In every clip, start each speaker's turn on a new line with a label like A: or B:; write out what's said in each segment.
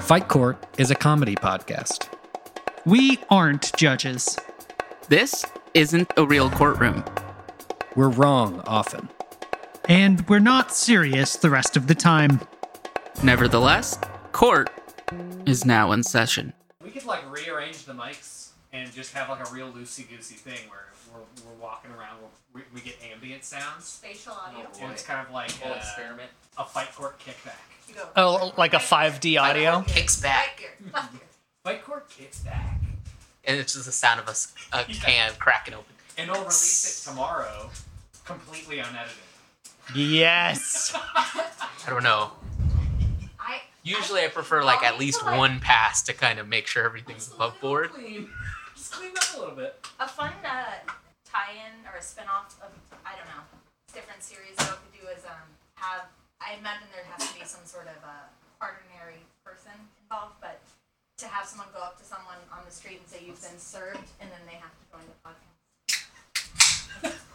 A: Fight Court is a comedy podcast.
B: We aren't judges.
C: This isn't a real courtroom.
A: We're wrong often.
B: And we're not serious the rest of the time.
C: Nevertheless, court is now in session.
D: We could like rearrange the mics and just have like a real loosey goosey thing where we're, we're walking around, we we, we get ambient sounds,
E: Spatial audio.
D: and it's kind of like
F: We'll
D: uh,
F: experiment.
D: a fight court kickback.
E: You go.
G: Oh, like a 5D audio?
F: Kicks
E: Back
F: back,
E: here. Back here.
D: Fight court kickback,
F: and it's just the sound of a, s- a can cracking open.
D: and we'll release it tomorrow, completely unedited.
G: Yes.
F: I don't know.
E: I.
F: Usually, I prefer like at least one pass to kind of make sure everything's above board.
D: Clean, just clean up a little bit.
E: A fun uh, tie-in or a spin-off of I don't know different series that we could do is um have I imagine there has to be some sort of a ordinary person involved, but to have someone go up to someone on the street and say you've been served, and then they have to join the podcast.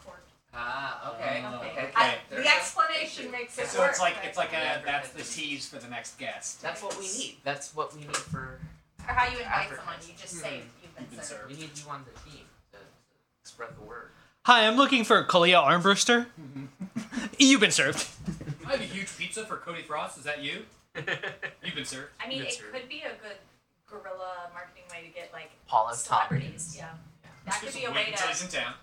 E: Court.
F: Ah, okay.
E: Okay.
F: okay.
E: I,
F: There
E: the
F: you go.
E: explanation makes it
D: So
E: work.
D: it's like
E: but-
D: it's like
F: Yeah,
D: a
F: I've
D: that's
F: heard
D: the
F: that.
D: tease for the next guest.
F: That's what we need. That's what we need for.
E: or how you invite
F: Advertising.
E: someone. You just say you've been
D: You've been
E: served.
D: served.
F: We need you on the team to spread the word.
G: Hi, I'm looking for Kalia Armbruster. You've been served.
D: I have a huge pizza for Cody Frost. Is that you? You've been served.
E: I mean,
F: Good
E: it
F: serve.
E: could be a good guerrilla marketing way to get like
F: Paula
E: celebrities.
F: Tompkins.
E: Yeah, that could
D: Just
E: be a
D: wait
E: way
D: until he's
E: to
D: in town.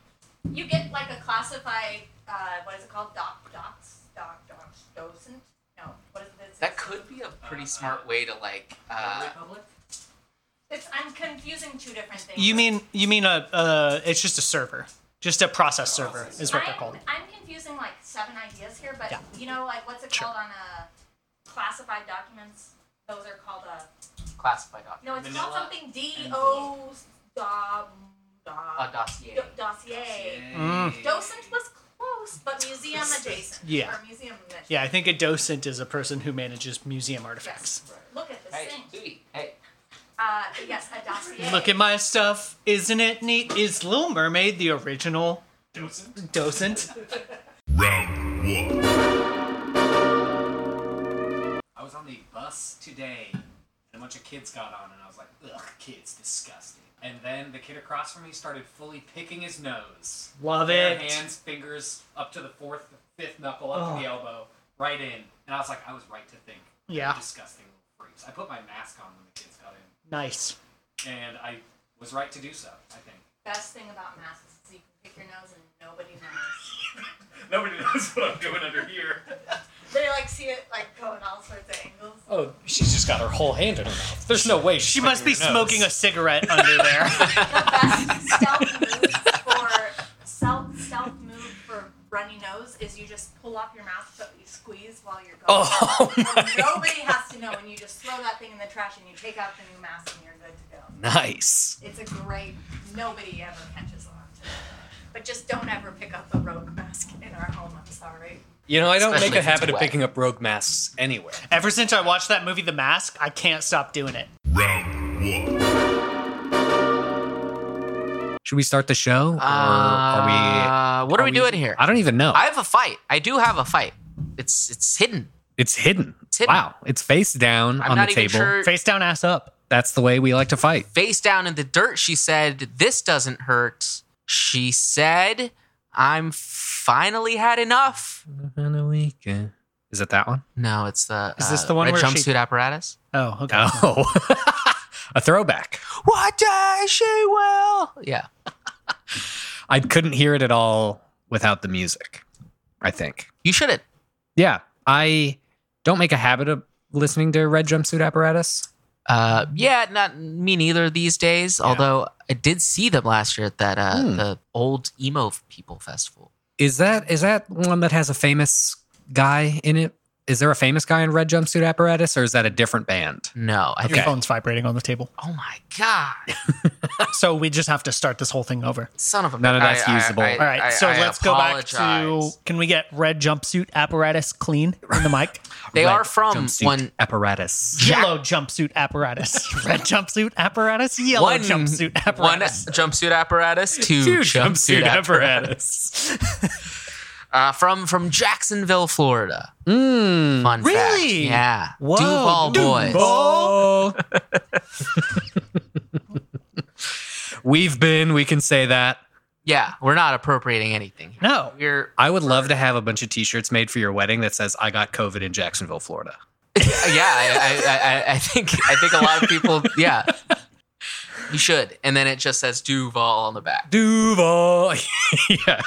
E: you get like a classified uh, what is it called? Doc docs doc docs docent? No, what is this?
F: That could be a pretty smart way to like. Uh,
D: Republic.
E: It's, I'm confusing two different things.
G: You mean you mean a uh, it's just a server. Just a process server is what they're
E: I'm-
G: called.
E: I'm confusing like seven ideas here, but
G: Yeah.
E: you know, like what's it
G: Sure.
E: called on a classified documents? Those are called a
F: classified document.
E: no, it's called
F: Vanilla
E: something D O dom
F: A
E: dom
F: dossier.
E: dossier.
G: Mm.
E: Docent was close, but museum adjacent.
G: Yeah.
E: Or museum adjacent.
G: Yeah, I think a docent is a person who manages museum artifacts.
E: Look at this
F: Hey,
E: thing.
F: Dewey. Hey.
E: Uh, yes, a dossier.
G: Look at my stuff. Isn't it neat? Is Little Mermaid the original
D: Docent.
G: docent?
H: Round one.
D: I was on the bus today, and a bunch of kids got on, and I was like, "Ugh, kids, disgusting." And then the kid across from me started fully picking his nose.
G: Love
D: Bare
G: it.
D: hands, fingers up to the fourth, fifth knuckle, up to the elbow, right in. And I was like, I was right to think. They're
G: Yeah.
D: Disgusting little freaks. I put my mask on when the kids got in,
G: Nice.
D: and I was right to do so. I think
E: Best thing about masks is you can pick your nose and nobody knows.
D: nobody knows what I'm doing under here.
E: they like see it like going all sorts of angles.
I: Oh, she's just got her whole hand in her mouth. There's no way
G: She must be smoking a cigarette under there.
E: The best stealth move for stealth, stealth move for runny nose is you just pull up your mouth, but you squeeze while you're going.
I: Oh
E: Nobody has to know, and you just throw that thing in the trash, and you take out the new mask, and you're good to go.
I: Nice.
E: It's a great. Nobody ever catches on to that. But just don't ever pick up a rogue mask in our home. I'm sorry.
I: You know, I don't
F: Especially
I: make a
F: if it's
I: habit of
F: wet.
I: picking up rogue masks anyway.
G: Ever since I watched that movie The Mask, I can't stop doing it.
H: Round one.
A: Should we start the show? Or are
F: Uh, what are, we, doing here?
A: we. I don't even know.
F: I have a fight. I do have a fight. It's it's hidden.
A: it's hidden.
F: It's hidden.
A: Wow. It's face down
F: I'm
A: on
F: not
A: the
F: even
A: table.
F: sure.
G: Face down, ass up.
A: That's the way we like to fight.
F: Face down in the dirt. She said, "This doesn't hurt." She said, "I'm finally had enough."
A: Is it that one?
F: No, it's the
G: Is this
F: uh,
G: the one
F: red
G: where she-
F: jumpsuit apparatus?
G: Oh, okay.
A: Oh. a throwback.
F: What day she will? Yeah,
A: I couldn't hear it at all without the music, I think.
F: you shouldn't.
A: Yeah. I don't make a habit of listening to Red Jumpsuit Apparatus.
F: Uh, yeah, not me neither these days. Although I did see them last year at that uh,
A: Hmm.
F: the old emo people festival.
A: Is that is that one that has a famous guy in it? Is there a famous guy in Red Jumpsuit Apparatus, or is that a different band?
F: No, I
G: Your
F: think.
G: phone's vibrating on the table.
F: Oh my god,
G: So we just have to start this whole thing over.
F: son of a.
A: None of
F: bitch.
A: that's
F: I- I-
A: usable.
F: I-
A: All
G: All right,
F: I-
G: so
F: I
G: let's go back
F: apologize.
G: to can we get red jumpsuit apparatus clean in the mic?
F: They
A: Red
F: are from
A: Jumpsuit
F: one
A: apparatus.
G: Yellow jumpsuit apparatus. Red jumpsuit apparatus. Yellow
F: one
G: jumpsuit
F: one
G: apparatus.
F: jumpsuit apparatus, two, jumpsuit, apparatus. Uh, from from Jacksonville, Florida.
A: Mm.
F: Fun fact.
G: Hmm. Really?
F: Yeah.
G: Whoa.
F: Duval Boys.
G: Duval
D: go. We've been, we can say that.
F: Yeah, we're not appropriating anything. here.
G: No.
F: We're
D: I would love to have a bunch of t-shirts made for your wedding that says I got COVID in Jacksonville, Florida.
F: uh, yeah, I, I, I, I think I think a lot of people yeah. You should. And then it just says Duval on the back.
D: Duval. yeah.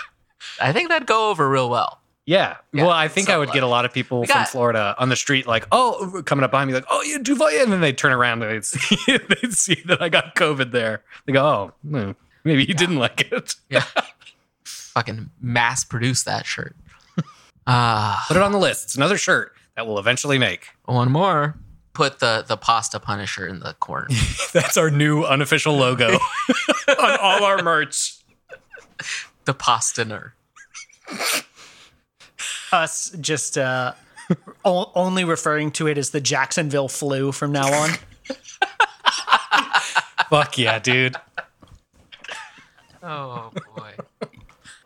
F: I think that'd go over real well.
D: Yeah.
F: Yeah,
D: Well, I think I would
F: so,
D: get a
F: uh,
D: lot of people
F: we
D: from
F: got-
D: Florida on the street, like, oh, coming up behind me, like, oh, you Duval. yeah," And then they turn around and they'd see, they'd see that I got COVID there. They go, oh, hmm, maybe you didn't like it.
F: Fucking mass produce that shirt. Ah,
D: Put it on the list. It's another shirt that we'll eventually make.
F: one more. Put the the pasta punisher in the corner.
D: That's our new unofficial logo on all our merch.
F: the pastiner.
G: Us just uh, o- only referring to it as the Jacksonville flu from now on.
D: Fuck yeah, dude.
F: Oh boy.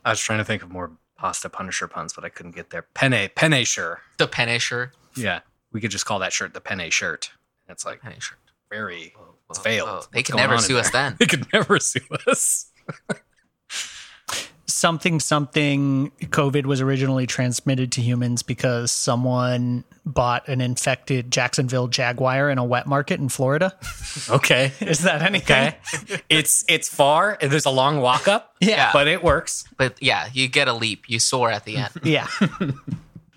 D: I was trying to think of more pasta punisher puns, but I couldn't get there. Penne, penne shirt.
F: the punisher.
D: Yeah. We could just call that shirt the penne shirt. It's like
F: Punisher.
D: very, it's failed.
F: Oh, they
D: What's
F: could
D: going
F: never
D: on in
F: sue us
D: there?
F: then.
D: They could never sue us.
G: Something, something COVID was originally transmitted to humans because someone bought an infected Jacksonville Jaguar in a wet market in Florida.
D: Okay.
G: Is that anything?
D: Okay. it's it's far. There's a long walk up.
G: Yeah.
D: But it works.
F: But yeah, you get a leap. You soar at the end.
G: Yeah.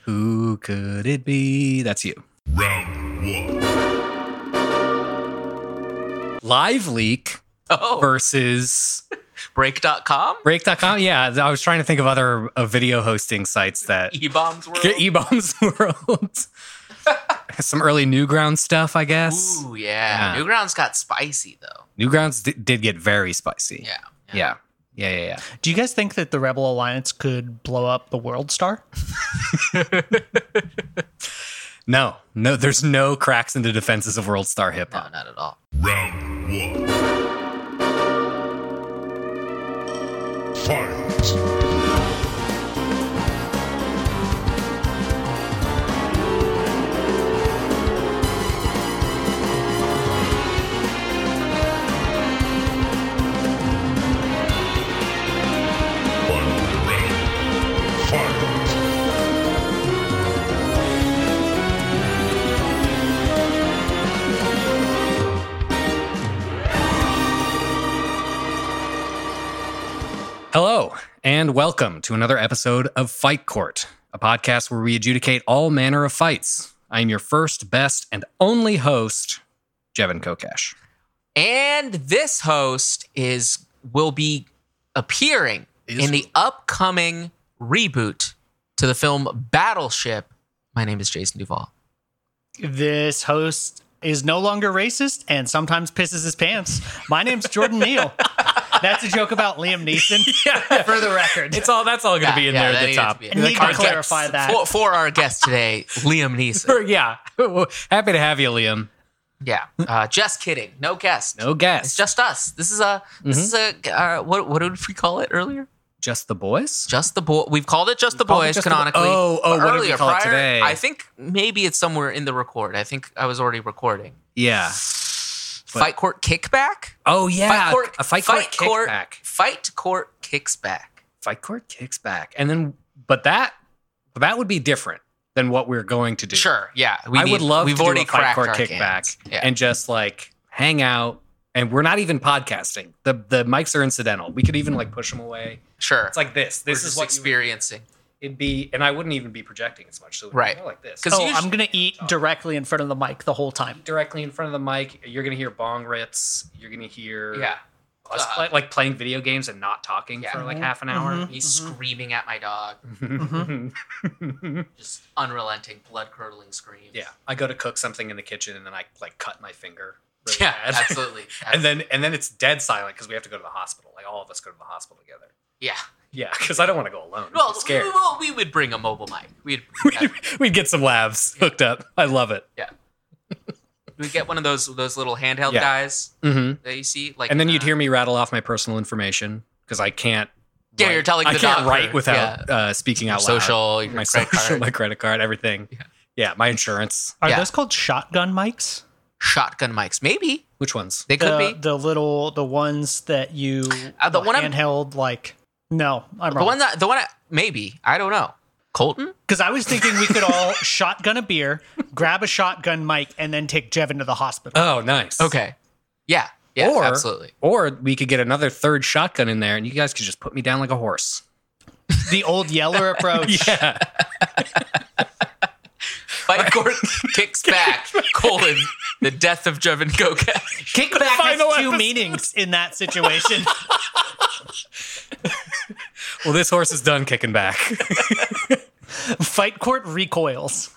D: Who could it be? That's you.
J: Round one.
D: Live leak
F: Oh,
D: versus
F: break.com?
D: break.com. Yeah. I was trying to think of other uh, video hosting sites that
F: E-bombs world.
D: Get e- E-Bombs World. Some early Newgrounds stuff, I guess.
F: Ooh, yeah.
D: Yeah.
F: Newgrounds got spicy though.
D: Newgrounds d- did get very spicy.
F: Yeah.
D: Yeah. Yeah, yeah, yeah.
G: Do you guys think that the Rebel Alliance could blow up the World Star?
D: No, no, there's no cracks in the defenses of World Star Hip
F: No,
D: Hop.
F: not at all.
J: Round one. Fight. Final round. Fight.
D: Hello, and welcome to another episode of Fight Court, a podcast where we adjudicate all manner of fights. I am your first, best, and only host, Jevin Kokash.
F: And this host is will be appearing in the upcoming reboot to the film Battleship. My name is Jason Duval.
G: This host is no longer racist and sometimes pisses his pants. My name's Jordan Neal. That's a joke about Liam Neeson, for the record.
D: It's all that's all going to
F: Yeah,
D: be in
F: yeah,
D: there
F: that
D: at the
F: needed to
D: top.
F: be
G: I need to
D: context
G: clarify that.
F: For, for our guest today, Liam Neeson.
D: yeah, happy to have you, Liam.
F: Yeah, uh, just kidding. No guest.
D: No guess.
F: It's just us. This is a. This
D: Mm-hmm.
F: is a. Uh, what what did we call it earlier?
D: just the boys.
F: Just the boy. We've called it just the
D: called it
F: boys
D: Just the Bo-
F: canonically.
D: Oh, oh,
F: But
D: what did we call it today?
F: I think maybe it's somewhere in the record. I think I was already recording.
D: Yeah.
F: Fight court kickback.
D: Oh yeah,
F: fight court.
D: a fight court kickback.
F: Fight court kicks back.
D: Fight court kicks back, and then but that that would be different than what we're going to do.
F: Sure. Yeah. We
D: I
F: need-
D: would love
F: We've
D: to
F: already
D: do a fight
F: cracked
D: court
F: our
D: kickback
F: cans. Yeah.
D: and just like hang out, and we're not even podcasting. The the mics are incidental. We could even like push them away.
F: sure.
D: It's like this.
F: We're
D: This is
F: just
D: what experience.
F: experiencing.
D: it'd be, and I wouldn't even be projecting as much. So it'd be
F: Right.
D: more like this.
F: 'Cause
G: oh,
F: usually-
G: I'm going to eat directly in front of the mic the whole time.
D: Directly in front of the mic, you're gonna hear bong rips. You're gonna hear
F: Yeah.
D: us
F: Uh,
D: play, like playing video games and not talking
F: Yeah.
D: for like half an hour.
F: He's screaming at my dog. Just unrelenting, blood curdling screams.
D: Yeah, I go to cook something in the kitchen and then I like cut my finger. really
F: Yeah.
D: bad.
F: Absolutely.
D: and then and then it's dead silent because we have to go to the hospital. Like all of us go to the hospital together.
F: yeah.
D: Yeah, because I don't want to go alone.
F: Well,
D: I'm scared.
F: We, well, we would bring a mobile mic. We'd, we'd,
D: We'd get some labs hooked up. I love it.
F: we'd get one of those those little handheld
D: Yeah.
F: guys
D: Mm-hmm.
F: that you see. Like,
D: And then
F: uh,
D: you'd hear me rattle off my personal information because I can't.
F: Yeah,
D: write-
F: you're telling
D: I
F: the
D: can't
F: doctor,
D: write without uh, speaking
F: your
D: out loud.
F: social, your
D: my
F: credit
D: social,
F: card.
D: my credit card, everything.
F: Yeah.
D: yeah my insurance.
G: Are
F: Yeah.
G: those called shotgun mics?
F: shotgun mics. Maybe
A: Which ones?
F: they could
G: the,
F: be
G: the little the ones that you
F: Uh, the
G: uh,
F: one I'm-
G: handheld like no i'm
F: the one
G: wrong
F: that the one. I, maybe I don't know. Colton,
G: because i was thinking we could all shotgun a beer grab a shotgun mic and then take jevin to the hospital
A: Oh, nice.
F: okay, yeah, yeah,
A: or
F: absolutely.
A: or we could get another third shotgun in there, and you guys could just put me down like a horse.
G: the old yeller approach
A: Yeah.
F: Fight Court kicks back, colon, the death of Jevin Gokat.
G: kickback has two
A: Final episode.
G: meanings in that situation
A: well, this horse is done kicking back.
G: fight court recoils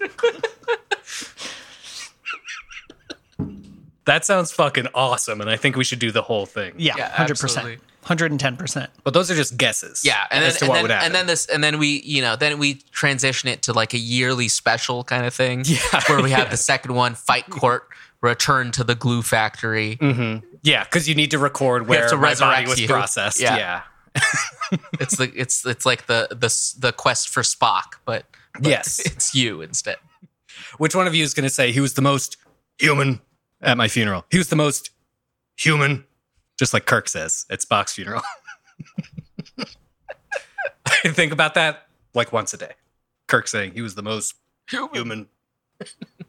A: that sounds fucking awesome, and I think we should do the whole thing.
G: yeah,
F: Yeah,
G: 100%
F: absolutely.
G: 110%
A: But those are just guesses.
F: Yeah, and then,
A: as to
F: and,
A: what
F: then,
A: would happen.
F: and then this, and then we, you know, then we transition it to like a yearly special kind of thing, yeah, where we have the second one, Fight Court, Return to the Glue Factory.
A: Mm. yeah, because you need to record
F: have
A: where
F: to
A: my body
F: resurrect
A: was
F: you.
A: processed.
F: Yeah.
A: Yeah.
F: It's the, it's, it's like the the s- the quest for Spock, but, but
A: Yes.
F: it's you instead.
A: Which one of you is going to say he was the most human at my funeral? He was the most human, just like Kirk says at Spock's funeral. I think about that like once a day. Kirk saying he was the most human.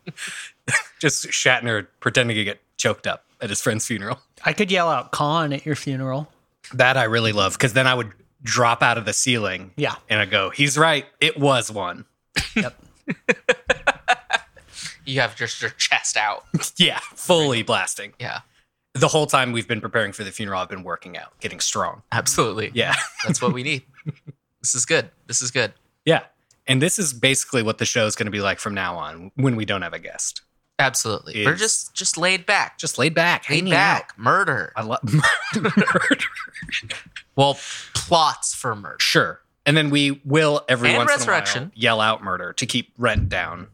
A: just Shatner pretending to get choked up at his friend's funeral.
G: i could yell out con at your funeral
A: That I really love because then I would drop out of the ceiling.
G: Yeah.
A: And I go, he's right. It was one.
F: You have just your chest out.
A: Yeah. Fully blasting.
F: Yeah,
A: The whole time we've been preparing for the funeral, I've been working out, getting strong.
F: absolutely.
A: Yeah.
F: that's what we need. This is good. This is good.
A: Yeah. And this is basically what the show is going to be like from now on when we don't have a guest.
F: Absolutely. We're
A: Is-
F: just just laid back.
A: Just laid back,
F: laid
A: hanging
F: back. Murder.
A: out. I love
F: Well, plots for murder.
A: Sure. And then we will every
F: And
A: once in a
F: resurrection.
A: while yell out murder to keep rent down.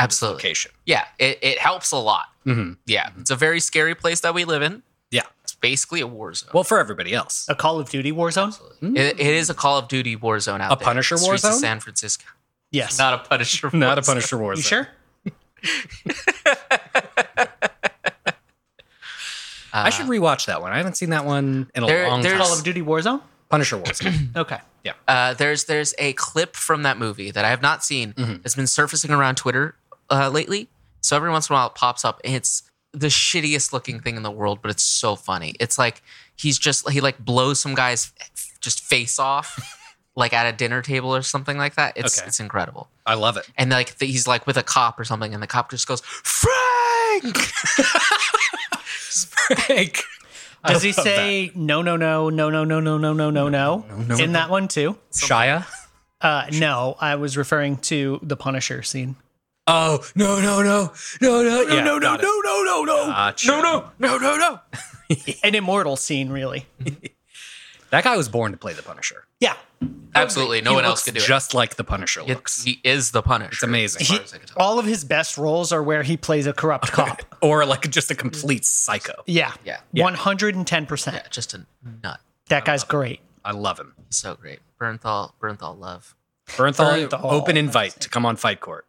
F: Absolutely.
A: Location.
F: Yeah, it, it helps a lot.
A: Mhm.
F: Yeah, it's a very scary place that we live in.
A: Yeah.
F: It's basically a war zone.
A: Well, for everybody else.
G: a call of duty war zone
F: it, it is a Call of Duty war zone out
A: A
F: there.
A: Punisher
F: The
A: war
F: streets
A: zone?
F: of San Francisco.
G: yes
F: Not a Punisher. war
A: Not a
F: zone.
A: Punisher Wars.
G: you sure
A: I should rewatch that one. I haven't seen that one in a
F: Uh, There-
A: long time.
F: there's-
G: call of duty war zone
A: Punisher Wars.
G: okay
F: Uh, there's there's a clip from that movie that I have not seen. It's been surfacing around Twitter uh, lately. So every once in a while it pops up, and it's the shittiest looking thing in the world, but it's so funny. It's like he's just he like blows some guy's f- just face off, like at a dinner table or something like that. It's
A: Okay.
F: it's incredible.
A: I love it.
F: And like the, he's like with a cop or something, and the cop just goes Frank. Frank.
G: Does he say no, no, no, no, no, no, no, no, no, no, no in that one too?
A: Shia?
G: Uh, no, I was referring to the Punisher scene.
A: Oh, no, no, no. No, no, no, no, no, no,
F: no, no, no,
A: Gotcha.
F: no, no, no, no, no.
G: An immortal scene, really.
A: That guy was born to play the Punisher.
G: Yeah.
F: Absolutely, no
A: He
F: one else
A: looks
F: could do it.
A: Just like the Punisher
F: It-
A: looks.
F: He is the Punisher. It's
A: amazing.
F: As far as I can tell.
G: All of his best roles are where he plays a corrupt cop.
A: or like just a complete psycho.
G: Yeah.
F: Yeah. Yeah.
G: 110%.
F: Yeah, just a nut.
G: That guy's great.
A: I love him.
F: He's so great. Burnthal, Burnthal love.
A: Bernthal,
G: Bernthal.
A: open invite to come on Fight Court.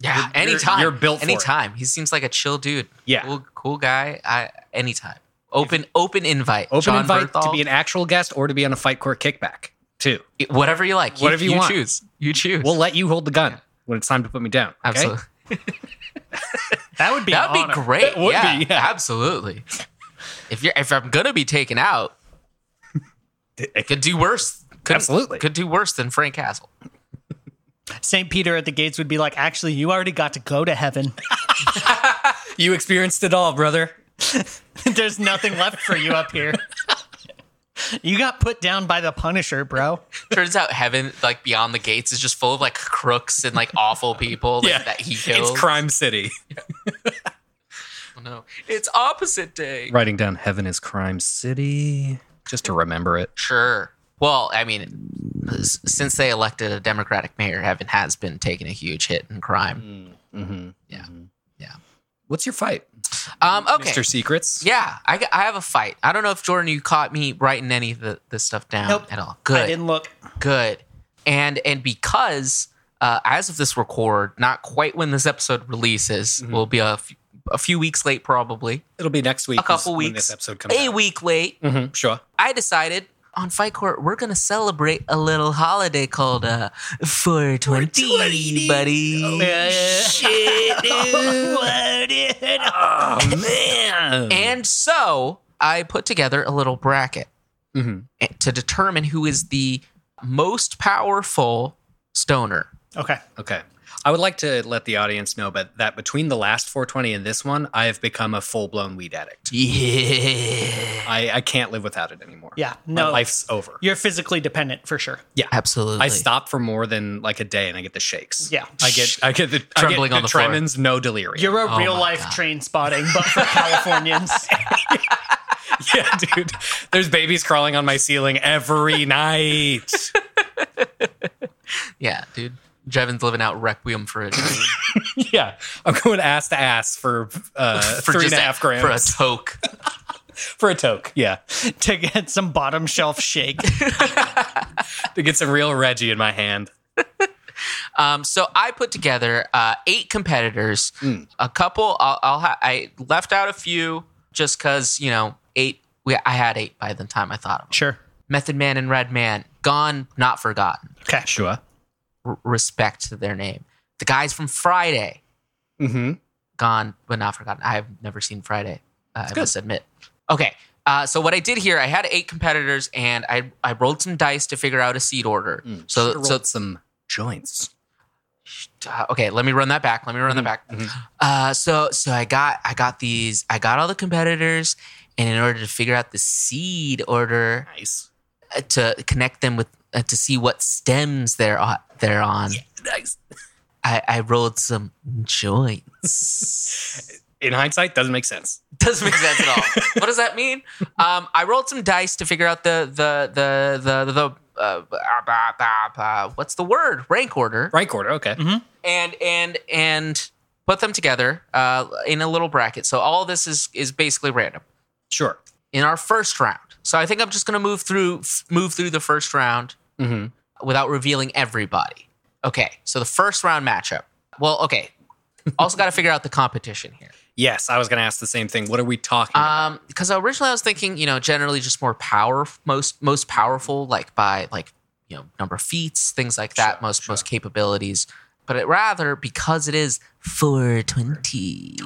F: Yeah,
A: you're-
F: anytime.
A: you're built for it.
F: anytime. He seems like a chill dude.
A: Yeah.
F: cool, cool guy. I anytime. Open, open invite.
A: Open
F: John
A: invite to
F: Bernthal.
A: be an actual guest or to be on a Fight Court kickback, too.
F: whatever you like.
A: Whatever you want.
F: choose. You choose.
A: We'll let you hold the gun when it's time to put me down. Okay?
F: absolutely.
G: That would be
F: That'd
G: an
F: be
G: honor.
F: great.
A: would
F: yeah,
A: be, yeah.
F: absolutely. if you're, if I'm gonna be taken out, it could do worse. Could,
A: Absolutely.
F: could do worse than Frank Castle.
G: St. Peter at the gates would be like, actually, you already got to go to heaven.
A: You experienced it all, brother.
G: There's nothing left for you up here. You got put down by the Punisher, bro.
F: Turns out heaven, like beyond the gates, is just full of like crooks and like awful people like, that he kills.
A: It's Crime City.
F: Oh, no, it's opposite day.
A: Writing down Heaven is Crime City just to remember it.
F: Sure. Well, I mean, s- since they elected a Democratic mayor, heaven has been taking a huge hit in crime. Yeah. Yeah.
A: What's your fight, Mm.
F: Um, okay.
A: Mr. Secrets?
F: Yeah, I, g- I have a fight. I don't know if Jordan, you caught me writing any of the, this stuff down
G: Nope.
F: at all.
G: I
F: Good,
G: didn't look.
F: good. And and
A: Mm-hmm.
F: because uh, as of this record, not quite when this episode releases, will be a f- a few weeks late, probably
A: It'll be next week.
F: a couple
A: is when
F: weeks.
A: This episode comes
F: a
A: out.
F: week late.
A: Mhm, sure.
F: I decided on Fight Court we're gonna celebrate a little holiday called uh 420, buddy.
A: Oh.
F: shit, dude.
A: Man.
F: And so I put together a little bracket
A: Mhm.
F: to determine who is the most powerful stoner.
G: Okay.
A: Okay. I would like to let the audience know but that between the last 420 and this one, I have become a full blown weed addict.
F: Yeah,
A: I, I can't live without it anymore.
G: Yeah.
A: My
G: No.
A: life's over.
G: You're physically dependent for sure.
F: absolutely.
A: I stop for more than like a day and I get the shakes.
G: Yeah.
A: I get I get the
F: Trembling
A: I get
F: on the floor.
A: tremens, no delirium.
G: You're a
F: Oh
G: real
F: my
G: life
F: God.
G: train spotting, but for Californians.
A: yeah, dude. There's babies crawling on my ceiling every night.
F: Yeah, dude. Jevin's living out Requiem for a dream.
A: yeah. I'm going ass to ass for uh
F: for
A: three and
F: just
A: a
F: a-
A: half
F: For a
A: grams.
F: toke.
A: For a toke. Yeah.
G: to get some bottom shelf shake.
A: To get some real Reggie in my hand.
F: Um, so I put together uh, eight competitors. A couple, I'll, I'll ha- I left out a few just because you know eight. We, I had eight by the time I thought of them.
G: Sure.
F: Method Man and Red Man gone, not forgotten.
G: Okay.
A: Sure.
F: R- respect to their name. The guys from Friday
A: Mm-hmm.
F: gone, but not forgotten. I've never seen Friday. Uh, I must admit. Okay. Uh, so what I did here, I had eight competitors, and I I rolled some dice to figure out a seed order. so so
A: some joints.
F: uh, okay, let me run that back. Let me run that back. Uh, so so I got I got these I got all the competitors, and in order to figure out the seed order
A: Nice.
F: uh, to connect them with uh, to see what stems they're on, they're on,
A: Nice.
F: I, I rolled some joints.
A: In hindsight, doesn't make sense.
F: Doesn't make sense at all. what does that mean? Um, I rolled some dice to figure out the the the the the. Uh, bah, bah, bah, bah. what's the word? Rank order.
A: Right quarter, okay.
F: Mm-hmm. and and and put them together uh, in a little bracket. So all this is is basically random
A: Sure.
F: in our first round. So I think I'm just gonna move through f- move through the first round
A: Mhm.
F: without revealing everybody. Okay, so the first round matchup. Well, okay. Also got to figure out the competition here.
A: Yes, I was going to ask the same thing. What are we talking about?
F: Um, because originally I was thinking, you know, generally just more power, most most powerful, like by like you know number of feats, things like that, most most capabilities. But it rather because it is four twenty.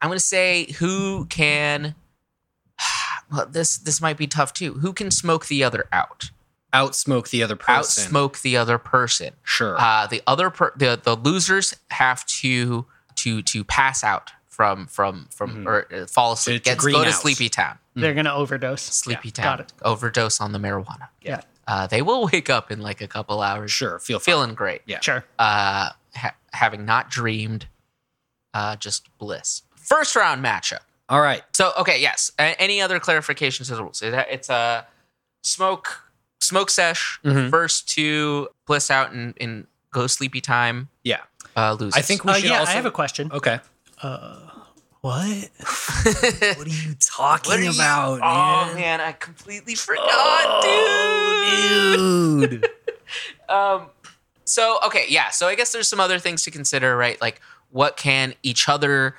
F: I'm gonna say who can. Well, this this might be tough too. Who can smoke the other out?
A: Outsmoke the other person.
F: Outsmoke uh, the other person.
A: Sure.
F: Uh, the other per- the the losers have to to to pass out from from from or uh, fall
A: Mm-hmm. To-
F: asleep.
A: to
F: Get,
A: green
F: go to
A: out.
F: Sleepy Town.
G: They're going to overdose.
F: Sleepy
G: got
F: Town
G: it.
F: overdose on the marijuana.
G: Yeah.
F: Uh, they will wake up in like a couple hours,
A: sure. Feel fine.
F: feeling great.
A: Yeah.
G: Sure.
F: Uh, ha- having not dreamed, uh, just bliss. First round matchup.
A: All right.
F: So okay, yes. A- any other clarifications to the rules? It- It's a smoke smoke sesh.
A: Mhm.
F: First two bliss out and, and go sleepy time.
A: Yeah.
F: Uh, loses.
A: I think we
G: Uh,
A: should
G: yeah,
A: also.
G: I have a question.
F: Oh,
A: okay.
G: What?
A: Uh, What are you talking about,
F: Oh man, I completely forgot, dude.
A: Oh, dude?
F: Um, so okay, yeah. So I guess there's some other things to consider, right? Like what can each other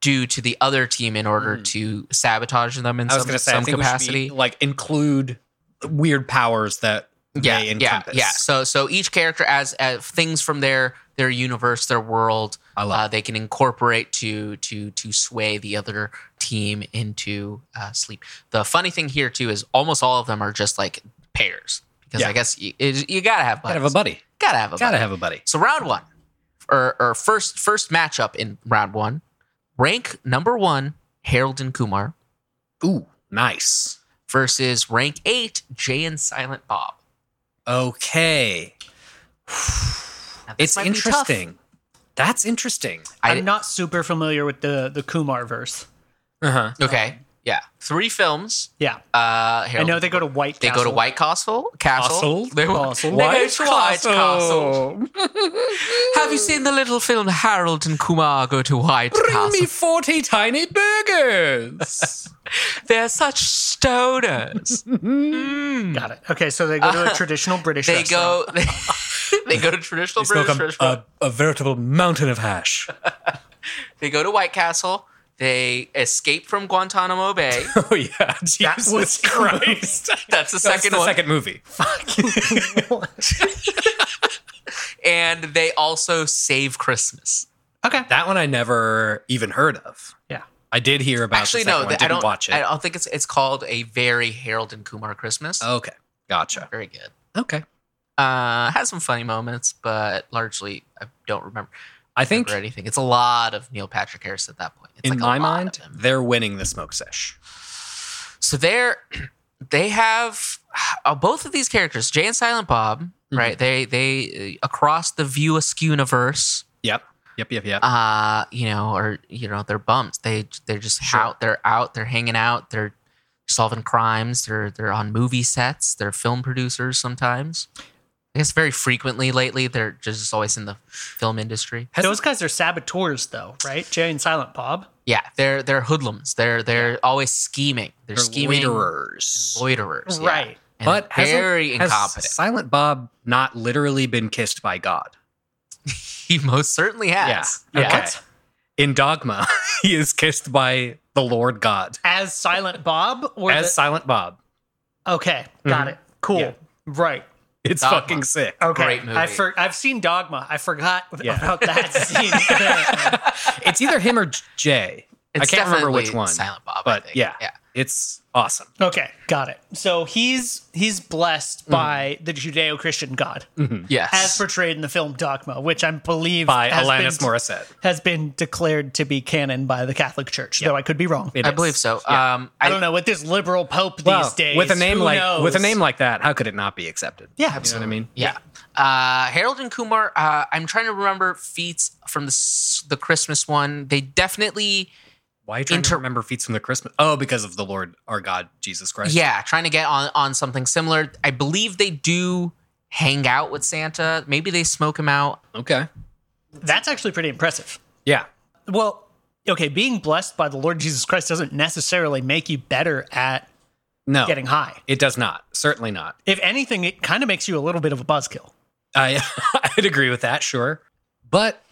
F: do to the other team in order to sabotage them in
A: Hmm. I was
F: some,
A: going to say, I
F: some
A: think we
F: capacity?
A: should be, like include weird powers that
F: yeah,
A: they
F: yeah,
A: encompass.
F: yeah. So so each character as, as things from their their universe, their world,
A: I love
F: uh, they can incorporate to to to sway the other team into uh, sleep. The funny thing here too is almost all of them are just like pairs because
A: Yeah.
F: I guess you, it, you gotta have buddies.
A: Gotta have a buddy.
F: Gotta have a
A: Gotta
F: buddy.
A: have a buddy.
F: So round one, or or first first matchup in round one, rank number one Harold and Kumar
A: Ooh, nice.
F: versus rank eight Jay and Silent Bob.
A: Okay.
F: Now,
A: It's
F: this might be tough.
A: interesting. That's interesting.
F: I-
G: I'm not super familiar with the the Kumar verse.
A: Uh huh.
F: Okay, Yeah, three films.
G: Yeah.
F: Uh, here,
G: I know they go to White
F: They
G: Castle.
F: go to White Castle. Castle.
A: Castle?
F: They,
G: Castle.
F: they go to White Castle. Have you seen the little film Harold and Kumar go to White
A: Bring
F: Castle?
A: me 40 tiny burgers.
F: They're such stoners.
G: Got it. Okay, so they go to a traditional British
F: they
G: restaurant.
F: go. They, they go to traditional
A: Smoke
F: British
A: a,
F: restaurant.
A: a- a veritable mountain of hash.
F: they go to White Castle. They escape from Guantanamo Bay.
A: Oh, yeah. Jesus
G: was-
A: Christ.
F: That's the
A: That's
F: second
A: the
F: one.
A: second movie.
F: And they also save Christmas.
G: okay.
A: That one I never even heard of.
G: Yeah.
A: I did hear about
F: Actually,
A: the second
F: no,
A: one.
F: th- I
A: didn't
F: don't
A: watch it.
F: I don't think it's it's called a very Harold and Kumar Christmas.
A: okay. Gotcha.
F: Very good.
A: Okay.
F: Uh, has some funny moments, but largely I don't remember,
A: I think
F: remember anything. It's a lot of Neil Patrick Harris at that point. It's
A: in
F: like a
A: my
F: lot
A: mind,
F: of him.
A: they're winning the smoke sesh.
F: so they're they have uh, both of these characters, Jay and Silent Bob,
A: Mm-hmm.
F: right? They they uh, across the View Askew universe,
A: Yep. Yep. Yep. Yep.
F: uh, you know, or you know, they're bumps. They they're just out. They're out. They're hanging out. They're solving crimes. They're they're on movie sets. They're film producers sometimes. I guess very frequently lately, they're just always in the film industry.
G: Those guys are saboteurs, though, right? Jay and Silent Bob.
F: Yeah, they're they're hoodlums. They're they're always scheming. They're,
A: They're
F: scheming
A: loiterers.
F: loiterers. yeah.
G: Right.
F: And
A: But hasn't-
F: very
A: has
F: incompetent.
A: Silent Bob not literally been kissed by God.
F: he most certainly has.
A: Yeah.
F: Yeah.
A: What? In Dogma, he is kissed by the Lord God
G: As Silent Bob or
A: as
G: the-
A: Silent Bob.
G: Okay,
F: Mm-hmm.
G: got it. Cool.
A: Yeah.
G: Right.
A: It's
F: Dogma.
A: fucking sick.
G: Okay.
F: Great movie.
G: I for- I've seen Dogma. I forgot
A: Yeah.
G: about that scene.
A: It's either him or J- Jay. I
F: It's
A: can't remember
F: definitely
A: which one.
F: Silent Bob. I
A: but
F: think.
A: yeah,
F: Yeah.
A: it's awesome.
G: okay, got it. So he's he's blessed
A: Mm-hmm.
G: by the Judeo-Christian God,
A: Mm.
F: Yes.
G: as portrayed in the film Dogma, which I believe
A: By
G: has
A: Alanis
G: been,
A: Morissette.
G: has been declared to be canon by the Catholic Church. Though I could be wrong.
A: It
F: I
A: is.
F: believe so. Um,
G: I don't know with this liberal pope
A: Well,
G: these days.
A: Oh, with a name
G: who
A: like
G: knows?
A: with a name like that, how could it not be accepted? You
G: yeah,
A: know what I mean?
F: Yeah. Uh, Harold and Kumar. Uh, I'm trying to remember feats from the s- the Christmas one. They definitely,
A: Why are you trying
F: Inter-
A: to remember feats from the Christmas? Oh, because of the Lord our God Jesus Christ.
F: yeah, trying to get on on something similar. I believe they do hang out with Santa. Maybe they smoke him out.
A: Okay.
G: That's actually pretty impressive.
A: Yeah.
G: Well, okay, being blessed by the Lord Jesus Christ doesn't necessarily make you better at
A: No.
G: getting high.
A: It does not. Certainly not.
G: If anything, it kind of makes you a little bit of a buzzkill.
A: I I'd agree with that, sure. But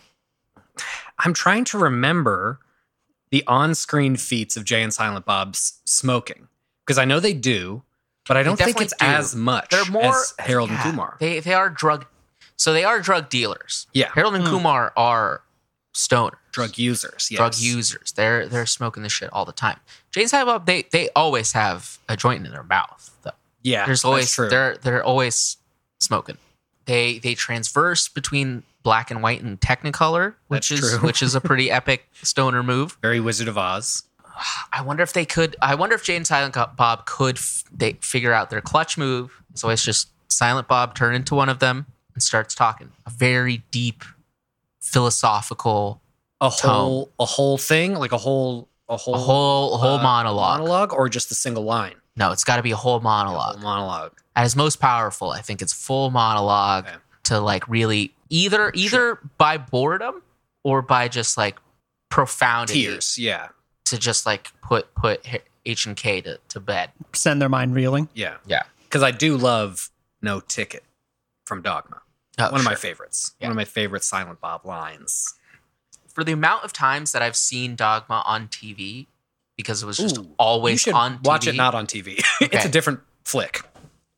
A: I'm trying to remember the on-screen feats of Jay and Silent Bob's smoking because I know they do, but I don't think
F: definitely
A: it's
F: do.
A: as much
F: They're more
A: as Harold
F: yeah,
A: and Kumar.
F: They they are drug. So they are drug dealers.
A: Yeah.
F: Harold and Kumar are stoner
A: drug users. Yes.
F: drug users. They're they're smoking this shit all the time. Jay and Silent Bob. They they always have a joint in their mouth though.
A: Yeah.
F: there's
A: that's
F: always
A: true.
F: they're they're always smoking. They they transverse between black and white and Technicolor, which
A: That's
F: is
A: true.
F: which is a pretty epic stoner move.
A: very Wizard of Oz.
F: I wonder if they could. I wonder if Jay and Silent Co- Bob could f- they figure out their clutch move. It's always just Silent Bob turn into one of them and starts talking a very deep philosophical
A: A
F: Tone.
A: whole a whole thing, like a whole a whole
F: a whole a whole
A: uh,
F: monologue.
A: monologue or just a single line?
F: No, it's got to be a whole monologue.
A: Whole monologue.
F: at his most powerful, I think it's full monologue
A: Okay.
F: to like really either either by boredom or by just like profoundity
A: Tears. Yeah.
F: to just like put put H and K to, to bed.
G: Send their mind reeling.
A: Yeah.
F: Yeah.
A: Because I do love No Ticket from Dogma.
F: Oh,
A: One of my favorites.
F: Yeah.
A: One of my favorite Silent Bob lines.
F: for the amount of times that I've seen Dogma on TV because it was just
A: Ooh,
F: always
A: you should
F: on TV.
A: watch it not on TV. it's
F: Okay.
A: a different flick.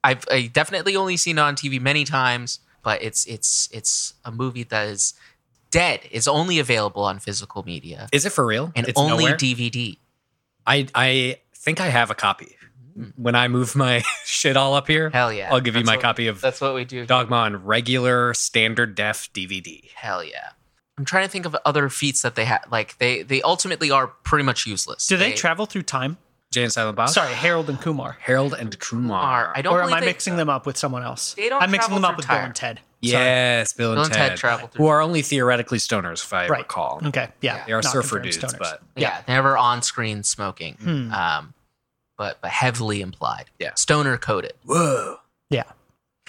F: I've I definitely only seen it on TV many times, but it's it's it's a movie that is dead. It's only available on physical media
A: Is it for real?
F: and
A: it's
F: only
A: nowhere?
F: DVD.
A: I I think I have a copy. When I move my shit all up here,
F: Hell yeah.
A: I'll give you
F: That's
A: my
F: what-
A: copy of
F: That's what we do.
A: Dogma on regular standard def DVD.
F: Hell yeah. I'm trying to think of other feats that they had. Like they they ultimately are pretty much useless.
G: Do they travel through time?
A: Jay and Silent Bob.
G: Sorry, Harold and Kumar.
A: Harold and Kumar.
F: Are I don't.
G: Or am
F: believe
G: I
F: they-
G: mixing them up with someone else?
F: They don't
G: I'm mixing
F: travel
G: them up
F: through
G: with Bill
F: time.
G: and Ted.
D: Yes, Bill and,
J: Bill and
D: Ted,
J: Ted travel through-
D: who are only theoretically stoners, if I
G: Right.
D: recall.
G: Okay. Yeah.
D: They are
G: not
D: surfer
G: confirmed
D: dudes,
G: stoners.
D: but
J: Yeah, never on screen smoking,
G: Hmm.
J: um, but but heavily implied.
D: Yeah.
J: stoner coded.
D: whoa.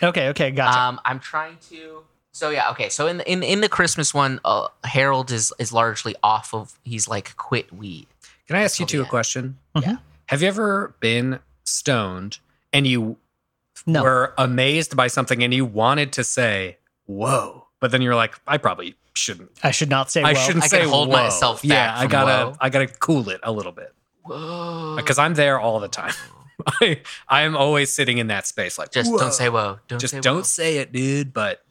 G: Okay. Okay. Gotcha.
F: Uh,
J: Um, I'm trying to. So yeah, okay. So in in in the Christmas one, uh, Harold is is largely off of. He's like quit weed.
D: Can I ask you
J: That's
D: two a
J: what we Mm-hmm. had.
D: question?
G: Yeah.
D: Have you ever been stoned and you
G: no.
D: were amazed by something and you wanted to say, whoa, but then you're like, I probably shouldn't.
G: I should not say.
D: I
G: well.
D: shouldn't
J: I
D: say
J: can hold
D: whoa.
J: myself back
D: Yeah, I
J: from
D: gotta,
J: whoa.
D: I gotta cool it a little bit
J: Whoa!
D: because I'm there all the time. I, I'm always sitting in that space, like
J: just
D: "Whoa."
J: don't say whoa. Don't
D: just
J: say
D: don't
J: whoa.
D: say it, dude. But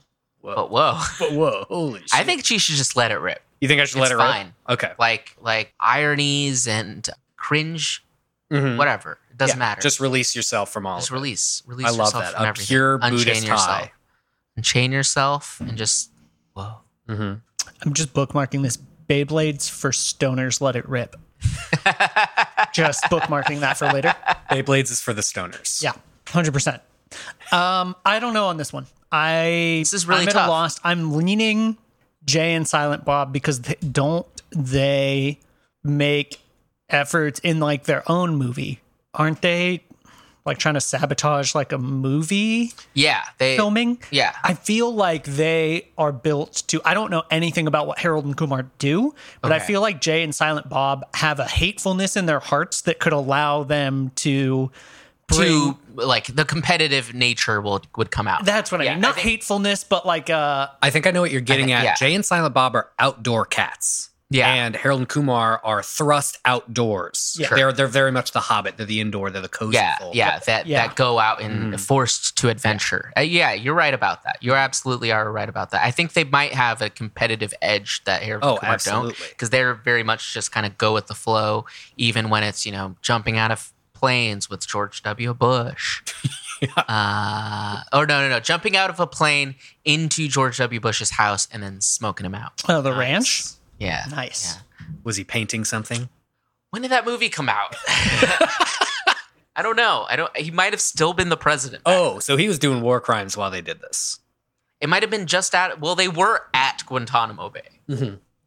D: whoa,
J: But whoa!
D: but whoa, holy! Shit.
J: I think she should just let it rip.
D: you think I should let
J: it's
D: it rip?
J: fine.
D: Okay,
J: Like like ironies and cringe,
D: Mhm.
J: whatever. It doesn't
D: Yeah,
J: matter.
D: Just release yourself from all.
J: just
D: of it.
J: release release.
D: I love
J: yourself
D: that.
J: From
D: A
J: everything.
D: pure
J: Unchain
D: Buddhist
J: yourself.
D: high.
J: Unchain yourself and just whoa.
D: hmm
G: I'm just bookmarking this. Beyblades for stoners. Let it rip. just bookmarking that for later.
D: Beyblades is for the stoners.
G: Yeah, hundred percent. Um, I don't know on this one. I
J: This is really
G: I'm at
J: tough.
G: a loss. I'm leaning Jay and Silent Bob because they, don't they make efforts in like their own movie? Aren't they like trying to sabotage like a movie
J: Yeah, they.
G: filming?
J: Yeah,
G: I feel like they are built to. I don't know anything about what Harold and Kumar do, but I
J: Okay.
G: feel like Jay and Silent Bob have a hatefulness in their hearts that could allow them to bring
J: to like the competitive nature will would come out.
G: That's what I
J: Yeah,
G: mean. Not
J: I think-
G: hatefulness, but like uh
D: I think I know what you're getting
J: think-
D: at.
J: yeah.
D: Jay and Silent Bob are outdoor cats.
J: Yeah.
D: And Harold and Kumar are thrust outdoors.
G: Yeah.
D: They're they're very much the hobbit. They're the indoor, they're the cozy
J: yeah,
D: folk.
J: yeah, that
G: Yeah.
J: that go out and forced to adventure. Uh, yeah, you're right about that. You absolutely are right about that. I think they might have a competitive edge that Harold
D: Oh,
J: and Kumar don't
D: absolutely.
J: because they're very much just kind of go with the flow, even when it's you know jumping out of planes with George W. Bush. Uh, oh no no no! Jumping out of a plane into George W. Bush's house and then smoking him out.
G: oh, the ranch.
J: Yeah,
G: Nice.
D: Was he painting something?
J: when did that movie come out? I don't know. I don't. He might have still been the president.
D: Oh, so he was doing war crimes while they did this.
J: It might have been just at. Well, they were at Guantanamo Bay,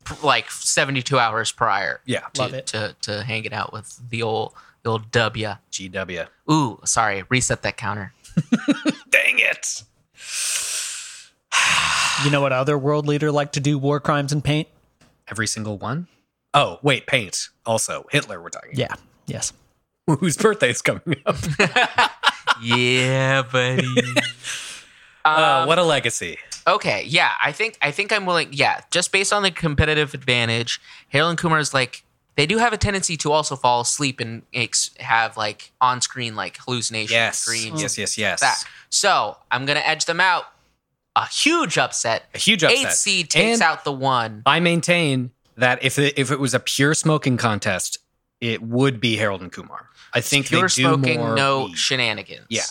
J: P- like seventy-two hours prior.
D: Yeah.
J: to,
G: Love it.
J: To to hanging out with the old the old W.
D: GW.
J: Ooh, sorry. Reset that counter.
D: Dang it.
G: You know what other world leader like to do war crimes and paint?
D: Every single one? Oh, wait, paint. Also, Hitler we're talking.
G: Yeah. Yes.
D: about. Whose birthday is coming up.
J: yeah, buddy.
D: Uh, what a legacy.
J: Okay, yeah, I think I think I'm willing. Yeah, just based on the competitive advantage, Harold and Kumar is like they do have a tendency to also fall asleep and ex- have like on screen like hallucinations,
D: Yes.
J: dreams,
D: Yes, yes, yes.
J: that. So I'm gonna edge them out. A huge upset.
D: A huge upset.
J: Eight seed takes
D: And-
J: out the one.
D: I maintain that if it, if it was a pure smoking contest, it would be Harold and Kumar. I think they
J: Pure
D: do
J: smoking,
D: more
J: no
D: weed.
J: shenanigans.
D: Yeah.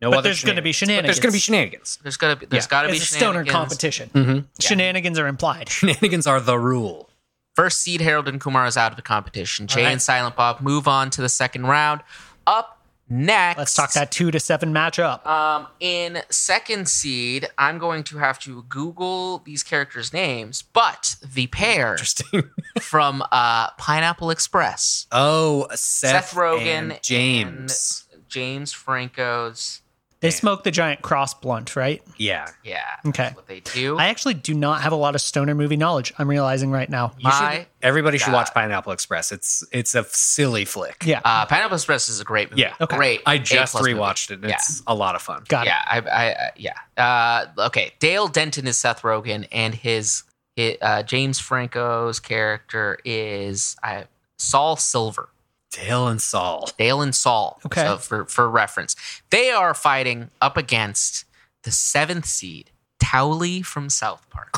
D: No
G: But
D: other
G: there's gonna be
D: But there's going to be shenanigans.
J: there's gotta be there's
D: Yeah.
J: gotta be
G: It's a stoner
J: shenanigans. Mm-hmm.
G: competition.
D: Mhm.
G: Shenanigans are implied.
D: Shenanigans are the rule.
J: First seed Harold and Kumar is out of the competition. Jay
G: right.
J: and Silent Bob move on to the second round. Up next,
G: Let's talk that two to seven matchup.
J: Um, in second seed, I'm going to have to Google these characters' names, but the pair
D: Interesting.
J: from uh, Pineapple Express,
D: Oh, Seth,
J: Seth Rogen
D: and
J: and-
D: James.
J: James Franco's.
G: they smoke the giant cross blunt, right?
D: yeah.
J: Yeah,
G: Okay.
J: that's what they do.
G: I actually do not have a lot of stoner movie knowledge. I'm realizing right now.
D: You should-
J: My
D: everybody should
J: God.
D: watch Pineapple Express. It's it's a silly flick.
G: Yeah.
J: uh, Pineapple Express is a great movie.
D: Yeah.
G: Okay.
J: great.
D: I just
J: A-plus movie.
D: rewatched it.
J: Yeah.
D: It's a lot of fun.
G: Got
J: Yeah, I, I, I yeah. Uh, okay, Dale Denton is Seth Rogen, and his, hi uh, James Franco's character is I, Saul Silver.
D: Dale and Saul.
J: Dale and Saul.
G: Okay.
J: So for, for reference, they are fighting up against the seventh seed, Towley from South Park.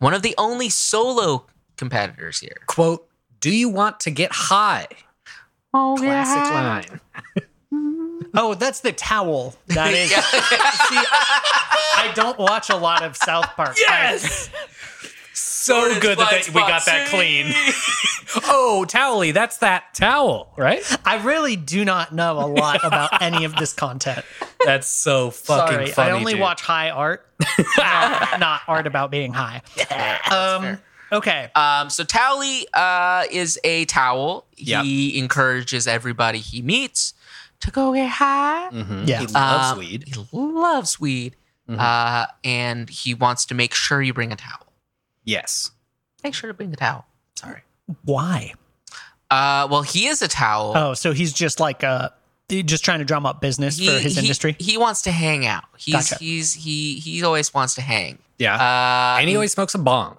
J: One of the only solo competitors here.
D: Quote, do you want to get high?
J: Oh,
D: Classic line.
G: it. Oh, that's the towel. That is. See, I don't watch a lot of South Park. Yes.
D: So good that, that we got that clean. oh, Towley, that's that towel, right?
G: I really do not know a lot about any of this content.
D: That's so fucking
G: Sorry,
D: funny.
G: I only
D: dude.
G: watch high art, not, not art about being high. Um, okay,
J: Um, so Towley uh, is a towel. He encourages everybody he meets to go get high.
D: Mhm.
G: Yeah.
D: He loves
J: Um,
D: weed.
J: He loves weed, uh, and he wants to make sure you bring a towel.
D: Yes.
J: Make sure to bring a towel. Sorry.
G: why?
J: Uh, well, he is a towel.
G: Oh, so he's just like uh, just trying to drum up business
J: he,
G: for his
J: he-
G: industry.
J: He wants to hang out. He's
G: Gotcha.
J: he's he he always wants to hang.
D: Yeah.
J: Uh,
D: and he always smokes a bong.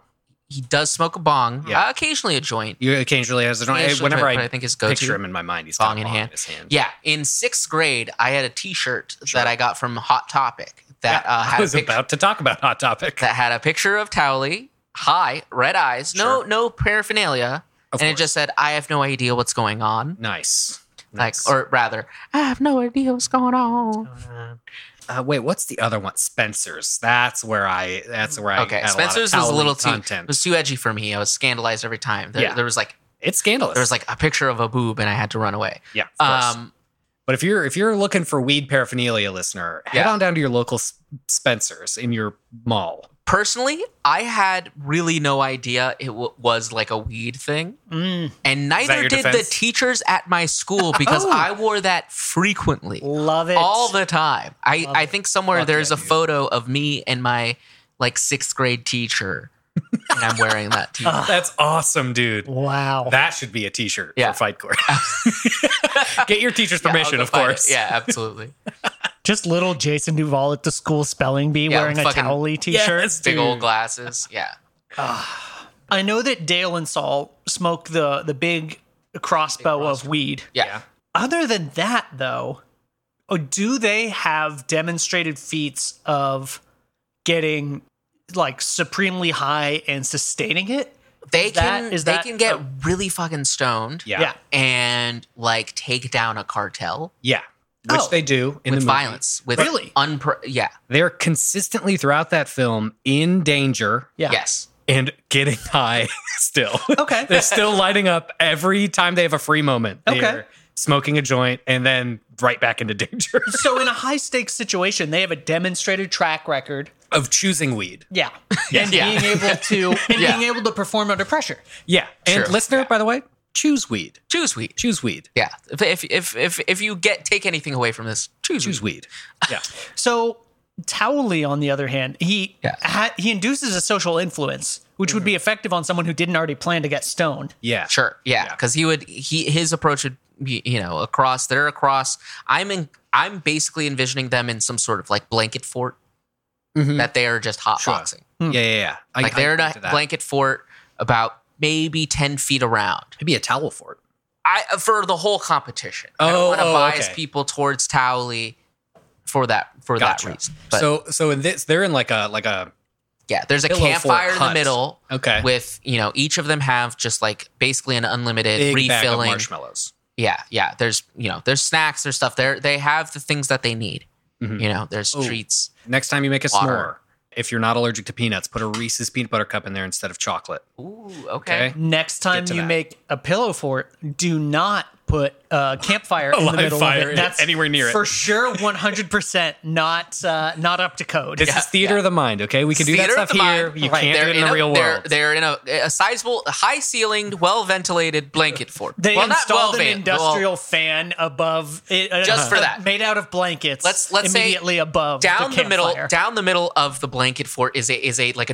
J: he does smoke a bong,
D: Yeah.
J: uh, occasionally a joint.
D: You occasionally has a joint.
J: Occasionally
D: Whenever
J: joint,
D: I,
J: but I think his go-to.
D: picture him in my mind, he's
J: Bong
D: got a
J: in
D: bong in
J: hand.
D: his hand.
J: Yeah, in sixth grade, I had a T-shirt that I got from Hot Topic that uh,
D: I
J: had a
D: was
J: picture,
D: about to talk about Hot Topic.
J: that had a picture of Towley, high, red eyes, no no paraphernalia,
D: Of
J: and
D: course.
J: it just said, "I have no idea what's going on."
D: nice. Nice.
J: Like, or rather, I have no idea what's going on.
D: uh, wait, what's the other one? Spencer's. That's where I. That's where I.
J: Okay,
D: had
J: Spencer's
D: a lot
J: was
D: of
J: a little too
D: content.
J: was too edgy for me. I was scandalized every time. There,
D: Yeah.
J: there was like
D: it's scandalous.
J: there was like a picture of a boob, and I had to run away.
D: yeah. Of course.
J: Um,
D: But if you're if you're looking for weed paraphernalia, listener, head
J: Yeah.
D: on down to your local S- Spencer's in your mall.
J: personally, I had really no idea it w- was like a weed thing,
G: Mm,
J: and
D: your
J: neither did
D: defense?
J: the teachers at my school because
G: Oh.
J: I wore that frequently,
G: love it.
J: all the time. I
G: Love
J: I
G: it.
J: think somewhere
D: Fuck
J: there's
D: yeah,
J: a
D: dude.
J: photo of me and my like sixth grade teacher, and I'm wearing that t-shirt.
G: Ah.
D: That's awesome, dude.
G: wow.
D: That should be a T-shirt
J: Yeah.
D: for Fight Court. Get your teacher's
J: Yeah, I'll
D: permission,
J: go
D: of
J: find it.
D: course.
J: Yeah, absolutely.
G: just little Jason Duval at the school spelling bee
J: Yeah,
G: wearing a
J: fucking-
G: towley t-shirt.
D: Yes,
J: Big
D: dude.
J: old glasses. Yeah.
G: I know that Dale and Saul smoke the the big crossbow, of weed.
J: Yeah.
G: Other than that, though, oh, do they have demonstrated feats of getting like supremely high and sustaining it?
J: They
G: Is that-
J: can
G: is
J: they
G: that-
J: can get
G: oh.
J: really fucking stoned
D: Yeah.
G: Yeah.
D: Yeah.
J: and like take down a cartel
D: Which
G: Oh.
D: they do in
J: with
D: the movie.
J: violence with
G: Really?
J: unpro- yeah
D: They're consistently throughout that film in danger
G: Yeah.
J: yes
D: and getting high still.
G: Okay.
D: They're still lighting up every time they have a free moment.
G: Okay.
D: They're smoking a joint and then right back into danger
G: so in a high stakes situation, they have a demonstrated track record.
D: of choosing weed.
G: Yeah. And
J: Yeah.
G: being able to and
J: Yeah.
G: being able to perform under pressure.
D: Yeah. And
J: Sure.
D: listener, by the way, choose weed.
J: choose weed
D: Choose weed.
J: yeah if if if if, if you get take anything away from this choose,
D: Choose
J: weed.
D: weed. Yeah.
G: So Towley, on the other hand, he
J: Yeah.
G: ha- he induces a social influence, which would
J: Mm-hmm.
G: be effective on someone who didn't already plan to get stoned.
D: Yeah.
J: sure yeah because he would he his approach would be you know across they're across I'm in I'm basically envisioning them in some sort of like blanket fort
D: Mhm.
J: that they are just hotboxing
D: Yeah. Yeah. Yeah. I-
J: like
D: I
J: they're in
D: agree
J: a
D: to that.
J: blanket fort about maybe ten feet around
D: Maybe a towel fort.
J: I for the whole competition. I don't
D: Oh,
J: want to
D: oh,
J: bias
D: okay.
J: people towards Towley for that for
D: Gotcha.
J: that reason. But
D: so so in this they're in like a like a
J: yeah, there's a
D: pillow fort
J: campfire in the
D: hut.
J: middle
D: okay
J: with you know each of them have just like basically an unlimited
D: big bag of
J: refilling.
D: marshmallows.
J: Yeah, yeah. There's you know there's snacks, there's stuff there. They have the things that they need.
D: Mhm.
J: You know, there's
D: Oh.
J: treats.
D: Next time you make a
J: Water.
D: s'more, if you're not allergic to peanuts, put a Reese's peanut butter cup in there instead of chocolate.
J: Ooh,
D: Okay.
J: okay.
G: Next time
D: to
G: you
D: that.
G: make a pillow fort, do not put a campfire in the
D: live
G: middle
D: fire
G: of
D: in-
G: it. That's
D: anywhere near it.
G: for sure, one hundred percent not uh, not up to code.
D: This is theater of the mind, okay? We can do
J: Theater
D: that
J: of
D: stuff
J: the mind.
D: here. You
G: Right.
D: can't do it in, the
J: a,
D: real
J: they're,
D: world.
J: They're in a, a sizable, high ceilinged, well ventilated blanket fort.
G: They
J: well,
G: installed an
J: well-vent, well-
G: industrial fan above it, uh,
J: Just for
G: uh,
J: that.
G: made out of blankets.
J: Let's- let's say
G: immediately above
J: down the, middle
G: campfire.
J: down the middle of the blanket fort is a is a like a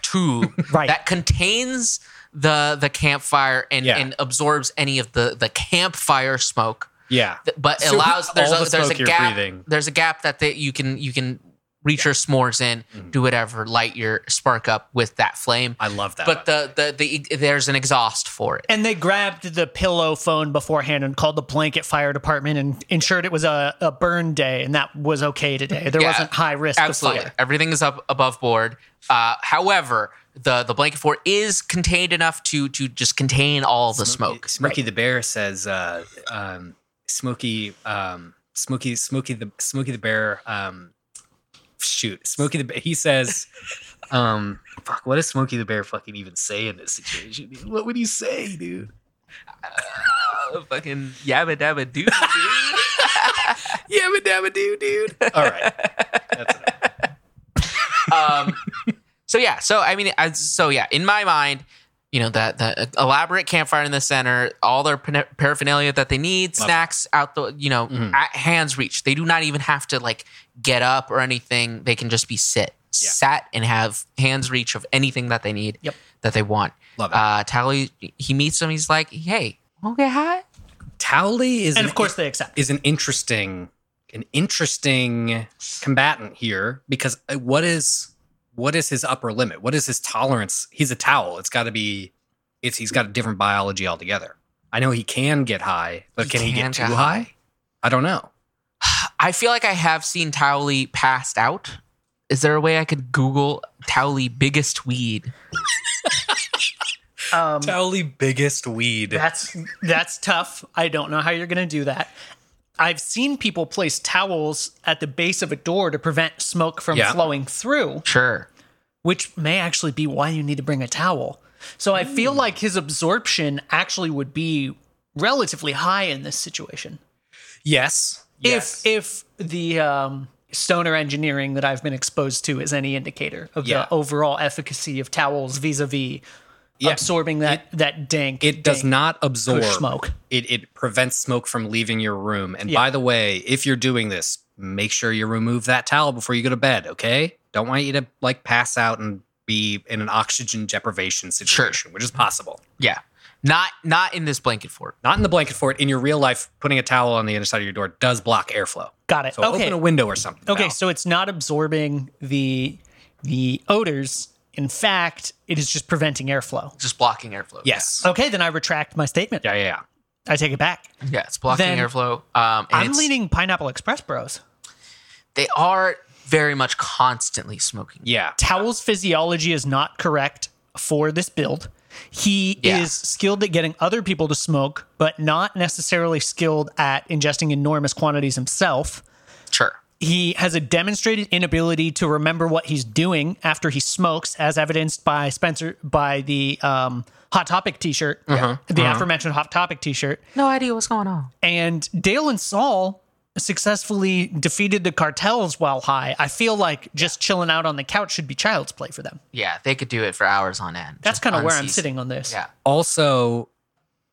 J: tube
G: Right.
J: that contains the the campfire and,
D: Yeah.
J: and absorbs any of the the campfire smoke
D: yeah.
J: th- but
D: So
J: allows there's
D: all
J: a
D: the
J: there's a
D: smoke you're
J: gap
D: breathing.
J: there's a gap that they, you can you can reach your s'mores in do whatever light your spark up with that flame
D: Mm-hmm. I love that.
J: but the, the the there's an exhaust for it
G: And they grabbed the pillow phone beforehand and called the blanket fire department and ensured it was a, a burn day and that was okay today. There
J: Yeah,
G: wasn't high risk
J: Absolutely.
G: of fire.
J: Everything is up above board. Uh, however, the the blanket fort is contained enough to to just contain all the smoke.
D: Smokey the Bear says, uh, um, Smokey, um, Smokey, Smokey the Smokey the Bear um,
A: shoot, Smokey the Bear. He says, um, fuck, what does Smokey the Bear fucking even say in this situation? dude? What would he say, dude?
J: Oh, fucking yabba dabba doo.
A: Yabba dabba doo, dude. All right. That's enough.
J: um, so yeah, so I mean, I, so yeah, in my mind, you know, that the elaborate campfire in the center, all their pan- paraphernalia that they need, snacks out the, you know,
A: Mm-hmm.
J: at hands reach. They do not even have to like get up or anything. They can just be sit, sat, and have hands reach of anything that they need,
G: Yep.
J: that they want.
A: Love it.
J: Uh, Tally, he meets him. He's like, "Hey, want get high?"
A: Towley is
G: And
A: an-
G: of course, they accept.
A: is an interesting an interesting combatant here because uh, what is what is his upper limit? What is his tolerance? He's a towel. It's got to be it's he's got a different biology altogether. I know he can get high, but
J: He
A: can he
J: can
A: get too
J: get
A: high?
J: high.
A: I don't know.
J: I feel like I have seen Towley passed out. Is there a way I could Google Towley biggest weed?
G: Um,
A: Towley biggest weed.
G: That's that's tough. I don't know how you're going to do that. I've seen people place towels at the base of a door to prevent smoke from
A: Yeah.
G: flowing through,
J: Sure.
G: which may actually be why you need to bring a towel. So I
A: Hmm.
G: feel like his absorption actually would be relatively high in this situation.
A: yes. Yes.
G: If if the um, stoner engineering that I've been exposed to is any indicator of
A: Yeah.
G: the overall efficacy of towels vis-a-vis absorbing that that dank
A: it does
G: dank
A: not absorb
G: smoke.
A: It it prevents smoke from leaving your room. And by the way, if you're doing this, make sure you remove that towel before you go to bed, okay? Don't want you to like pass out and be in an oxygen deprivation situation, which is possible.
J: Yeah. Not not in this blanket fort.
A: Not in the blanket fort. In your real life, putting a towel on the inside of your door does block airflow.
G: Got it.
A: So
G: okay.
A: open a window or something.
G: Okay,
A: pal.
G: so it's not absorbing the the odors. In fact, it is just preventing airflow.
J: Just blocking airflow.
A: yes.
G: Okay, then I retract my statement.
A: Yeah, yeah, yeah.
G: I take it back.
J: Yeah, it's blocking
G: Then-
J: airflow. Um, and
G: I'm
J: it's-
G: leaning Pineapple Express Bros.
J: They are very much constantly smoking.
A: Yeah.
G: Towel's physiology is not correct for this build. He
J: Yeah.
G: is skilled at getting other people to smoke, but not necessarily skilled at ingesting enormous quantities himself.
J: Sure.
G: He has a demonstrated inability to remember what he's doing after he smokes, as evidenced by Spencer by the um, Hot Topic T-shirt,
A: Uh-huh.
G: the aforementioned Hot Topic T-shirt,
J: No idea what's going on.
G: and Dale and Saul successfully defeated the cartels while high. I feel like just chilling out on the couch should be child's play for them.
J: Yeah, they could do it for hours on end.
G: That's
J: Just
G: kind of where I'm
J: unceasing.
G: sitting on this.
J: Yeah.
A: also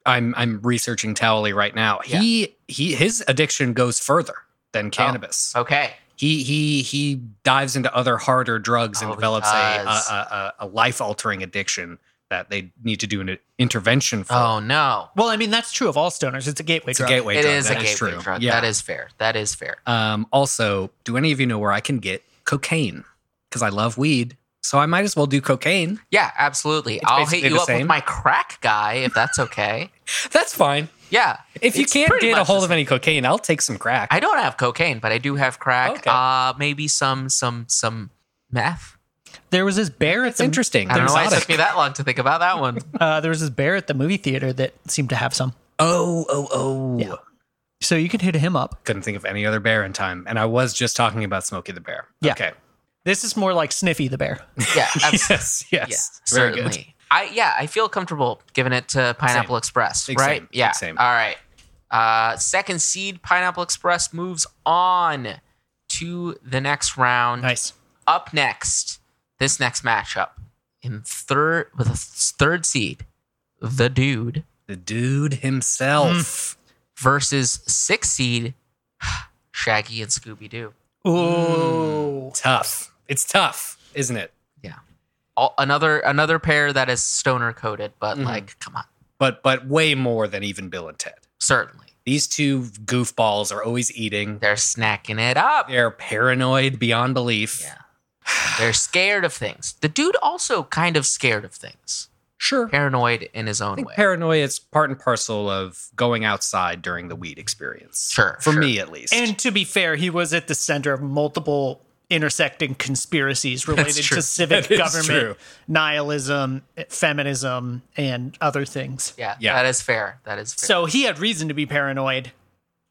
A: I'm I'm researching Towley right now. He he his addiction goes further
G: Oh.
A: than cannabis.
J: Okay.
A: He he he dives into other harder drugs
J: Oh,
A: and
J: he
A: develops a, a,
J: does.
A: a, a life altering addiction that they need to do an intervention for.
J: Oh no.
G: Well, I mean that's true of all stoners. It's a gateway
A: it's a
G: drug.
A: gateway
J: It
A: drug.
J: is
A: That
J: a gateway
A: true.
J: drug.
A: Yeah.
J: That is fair. That is fair.
A: Um, also, do any of you know where I can get cocaine? Because I love weed, so I might as well do cocaine.
J: Yeah, absolutely. I'll hit
A: basically
J: you
A: the
J: up
A: same.
J: with my crack guy if that's okay.
A: That's fine.
J: yeah.
A: If you
J: It's
A: can't
J: pretty
A: get a
J: much
A: hold
J: the
A: of any cocaine, I'll take some crack.
J: I don't have cocaine, but I do have crack.
A: Okay.
J: Uh maybe some some some meth.
G: There was this bear at
A: it's
G: the
A: interesting.
J: I don't know why it
A: Exotic.
J: took me that long to think about that one.
G: uh, there was this bear at the movie theater that seemed to have some.
A: Oh oh oh.
G: Yeah. So you can hit him up.
A: Couldn't think of any other bear in time. And I was just talking about Smokey the Bear.
G: Yeah.
A: Okay.
G: This is more like Sniffy the bear.
A: Mm-hmm.
J: Yeah, absolutely.
A: Yes. Yes.
J: Yeah,
A: Very
J: certainly.
A: good.
J: I yeah, I feel comfortable giving it to Pineapple Express,
A: Big
J: right?
A: same,
J: Yeah.
A: big same.
J: All right. Uh, second seed Pineapple Express moves on to the next round.
G: Nice.
J: Up next, this next matchup in third with a th- third seed, the dude
A: The dude himself.
J: versus sixth seed, Shaggy and Scooby Doo.
G: Ooh.
A: Tough. It's tough, isn't it?
J: Another another pair that is stoner coded, but
A: Mhm.
J: like, come on,
A: But but way more than even Bill and Ted.
J: certainly
A: These two goofballs are always eating.
J: they're snacking it up.
A: They're paranoid beyond belief.
J: Yeah. They're scared of things. The dude also kind of scared of things.
A: Sure.
J: Paranoid in his
A: I
J: own
A: think
J: way.
A: paranoia is part and parcel of going outside during the weed experience.
J: Sure,
A: For
J: sure.
A: me at least.
G: And to be fair, he was at the center of multiple intersecting conspiracies related
A: true.
G: to civic
A: That is
G: government,
A: true.
G: nihilism, feminism, and other things.
J: yeah,
A: Yeah.
J: that is fair. That is fair.
G: So he had reason to be paranoid.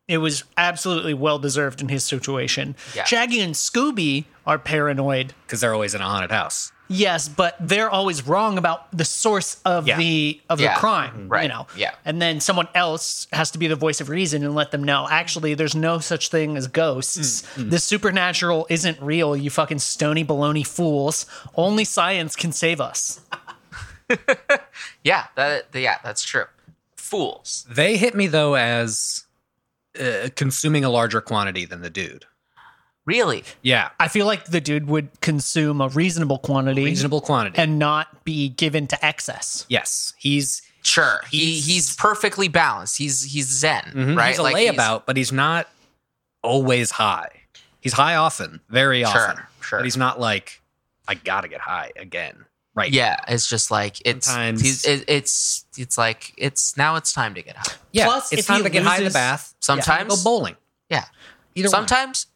G: It was absolutely well deserved in his situation.
J: Yeah.
G: Shaggy and Scooby are paranoid,
A: because they're always in a haunted house.
G: yes, but they're always wrong about the source of
A: Yeah.
G: the of
J: Yeah. Mm-hmm.
G: the crime.
J: Right.
G: You know.
J: Yeah.
G: And then someone else has to be the voice of reason and let them know actually there's no such thing as ghosts.
A: Mm,
G: The supernatural isn't real, you fucking stony baloney fools. Only science can save us.
J: Yeah, that yeah, that's true. Fools.
A: They hit me though as uh, consuming a larger quantity than the dude.
J: Really?
A: Yeah,
G: I feel like the dude would consume a reasonable quantity
A: reasonable quantity.
G: and not be given to excess.
A: yes, he's
J: Sure. He
A: He's-
J: he's perfectly balanced. He's he's zen,
A: mhm,
J: Mm-hmm. right?
A: he's a
J: he's-
A: layabout, but he's not always high. He's high often, very
J: Sure,
A: often.
J: sure.
A: But he's not like I gotta get high again. Right.
J: Yeah, it's just like it's
A: Sometimes-
J: he's, it, it's it's like it's now it's time to get high.
A: Yeah.
G: Plus,
A: it's
G: if
A: time
G: he
A: to get high in the
G: loses-
A: bath.
J: Sometimes
A: Go bowling.
J: Yeah.
A: Either Mm.
J: Sometimes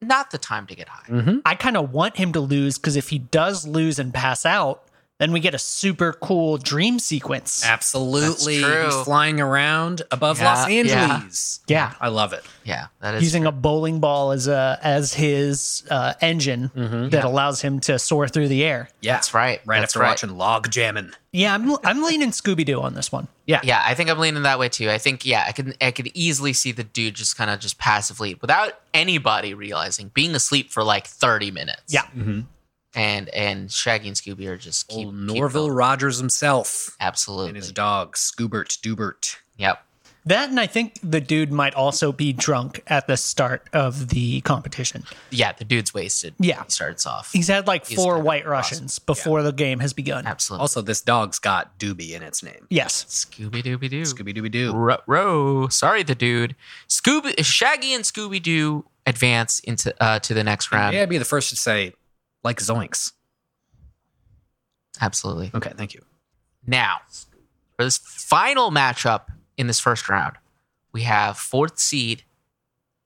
J: not the time to get high.
G: I kind of want him to lose because if he does lose and pass out, then we get a super cool dream sequence.
A: one. Absolutely.
J: That's true.
A: He's flying around above
J: Yeah,
A: Los
J: yeah.
A: Angeles.
G: Yeah.
A: I love it.
J: Yeah, that is
G: Using a bowling ball as a as his uh, engine
A: Mm-hmm.
G: that allows him to soar through the air.
A: Yeah.
J: That's right.
A: Right
J: That's
A: after
J: right.
A: watching Log Jammin'.
G: Yeah, I'm I'm leaning Scooby Doo on this one.
J: Yeah, I think I'm leaning that way too. I think yeah, I can I could easily see the dude just kind of just passively without anybody realizing being asleep for like 30 minutes.
G: Yeah.
J: And and Shaggy and Scooby are just keep,
A: Old
J: keep
A: Norville
J: going.
A: Rogers himself and his
J: absolutely.
A: dog, Scoobert Dubert.
J: Yep.
G: That and I think the dude might also be drunk at the start of the competition.
J: Yeah, the dude's wasted. when
G: Yeah.
J: He starts off.
G: He's had like
J: He's
G: four
J: kind of
G: White
J: lost.
G: Russians before the game has begun.
J: absolutely.
A: Also, this dog's got Doobie in its name.
G: Yes.
J: Scooby Dooby Doo.
A: Scooby Dooby Doo.
J: Ro- Ro. Sorry, the dude. Scooby Shaggy and Scooby Doo advance into uh to the next round.
A: Yeah, I'd be the first to say, like Zoinks.
J: Absolutely.
A: Okay, thank you.
J: Now, for this final matchup in this first round, we have fourth seed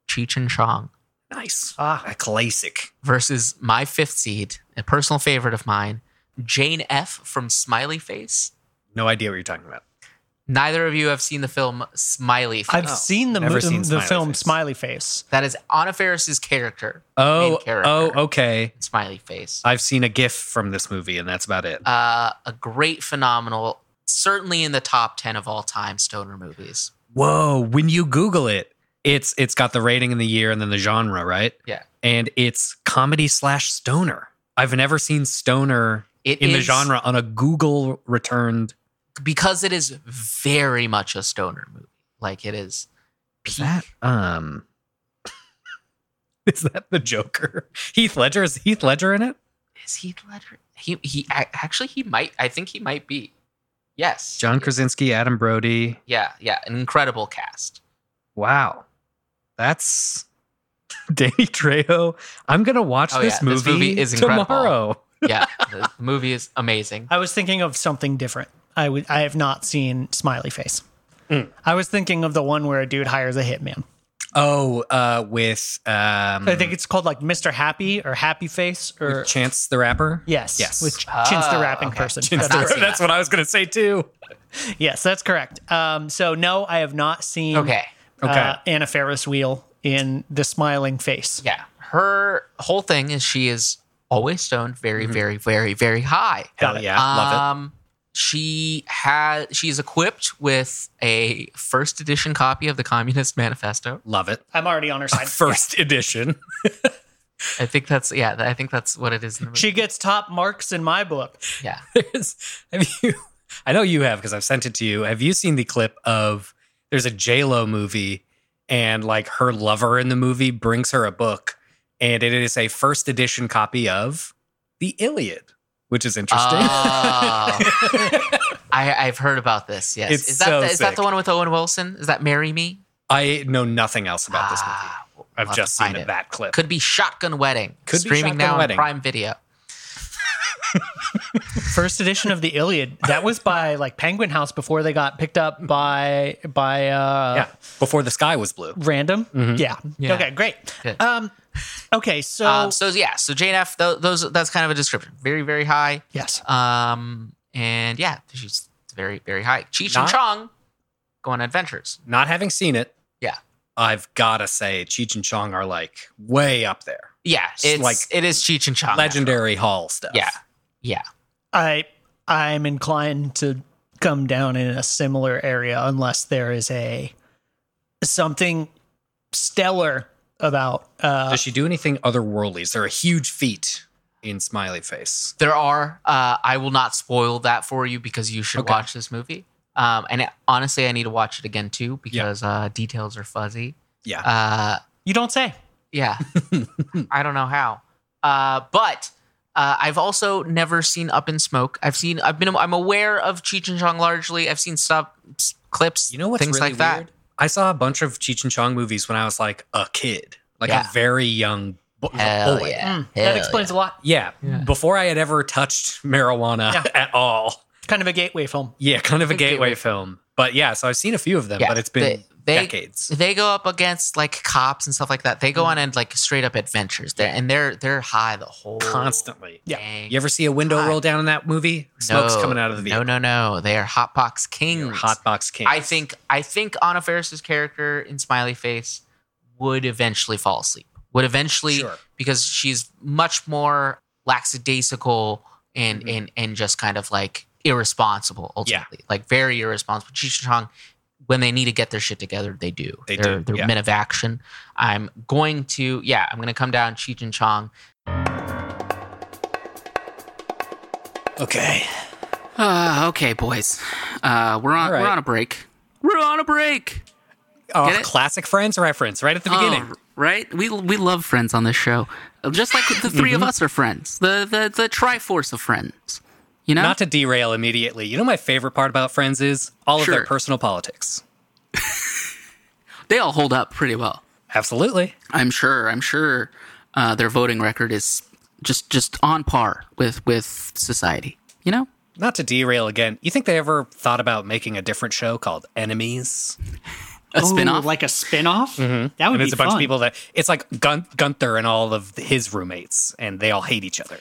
J: Cheech and Chong
A: Nice.
G: Ah.
A: A classic.
J: versus my fifth seed, a personal favorite of mine, Jane F. from Smiley Face.
A: No idea what you're talking about.
J: Neither of you have seen the film Smiley Face.
G: I've seen the
A: oh. never
G: mo-
A: seen
G: the
A: Smiley
G: film
A: Face.
G: Smiley Face.
J: that is Anna Faris's character,
A: Oh,
J: Main character.
A: oh, okay.
J: Smiley Face.
A: I've seen a GIF from this movie, and that's about it.
J: Uh, a great, phenomenal, certainly in the top 10 of all time stoner movies.
A: Whoa! When you Google it, it's it's got the rating and the year and then the genre, right?
J: Yeah.
A: And it's comedy slash stoner. I've never seen stoner
J: It
A: in the
J: is-
A: genre on a Google returned.
J: Because it is very much a stoner movie. Like it is.
A: Is that um? is that the Joker? Heath Ledger is Heath Ledger in it?
J: Is he Ledger? He he ac- actually he might. I think he might be. Yes.
A: John Krasinski, Adam Brody.
J: Yeah, yeah, an incredible cast.
A: Wow, that's Danny Trejo. I'm gonna watch
J: Oh,
A: this,
J: yeah,
A: movie
J: this movie is
A: tomorrow.
J: incredible. Yeah, the the movie is amazing.
G: I was thinking of something different. I would I have not seen Smiley Face.
A: Mm.
G: I was thinking of the one where a dude hires a hitman.
A: Oh, uh, with um,
G: I think it's called like Mr. Happy or Happy Face or
A: Chance the Rapper.
G: yes,
A: Yes.
G: with Chintz
J: Ah,
G: the rapping person.
A: That's,
G: That's
J: not
A: what-
J: seen
A: that's
J: that.
A: what I was gonna say too.
G: right. Yes, that's correct. Um, so no, I have not seen
J: Okay,
G: uh,
A: Okay.
G: Anna Ferris Wheel in the smiling face.
J: yeah, her whole thing is she is always stoned, very, very, very, very high.
A: Mm-hmm. Hell yeah, love
J: um, She had she's equipped with a first edition copy of the Communist Manifesto.
A: it, love it.
G: I'm already on her side.
A: First edition.
J: I think that's yeah, I think that's what it is in the movie.
G: She gets top marks in my book.
J: yeah,
A: There's- have you? I know you have because I've sent it to you. Have you seen the clip of there's a J Lo movie and like her lover in the movie brings her a book and it is a first edition copy of the Iliad, which is interesting.
J: Ah. Oh. I, I've heard about this. Yes,
A: It's
J: is that
A: so
J: is that
A: sick.
J: the one with Owen Wilson? Is that "Marry Me"?
A: I know nothing else about this movie.
J: Ah, we'll
A: I've
J: have to
A: just seen
J: find
A: it. that clip.
J: Could be "Shotgun Wedding."
A: Could be
J: streaming
A: Shotgun
J: now
A: Wedding.
J: on Prime Video.
G: First edition of the Iliad. That was by like Penguin House before they got picked up by by uh
A: yeah, before the sky was blue.
G: random. Yeah.
J: Mm-hmm. Yeah.
G: Okay, great.
J: Good.
G: Um okay, so
J: Um, so yeah, so Jane F. tho- Those that's kind of a description. Very very high.
G: yes.
J: Um, and yeah, she's very very high. Cheech
A: Not-
J: and Chong go on adventures.
A: Not having seen it,
J: Yeah,
D: I've gotta say, Cheech and Chong are like way up there,
J: Yeah, it's like
D: like-
J: it is Cheech and Chong.
D: legendary hall stuff.
J: Yeah, yeah.
A: I I'm inclined to come down in a similar area unless there is a something stellar about uh
D: Does she do anything otherworldly? Is there a huge feat in Smiley Face?
J: There are. Uh, I will not spoil that for you because you should watch this movie. Um, and it- honestly, I need to watch it again too because uh, details are fuzzy.
D: Yeah.
J: Uh,
A: you don't say.
J: yeah. I don't know how. Uh, but uh, I've also never seen Up in Smoke. I've seen. I've been. I'm aware of Cheech and Chong largely. I've seen sub s- clips.
D: You know what's
J: things
D: really
J: like that.
D: weird? I saw a bunch of Cheech and Chong movies when I was like a kid, like
J: Yeah.
D: a very young bo-
J: Hell
D: boy.
J: yeah.
A: Mm,
J: Hell
A: that explains a lot.
D: Yeah, before I had ever touched marijuana
A: Yeah.
D: at all.
A: Kind of a gateway film.
D: Yeah, kind of a,
J: A
D: gateway,
J: gateway
D: film. But yeah, so I've seen a few of them,
J: Yeah,
D: but it's been
J: they- they-
D: decades.
J: they go up against like cops and stuff like that. They
D: Mm.
J: go on and like straight up adventures there, and they're they're high the whole
D: Constantly.
A: Yeah.
J: dang
D: You ever see a window
J: God.
D: roll down in that movie? Smoke's
J: No,
D: coming out of the
J: No,
D: vehicle.
J: no, no. They are hotbox kings.
D: Hotbox King.
J: I think I think Anna Ferris's character in Smiley Face would eventually fall asleep. Would eventually
D: Sure.
J: because she's much more lackadaisical and
D: Mm-hmm.
J: and and just kind of like irresponsible ultimately. Like very irresponsible. Cheech and Chong, when they need to get their shit together, they do.
D: They
J: are
D: do,
J: they're
D: yeah.
J: men of action. I'm going to yeah, I'm gonna come down Cheech and Chong.
D: Okay.
F: Uh, okay, boys. Uh, we're on
D: All right.
F: we're on a break. We're on a break.
D: Oh,
F: Get it?
D: classic Friends reference right at the beginning.
J: Um.
F: Oh, right? We we love friends on this show. Uh, Just like the 3
G: Mm-hmm.
F: of us are friends. The the the triforce of friends. You know?
D: Not to derail immediately. You know my favorite part about Friends is all of
F: Sure.
D: their personal politics.
F: they all hold up pretty well.
D: Absolutely.
F: I'm sure. I'm sure uh, their voting record is just just on par with with society. You know?
D: Not to derail again. You think they ever thought about making a different show called Enemies?
F: A spin-off. Mm-hmm.
G: like a spin-off? That would
D: And
G: be
D: it's a bunch
G: fun.
D: of people that it's like Gun- Gunther and all of his roommates, and they all hate each other.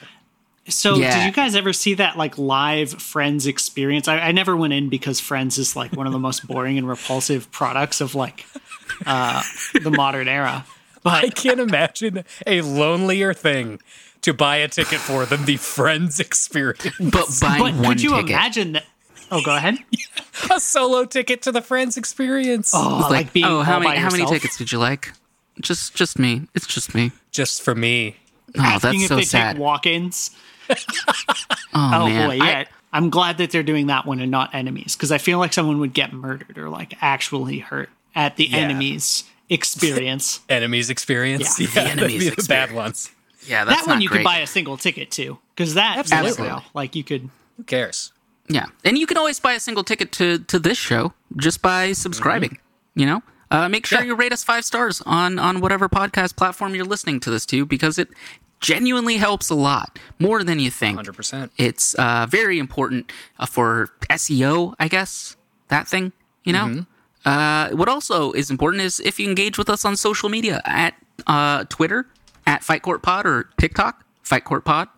G: So,
F: Yeah.
G: did you guys ever see that like live Friends experience? I, I never went in because Friends is like one of the most boring and repulsive products of like uh, the modern era.
D: I can't imagine a lonelier thing to buy a ticket for than the Friends experience.
F: but
G: But
F: buying one
G: could you
F: ticket.
G: imagine that? Oh, go ahead.
D: a solo ticket to the Friends experience.
G: Oh, like, being
F: oh, how
G: all
F: many
G: by
F: how many
G: yourself.
F: tickets did you like? Just just me. It's just me.
D: Just for me.
F: Oh,
G: Being
F: that's
G: if
F: so
G: they
F: sad.
G: take walk-ins.
F: oh,
G: Oh
F: man.
G: boy, yeah. I, am glad that they're doing that one and not enemies because I feel like someone would get murdered or like actually hurt at the enemies experience.
D: Enemies experience.
G: Yeah,
D: Yeah,
G: the
D: that'd
F: enemies
D: be the bad
F: experience.
D: ones.
F: yeah, that's
G: that one
F: not
G: you
F: great.
G: could buy a single ticket to because that
F: Absolutely.
G: Absolutely. like you could.
D: Who cares?
F: Yeah, and you can always buy a single ticket to to this show just
G: Mm-hmm.
F: by subscribing. You know, uh, make sure you rate us five stars on on whatever podcast platform you're listening to this to because it genuinely helps a lot more than you think.
D: 100%.
F: It's uh, very important uh, for SEO, I guess that thing. You know, uh, what also is important is if you engage with us on social media at uh, Twitter at Fight Court Pod or TikTok Fight Court Pod,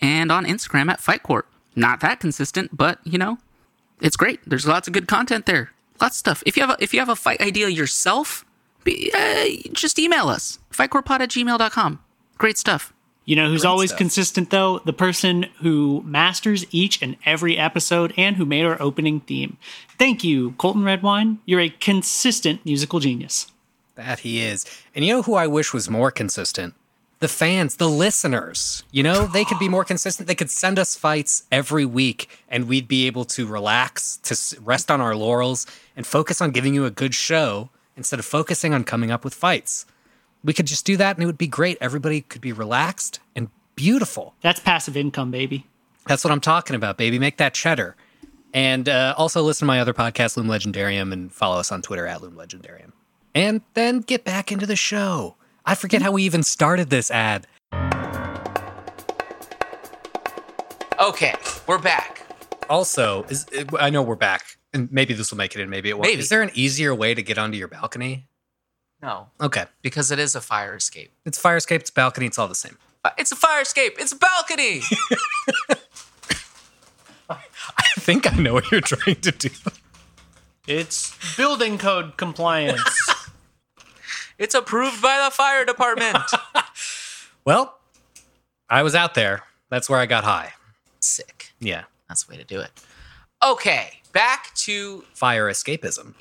F: and on Instagram at Fight Court. Not that consistent, but you know, it's great. There's lots of good content there. Lots of stuff. If you have a, if you have a fight idea yourself, be, uh, just email us fightcorepod at gmail.com. Great stuff.
G: You know who's always
D: stuff.
G: consistent though? The person who masters each and every episode and who made our opening theme. Thank you, Colton Redwine. You're a consistent musical genius.
D: That he is. And you know who I wish was more consistent? The fans, the listeners. You know, they could be more consistent. They could send us fights every week and we'd be able to relax, to s- rest on our laurels, and focus on giving you a good show instead of focusing on coming up with fights. We could just do that and it would be great. Everybody could be relaxed and beautiful.
G: That's passive income, baby.
D: That's what I'm talking about, baby. Make that cheddar. And uh, also listen to my other podcast, Loom Legendarium, and follow us on Twitter at Loom Legendarium. And then get back into the show. I forget how we even started this ad.
J: Okay, we're back.
D: Also, is I know we're back, and maybe this will make it in, maybe it won't.
J: Maybe.
D: Is there an easier way to get onto your balcony?
J: No,
D: Okay,
J: because it is a fire escape.
D: it's fire escape, it's balcony, it's all the same.
J: Uh, It's a fire escape. It's a balcony.
D: I think I know what you're trying to do.
A: It's building code compliance.
J: It's approved by the fire department.
A: Well, I was out there. That's where I got high.
J: Sick.
A: Yeah.
J: That's the way to do it. Okay, back to
A: Fire escapism.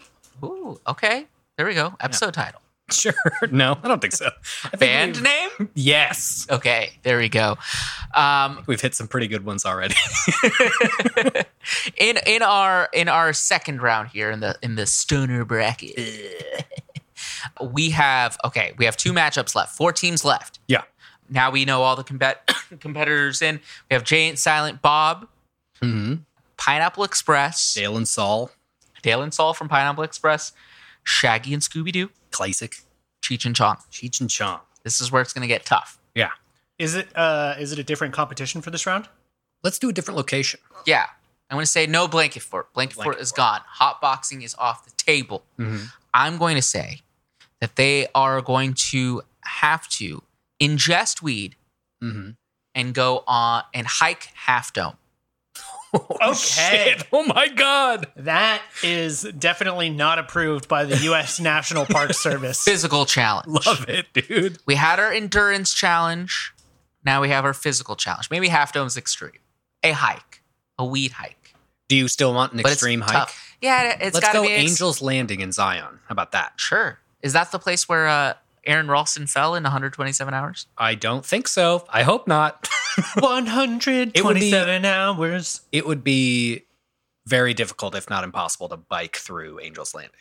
J: ooh. Okay, there we go. Episode title,
A: Sure. No, I don't think so. I think
J: band
A: we've-
J: name.
A: Yes.
J: Okay, there we go. Um,
A: We've hit some pretty good ones already.
J: in in our in our second round here in the in the stoner bracket we have okay we have two matchups left four teams left
A: Yeah.
J: now we know all the combat competitors in we have jay and silent bob
A: Mm-hmm.
J: pineapple express
A: Dale and Saul.
J: dale and saul from pineapple express shaggy and scooby-doo
A: Classic.
J: cheech and chong
A: Cheech and Chong.
J: this is where it's going to get tough
A: Yeah.
G: Is it uh is it a different competition for this round?
A: Let's do a different location.
J: yeah i'm going to say no blanket fort blanket, fort is gone hot boxing is off the table
A: Mhm.
J: I'm going to say that they are going to have to ingest weed
A: Mhm.
J: and go on and hike Half Dome.
A: Oh,
G: Okay.
A: shit. Oh, my God.
G: That is definitely not approved by the US National Park Service.
J: Physical challenge.
A: Love it, dude.
J: We had our endurance challenge. Now we have our physical challenge. Maybe Half Dome's extreme. A hike, a weed hike.
A: Do you still want an
J: But it's
A: extreme hike?
J: tough. Yeah, it- it's
A: Let's
J: got to
A: go
J: be ex-
A: Angel's Landing in Zion. How about that?
J: Sure. Is that the place where uh, Aaron Ralston fell in 127 hours?
A: I don't think so. I hope not.
G: 127 hours.
A: it would be very difficult, if not impossible, to bike through Angel's Landing.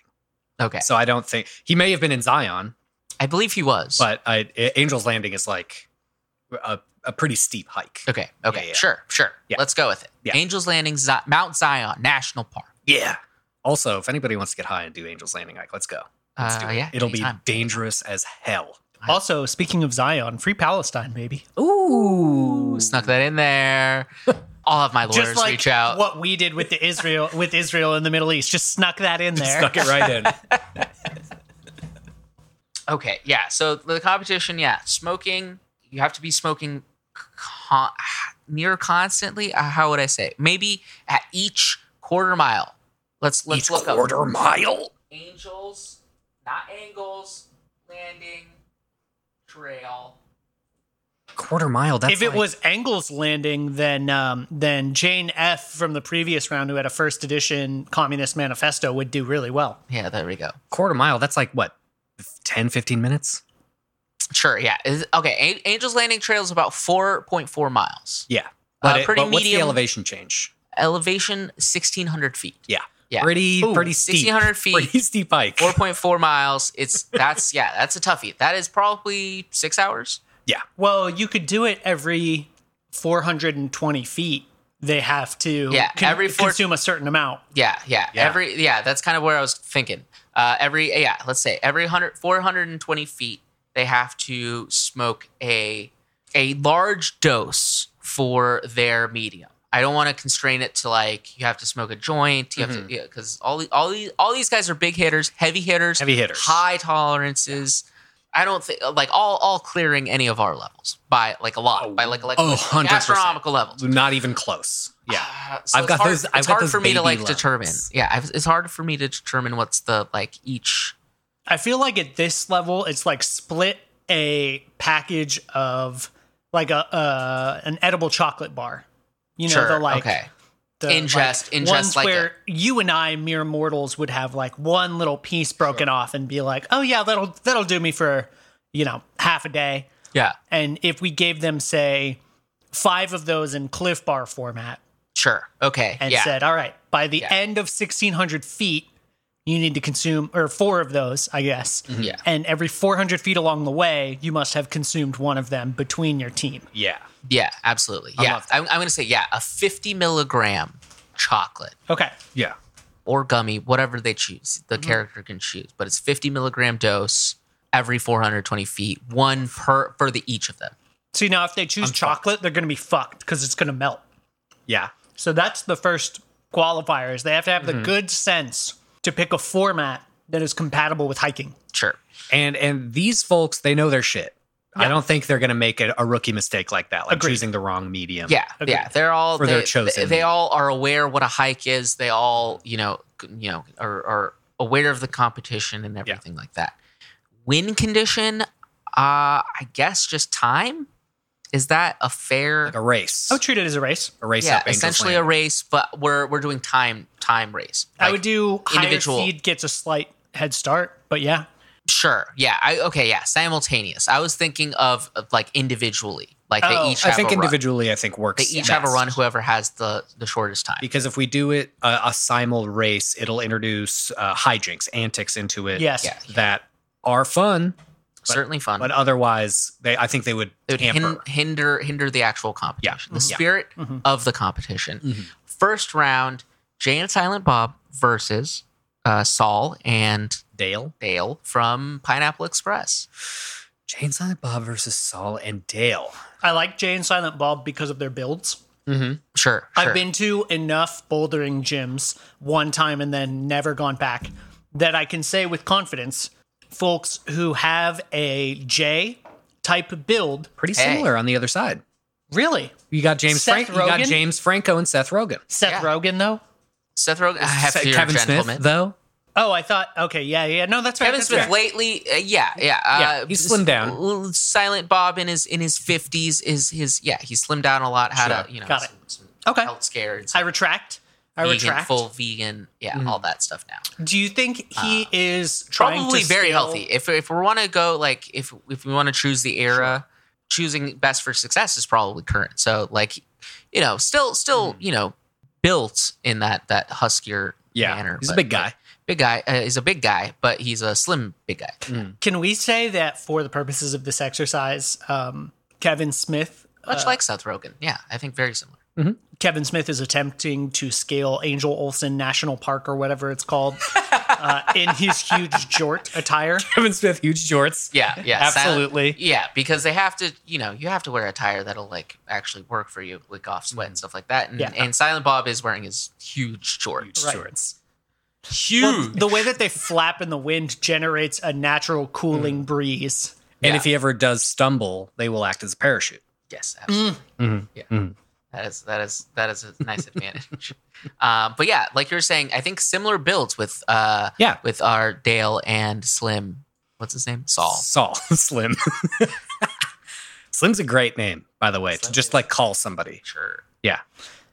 J: Okay.
A: So I don't think he may have been in Zion,
J: I believe he was.
A: but I, Angel's Landing is like a, a pretty steep hike.
J: Okay. Okay.
A: yeah.
J: Sure. Sure.
A: Yeah.
J: Let's go with it.
A: Yeah.
J: Angels Landing, Zi- Mount Zion National Park.
A: Yeah. Also, if anybody wants to get high and do Angel's Landing, like let's go. Let's do
J: Uh,
A: it.
J: yeah.
A: It'll
J: anytime.
A: be dangerous as hell.
G: Also, speaking of Zion, free Palestine, maybe.
J: Ooh, snuck that in there. All of my lawyers
G: Just like
J: reach out.
G: what we did with the Israel with Israel in the Middle East. Just snuck that in there.
A: Stuck it right in.
J: Okay. Yeah. So the competition. Yeah. Smoking. You have to be smoking con- near constantly. Uh, how would I say? Maybe at each quarter mile. Let's let's
A: Each
J: look up.
A: quarter mile.
J: Angels, not angles, landing, trail.
A: Quarter mile. That's
G: if it
A: like-
G: was Engels landing, then um, then Jane F from the previous round, who had a first edition Communist Manifesto, would do really well.
J: Yeah, there we go.
A: quarter mile, that's like what 10, 15 minutes?
J: Sure, yeah. Is- okay, A- Angel's Landing Trail is about 4.4 miles.
A: Yeah.
J: Uh,
A: But, it,
J: pretty
A: but what's the
J: medium.
A: elevation change?
J: Elevation 1,600 feet.
A: Yeah.
J: Yeah.
A: Pretty
G: Ooh,
A: pretty steep.
J: 1,600 feet.
A: Pretty steep hike.
J: 4.4 miles. It's that's yeah, that's a toughie. That is probably six hours.
G: Well, you could do it every 420 feet. They have to
J: Yeah, every four-
G: consume a certain amount.
J: Yeah, yeah,
A: Yeah.
J: Every yeah, that's kind of where I was thinking. Uh, every yeah, let's say every 100, 420 feet, they have to smoke a a large dose for their medium. I don't want to constrain it to like you have to smoke a joint. You
A: Mm-hmm.
J: have to because all the, all these all these guys are big hitters, heavy hitters,
A: Heavy hitters.
J: high tolerances. I don't think like all all clearing any of our levels by like a lot by like like,
A: oh,
J: like
A: 100%.
J: astronomical levels.
A: Not even close. Yeah.
J: Uh, so
A: I've got
J: it's hard,
A: those-
J: It's
A: I've got
J: hard
A: those
J: for me to
A: baby
J: like
A: lumps.
J: determine. Yeah, I've, it's hard for me to determine what's the like each.
G: I feel like at this level, it's like split a package of like a uh, an edible chocolate bar. You know,
J: sure.
G: the like
J: okay.
G: the,
J: Ingest- ingest
G: ones
J: like
G: where you and I, mere mortals, would have like one little piece broken off and be like, "Oh yeah, that'll that'll do me for you know half a day."
J: Yeah.
G: And if we gave them say five of those in Cliff Bar format
J: Sure. Okay.
G: and
J: yeah.
G: said, "All right, by the
J: Yeah.
G: end of sixteen hundred feet, you need to consume or four of those, I guess."
J: Mm-hmm. Yeah.
G: And every four hundred feet along the way, you must have consumed one of them between your team.
A: Yeah.
J: yeah. Absolutely. Yeah. I'm, I'm going to say yeah. A 50 milligram chocolate
G: Okay.
A: Yeah.
J: or gummy, whatever they choose, the
G: Mm-hmm.
J: character can choose, but it's 50 milligram dose every 420 feet, one per for the each of them.
G: So now if they choose chocolate, they're going to be fucked because it's going to melt.
A: Yeah.
G: So that's the first qualifier is they have to have
J: Mm-hmm.
G: the good sense to pick a format that is compatible with hiking.
J: Sure.
A: And and these folks, they know their shit. I don't think they're gonna make a, a rookie mistake like that, like
G: Agreed.
A: choosing the wrong medium.
J: Yeah, yeah, they're all
A: For
J: they,
A: their chosen
J: They, they all are aware what a hike is. They all, you know, c- you know, are, are aware of the competition and everything like that. win condition, uh, I guess just time. Is that a fair?
A: Like a race.
G: I would treat it as a race.
A: a race
J: Oh, yeah,
A: up Angel's
J: essentially a
A: Landing.
J: race, but we're we're doing time time race.
G: I would
J: Like,
G: do higher
J: individual.
G: seed gets a slight head start, but yeah,
J: sure. Yeah. I okay. Yeah. Simultaneous. I was thinking of, of like individually. Like
G: Oh,
J: they each. Have
A: I think
J: a run.
A: individually, I think works.
J: They each have a
A: best.
J: run. Whoever has the the shortest time.
A: Because if we do it uh, a simul race, it'll introduce uh, hijinks, antics into it
G: yes,
J: Yeah.
A: that are fun,
J: Certainly fun.
A: but otherwise, they I think they would
J: it would
A: hamper.
J: hin- hinder hinder the actual competition, the
A: Yeah. Mm-hmm.
J: spirit
G: Mhm.
J: of the competition.
A: Mhm.
J: First round, Jay and Silent Bob versus uh, Saul and
A: Dale,
J: Dale from Pineapple Express.
A: Jane Silent Bob versus Saul and Dale.
G: I like Jay and Silent Bob because of their builds.
J: Sure, sure.
G: I've been to enough bouldering gyms one time and then never gone back that I can say with confidence folks who have a J type build
A: Pretty
J: Hey.
A: similar on the other side.
G: really
A: You got James
G: Seth
A: Frank, you got
G: Rogen?
A: James Franco and Seth Rogen.
G: Seth
J: Yeah.
G: Rogen though.
J: Seth Rogen. I have
A: Seth-
J: to
A: Kevin
J: gentleman.
A: Smith though.
G: Oh, I thought okay, yeah, yeah. No, that's right.
J: Kevin
G: that's
J: Smith
G: right.
J: lately, uh, yeah, yeah, uh,
A: Yeah, he's slimmed down.
J: l- Silent Bob in his in his fifties is his yeah he slimmed down a lot. Had a you know
G: Got it.
J: some, some
G: Okay.
J: health scares,
G: I retract. I
J: vegan,
G: retract.
J: full vegan, yeah,
A: Mm-hmm.
J: all that stuff now.
G: Do you think he is trying
J: Uh, probably
G: to
J: very
G: scale-
J: healthy. If if we want to go like if if we want to choose the era, choosing best for success is probably current. So like, you know, still
A: Hmm.
J: still you know built in that that huskier
A: Yeah,
J: manner.
A: he's a
J: but-
A: big guy.
J: Big guy uh, is a big guy, but he's a slim big guy.
A: Hmm.
G: Can we say that for the purposes of this exercise, um, Kevin Smith
J: Much
A: Uh,
J: like Seth Rogen. Yeah, I think very similar.
G: Kevin Smith is attempting to scale Angel Olsen National Park or whatever it's called uh, in his huge jort attire.
A: Kevin Smith, huge jorts.
J: Yeah, yeah. silent-
A: Absolutely.
J: yeah, because they have to, you know, you have to wear a tire that'll like actually work for you, like off sweat
A: Hmm.
J: and stuff like that. And,
G: Yeah.
J: and Silent Bob is wearing his huge shorts.
A: Huge jorts.
G: Well, the way that they flap in the wind generates a natural cooling
J: Hmm.
G: breeze.
A: And
J: Yeah.
A: if he ever does stumble, they will act as a parachute.
J: Yes, absolutely.
A: Mhm.
J: Yeah,
A: Mhm.
J: That is that is that is a nice advantage. Uh, but yeah, like you were saying, I think similar builds with uh,
A: Yeah.
J: with our Dale and Slim. What's his name? Saul.
A: Saul Slim. Slim's a great name, by the way, to just like call somebody.
J: Sure.
A: Yeah.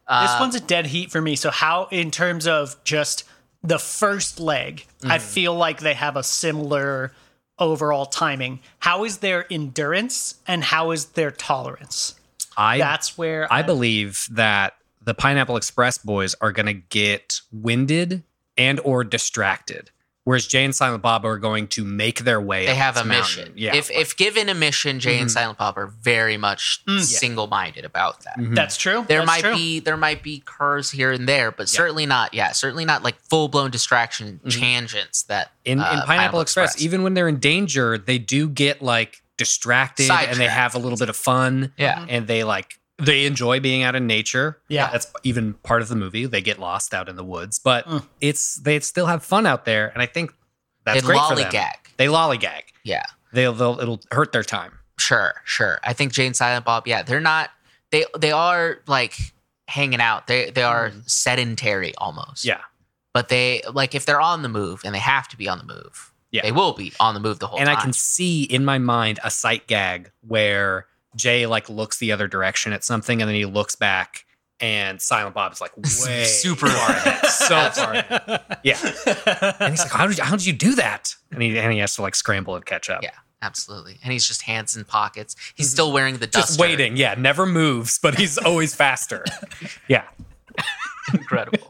J: Uh,
G: this one's a dead heat for me. So, how, in terms of just the first leg, I
J: Hmm.
G: feel like they have a similar overall timing. How is their endurance and how is their tolerance?
A: I
G: That's where
A: I
G: I'm-
A: believe that the Pineapple Express boys are going to get winded and or distracted, whereas Jay and Silent Bob are going to make their way.
J: They
A: up
J: have
A: this
J: a mission.
A: mountain. Yeah. Mm-hmm.
J: If if given a mission, Jay and Silent Bob are very much
A: Mm.
J: single minded about that.
A: Mm-hmm.
G: That's true.
J: There
G: That's
J: might
G: true.
J: be there might be curves here and there, but certainly not. Yeah, certainly not like full blown distraction tangents that
A: Mm-hmm. in, in
J: uh,
A: Pineapple, Express, even when they're in danger, they do get like distracted and they
J: Sidetracked.
A: have a little bit of fun.
J: Yeah.
A: And they like they enjoy being out in nature.
G: Mm-hmm. Yeah.
A: That's even part of the movie. They get lost out in the woods, but
G: Mm.
A: it's they still have fun out there. And I think that's
J: they
A: great for them.
J: lollygag.
A: They lollygag.
J: Yeah.
A: They'll, they'll it'll hurt their time.
J: Sure, sure. I think Jane Silent Bob, yeah, they're not they they are like hanging out. They they are sedentary almost.
A: Mm-hmm. Yeah.
J: But they like if they're on the move and they have to be on the move,
A: Yeah.
J: they will be on the move the whole
A: and
J: time.
A: I can see in my mind a sight gag where Jay like looks the other direction at something and then he looks back and Silent Bob is like way
J: Super
A: far ahead, so far ahead. Yeah. And he's like, how did you, how did you do that? And he and he has to like scramble and catch up.
J: Yeah, absolutely. And he's just hands in pockets. He's still wearing the duster.
A: Mm-hmm. Just waiting. Yeah, never moves, but he's always faster. yeah.
J: Incredible.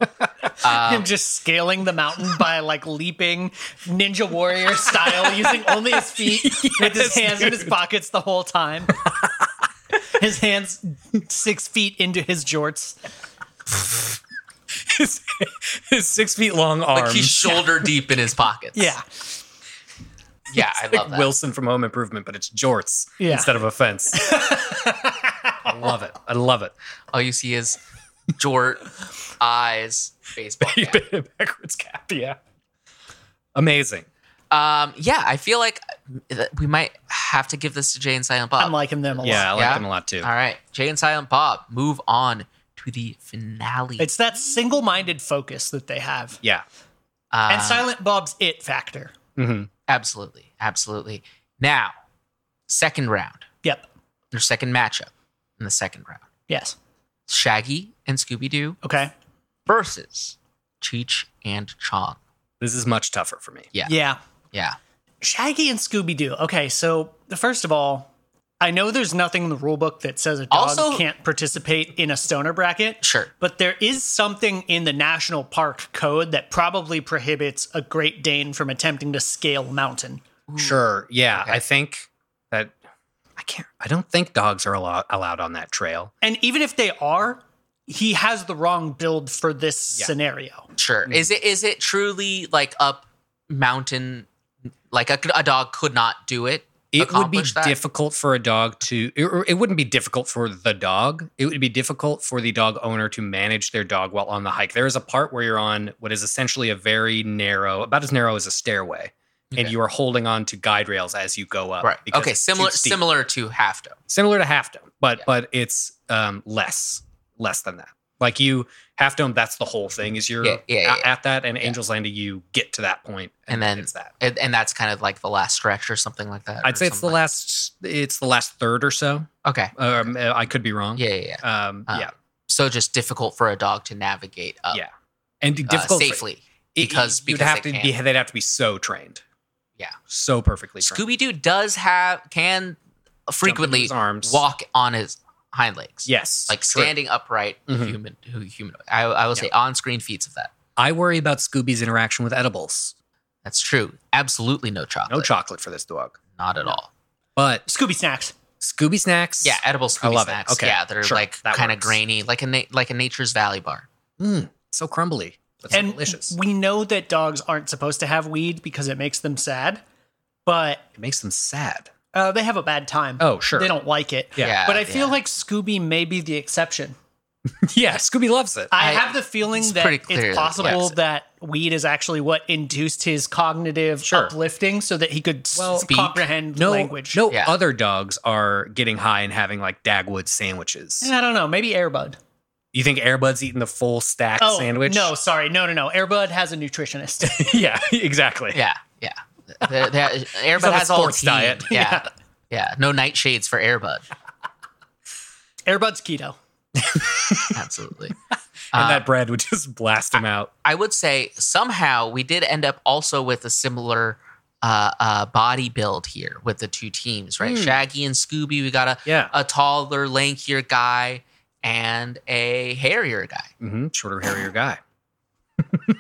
G: him just scaling the mountain by like leaping ninja warrior style using only his feet with his hands in his pockets the whole time his hands six feet into his jorts
A: his, his six feet long arms.
J: Like he's shoulder deep in his pockets.
G: yeah
J: Yeah, I love
A: like
J: that.
A: Wilson from Home Improvement, but it's jorts
G: Yeah.
A: instead of a fence. I love it. I love it.
J: All you see is jort, eyes, baseball. cap.
A: backwards cap. Yeah. Amazing.
J: Um, yeah, I feel like that we might have to give this to Jay and Silent Bob.
G: i'm liking them a lot
A: Yeah, I like
J: Yeah?
A: them a lot too.
J: All right, Jay and Silent Bob move on to the finale.
G: it's that single-minded focus that they have
A: Yeah.
J: Um,
G: and silent bob's it factor
A: hmm
J: Absolutely. Absolutely. Now, second round,
G: Yep.
J: their second matchup in the second round
G: Yes.
J: Shaggy and Scooby Doo
G: Okay.
J: versus Cheech and Chong.
A: This is much tougher for me.
J: Yeah.
G: Yeah.
J: Yeah.
G: Shaggy and Scooby Doo. Okay, so first of all, I know there's nothing in the rule book that says a dog
J: Also-
G: can't participate in a stoner bracket.
J: Sure.
G: But there is something in the national park code that probably prohibits a Great Dane from attempting to scale a mountain.
A: Sure. Yeah.
J: Okay.
A: I think that I can't, I don't think dogs are allo- allowed on that trail.
G: And even if they are, he has the wrong build for this scenario.
J: Sure.
A: Hmm.
J: Is it is it truly like up mountain? Like a, a dog could not do it.
A: It would be
J: accomplish that?
A: difficult for a dog to, it, or it wouldn't be difficult for the dog. It would be difficult for the dog owner to manage their dog while on the hike. There is a part where you're on what is essentially a very narrow, about as narrow as a stairway. And
J: Okay.
A: you are holding on to guide rails as you go up.
J: Right.
A: because
J: Okay.
A: it's too
J: Similar
A: steep.
J: similar to half dome.
A: similar to half dome, but
J: Yeah.
A: but it's um, less less than that. Like you half dome, that's the whole thing. Is you're
J: Yeah, yeah,
A: a-
J: yeah.
A: at that, and Angels Landing, you get to that point,
J: And then-
A: it's that.
J: And, and that's kind of like the last stretch or something like that.
A: I'd
J: or
A: say it's the
J: something like-
A: last. It's the last third or so.
J: Okay.
A: Um, uh, I could be wrong.
J: Yeah, yeah, yeah.
A: Um,
J: Uh,
A: yeah.
J: So just difficult for a dog to navigate up
A: Yeah. And
J: uh,
A: difficult for-
J: safely.
A: it-
J: because-
A: you'd
J: because
A: have
J: they
A: to be.
J: can't.
A: They'd have to be so trained.
J: Yeah.
A: So perfectly trained.
J: Scooby Doo does have can
A: Jump into
J: frequently
A: his arms.
J: walk on his hind legs.
A: Yes.
J: Like
A: true.
J: standing upright,
A: Mhm.
J: human, who human. I, I will say on screen feats of that.
A: I worry about Scooby's interaction with edibles.
J: That's true. Absolutely no chocolate.
A: No chocolate for this dog,
J: Not at all.
A: but
G: Scooby Snacks.
A: Scooby snacks.
J: Yeah, edible
A: I
J: Scooby
A: love it.
J: snacks.
A: Okay,
J: Yeah, that are
A: sure.
J: like
A: That
J: kind of
A: works.
J: grainy, like a na- like a Nature's Valley bar.
A: Mm, so crumbly, but so
G: and
A: delicious.
G: we know that dogs aren't supposed to have weed because it makes them sad, but
A: it makes them sad.
G: uh, they have a bad time.
A: Oh, sure.
G: They don't like it.
A: Yeah.
G: But I feel like Scooby may be the exception.
A: yeah, Scooby loves it.
G: I,
J: I-
G: have the feeling
J: it's
G: that
J: pretty clear
G: it's
J: that-
G: possible
A: yes.
G: that weed is actually what induced his cognitive
A: Sure.
G: uplifting so that he could s-
A: Well,
J: Speak.
G: comprehend
A: no,
G: language.
A: no
J: Yeah.
A: other dogs are getting high and having like Dagwood sandwiches.
G: I don't know. Maybe Airbud.
A: You think Airbud's eating the full stack
G: Oh,
A: sandwich?
G: no, sorry. No, no, no. Airbud has a nutritionist.
A: yeah, exactly.
J: Yeah, yeah. The- the- Airbud
A: on a
J: has all
A: sports
J: diet.
A: diet.
J: Yeah. yeah, No nightshades for Airbud.
G: Airbud's keto.
J: Absolutely.
A: And that bread would just blast him out.
J: I would say somehow we did end up also with a similar uh, uh, body build here with the two teams, right? Shaggy and Scooby. We got a
A: Hmm. Yeah.
J: a taller, lankier guy and a hairier guy.
A: hmm Shorter, hairier guy. Hmm.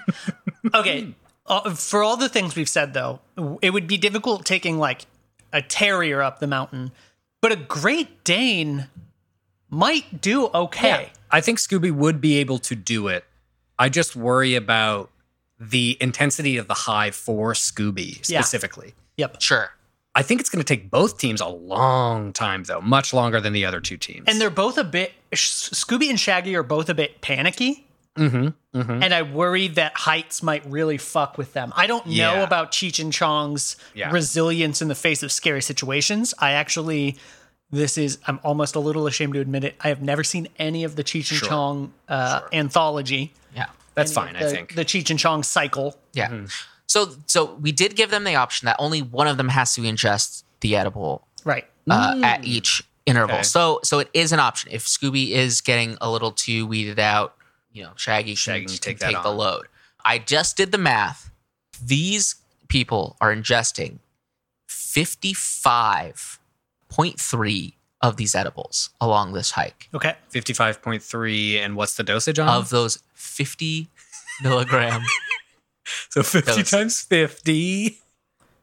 G: Okay. Uh, for all the things we've said, though, w- it would be difficult taking like a terrier up the mountain, but a Great Dane might do okay.
A: I think Scooby would be able to do it. I just worry about the intensity of the high for Scooby
G: Yeah.
A: specifically.
G: Yep.
J: Sure.
A: I think it's going to take both teams a long time, though, much longer than the other two teams.
G: And they're both a bit, Sh- Scooby and Shaggy are both a bit panicky.
A: mm-hmm, mm-hmm.
G: And I worry that heights might really fuck with them. I don't know
A: Yeah.
G: about Cheech and Chong's
A: Yeah.
G: resilience in the face of scary situations. I actually, this is, I'm almost a little ashamed to admit it. I have never seen any of the Cheech and
A: Sure.
G: Chong uh, anthology.
J: Yeah.
A: That's fine,
G: the,
A: I think.
G: The Cheech and Chong cycle.
J: Yeah.
A: Hmm.
J: So so we did give them the option that only one of them has to ingest the edible
G: Right.
J: uh, at each interval.
A: Mm. Okay.
J: So so it is an option. If Scooby is getting a little too weeded out, you know, Shaggy,
A: Shaggy can
J: can, take,
A: take
J: can
A: that
J: take the
A: on.
J: load. I just did the math. These people are ingesting 55.3 of these edibles along this hike.
G: Okay.
A: 55.3. And what's the dosage on?
J: Of those 50 milligram,
A: so 50
J: dose.
A: times 50.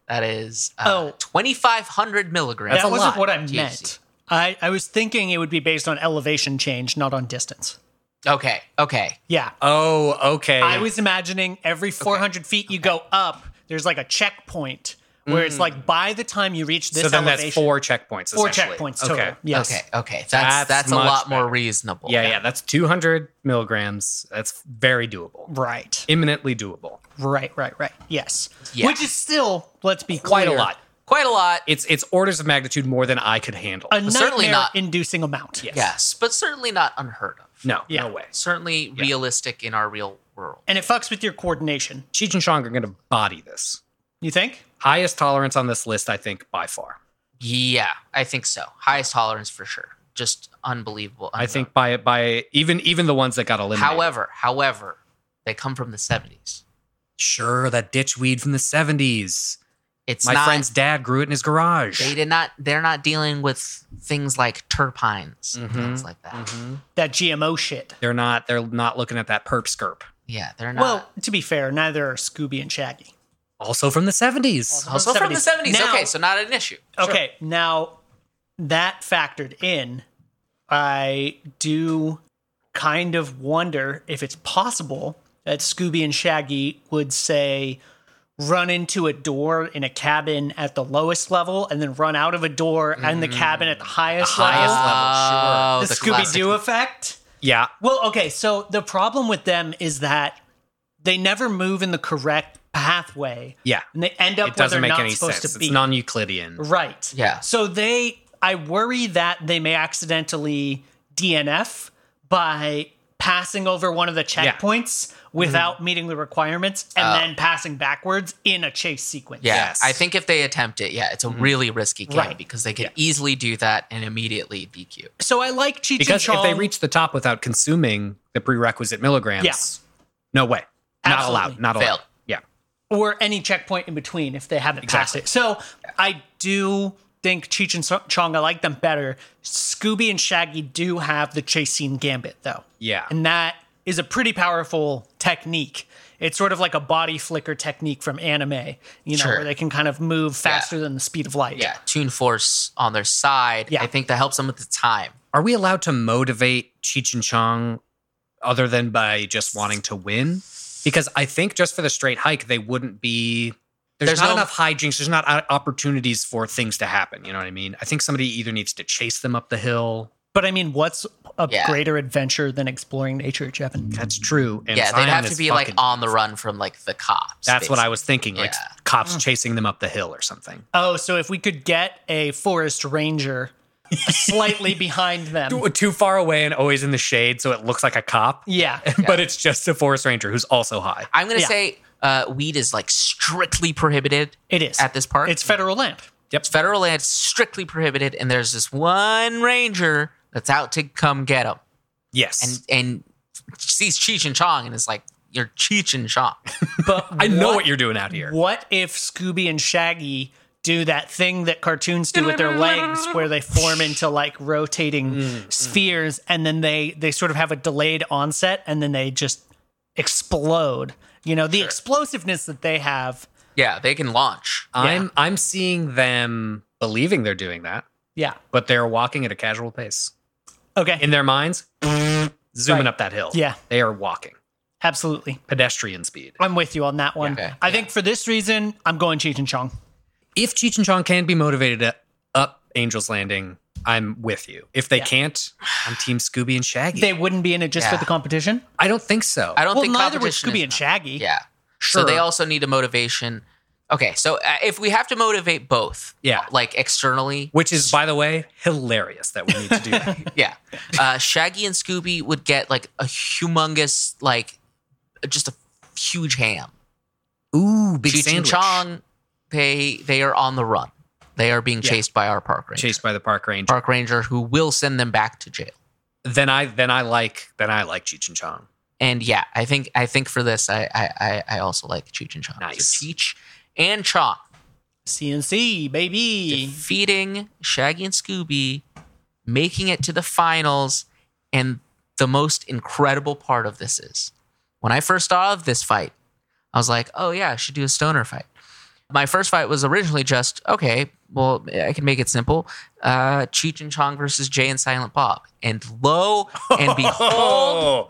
J: that is uh,
G: Oh.
J: 2,500 milligrams.
G: that wasn't what I
J: THC.
G: meant. I, I was thinking it would be based on elevation change, not on distance.
J: Okay, okay.
G: Yeah.
A: Oh, okay.
G: I was imagining every 400 feet you go up, there's like a checkpoint where it's like by the time you reach this
A: Mm. so then
G: elevation,
A: that's four checkpoints.
G: four
A: essentially.
G: checkpoints total.
A: Okay.
G: Yes.
J: Okay, okay. That's that's,
A: That's
J: a
A: much
J: lot more
A: better.
J: reasonable.
A: Yeah, yeah. That's 200 milligrams. That's very doable,
G: Right.
A: imminently doable.
G: Right, right, right. Yes.
J: Yeah.
G: Which is still, let's be
A: Quite a
G: clear,
A: lot.
J: Quite a lot.
A: It's it's orders of magnitude more than I could handle.
G: A
J: certainly not-
G: nightmare-inducing amount.
J: Yes. but certainly not unheard of.
A: no,
G: Yeah.
A: no way.
J: Certainly realistic in our real world.
G: And it fucks with your coordination.
A: Cheech and Chong are going to body this.
G: You think?
A: Highest tolerance on this list, I think, by far.
J: Yeah, I think so. Highest tolerance for sure. Just unbelievable.
A: I
J: unknown.
A: think by by even even the ones that got eliminated.
J: However, however, they come from the 70s.
A: sure, that ditch weed from the seventies.
J: It's
A: My
J: not,
A: friend's dad grew it in his garage.
J: They did not. They're not dealing with things like terpines, and
A: Mhm,
J: things like that.
A: Mhm.
G: That GMO shit.
A: They're not. They're not looking at that perp skirp.
J: Yeah, they're not.
G: Well, to be fair, neither are Scooby and Shaggy.
A: Also from the seventies.
J: also from the 70s.
G: Now-
J: okay, so not an issue.
G: Okay, now that factored in, I do kind of wonder if it's possible that Scooby and Shaggy would say run into a door in a cabin at the lowest level and then run out of a door and the cabin at the highest,
A: highest
G: level.
J: Oh,
A: Uh,
G: The,
J: the
G: Scooby Doo effect?
A: Yeah,
G: Well, okay, so the problem with them is that they never move in the correct pathway.
A: yeah.
G: And they end up
A: It
G: where
A: doesn't
G: they're
A: make
G: not
A: any
G: supposed
A: sense.
G: to
A: It's
G: be.
A: non-Euclidean.
G: Right.
J: Yeah.
G: So they, I worry that they may accidentally DNF by passing over one of the checkpoints
J: Mm-hmm.
G: without meeting the requirements and then passing backwards in a chase sequence.
J: Uh, Yeah,
A: Yes. Mm-hmm.
J: I think if they attempt it, yeah, it's a really risky game
G: Right.
J: because they could easily do that and immediately DQ.
G: So I like Cheech
A: Because
G: and
A: if
G: Chong.
A: they reach the top without consuming the prerequisite milligrams,
G: Yeah.
A: no way. Not
G: Absolutely.
A: allowed. Not allowed.
J: Failed.
A: Yeah.
G: or any checkpoint in between if they haven't passed it. So I do think Cheech and So- Chong, I like them better. Scooby and Shaggy do have the chase scene gambit though.
A: Yeah.
G: And that is a pretty powerful technique. It's sort of like a body flicker technique from anime, you know,
J: Sure.
G: where they can kind of move faster than the speed of light.
J: Yeah, Tune Force on their side.
G: Yeah.
J: I think that helps them with the time.
A: Are we allowed to motivate Cheech and Chong other than by just wanting to win? Because I think just for the straight hike, they wouldn't be. There's,
J: There's
A: not
J: no-
A: enough hijinks. There's not o- opportunities for things to happen. You know what I mean? I think somebody either needs to chase them up the hill.
G: But I mean, what's a
J: Yeah.
G: greater adventure than exploring nature, Jevin?
A: That's true. And
J: yeah,
A: Zion
J: they'd have to
A: is
J: be like
A: fucking-
J: on the run from like the cops.
A: That's what I was thinking. Like
J: Yeah.
A: cops chasing them up the hill or something.
G: Oh, so if we could get a forest ranger slightly behind them.
A: Too far away and always in the shade, so it looks like a cop.
G: Yeah.
A: but it's just a forest ranger who's also high.
J: I'm gonna
G: Yeah.
J: say uh, weed is like strictly prohibited
G: It is.
J: at this park.
G: It's federal land.
J: It's federal land, strictly prohibited, and there's this one ranger that's out to come get him,
A: Yes.
J: and and sees Cheech and Chong, and is like, "You're Cheech and Chong."
G: But
A: I know what you're doing out here.
G: What if Scooby and Shaggy do that thing that cartoons do with their legs where they form into like rotating spheres and then they they sort of have a delayed onset and then they just explode. You know, the explosiveness that they have.
J: yeah, they can launch. Um,
A: I'm I'm seeing them believing they're doing that,
G: Yeah.
A: but they're walking at a casual pace.
G: Okay.
A: In their minds, zooming
G: Right.
A: up that hill.
G: Yeah.
A: They are walking.
G: Absolutely.
A: Pedestrian speed.
G: I'm with you on that one.
J: Okay.
G: I think for this reason, I'm going Cheech and Chong.
A: If Cheech and Chong can be motivated to up Angel's Landing, I'm with you. If they
G: Yeah.
A: can't, I'm team Scooby and Shaggy.
G: They wouldn't be in it just for
J: Yeah.
G: the competition.
A: I don't think so.
J: I don't
G: well,
J: think
G: neither would
J: competition
G: Scooby
J: is
G: and
J: not-
G: Shaggy.
J: Yeah.
A: Sure.
J: So they also need a motivation. Okay, so uh, if we have to motivate both,
A: Yeah.
J: like externally,
A: Which is, by the way, hilarious that we need to do that.
J: yeah, uh, Shaggy and Scooby would get like a humongous, like just a huge ham.
A: Ooh, big
J: Cheech and
A: sandwich.
J: Chong, they they are on the run. They are being chased by our park ranger.
A: Chased by the park ranger.
J: Park ranger who will send them back to jail.
A: Then I then I like then I like Cheech and Chong.
J: And yeah, I think I think for this, I I I- I also like Cheech and Chong. So
A: Nice.
J: Cheech and Chong
G: CNC, baby.
J: defeating Shaggy and Scooby, making it to the finals, and the most incredible part of this is when I first saw of this fight, I was like, oh yeah, I should do a stoner fight. My first fight was originally just okay. Well, I can make it simple: uh, Cheech and Chong versus Jay and Silent Bob. And lo and behold,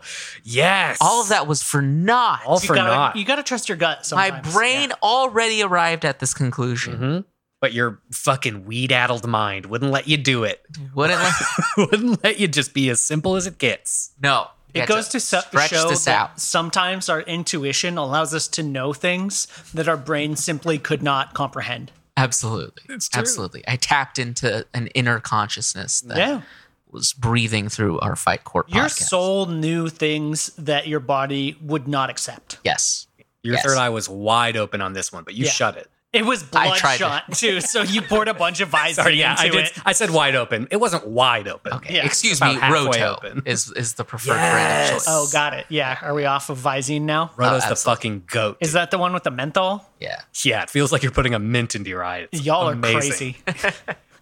A: Oh, yes.
J: all of that was for naught.
A: All for
G: you gotta,
A: naught.
G: You gotta trust your gut.
J: My
G: Sometimes.
J: brain already arrived at this conclusion.
A: Mhm. But your fucking weed addled mind wouldn't let you do it.
J: Wouldn't let-
A: wouldn't let you just be as simple as it gets.
J: no.
G: It
J: Had
G: goes
J: to
G: to su-
J: stretch
G: show
J: this
G: that
J: out.
G: sometimes our intuition allows us to know things that our brain simply could not comprehend.
J: Absolutely. Absolutely. I tapped into an inner consciousness that
G: yeah.
J: was breathing through our fight court
G: Your
J: podcast.
G: soul knew things that your body would not accept.
J: Yes.
A: Your
J: Yes.
A: third eye was wide open on this one, but you
G: Yeah.
A: shut it.
G: It was
J: I tried
G: bloodshot too, so you poured a bunch of Visine
A: Sorry, yeah,
G: into
A: I did.
G: it.
A: I said wide open. It wasn't wide open.
J: Okay.
G: Yeah,
J: Excuse
A: about
J: me,
A: halfway
J: Roto
A: open.
J: is is the preferred brand of choice.
G: Oh, got it. Yeah, are we off of Visine now?
A: Roto's the
J: Oh, absolutely.
A: fucking goat.
G: Is that the one with the menthol?
J: Yeah.
A: yeah, it feels like you're putting a mint into your eye. It's
G: Y'all
A: amazing.
G: are crazy.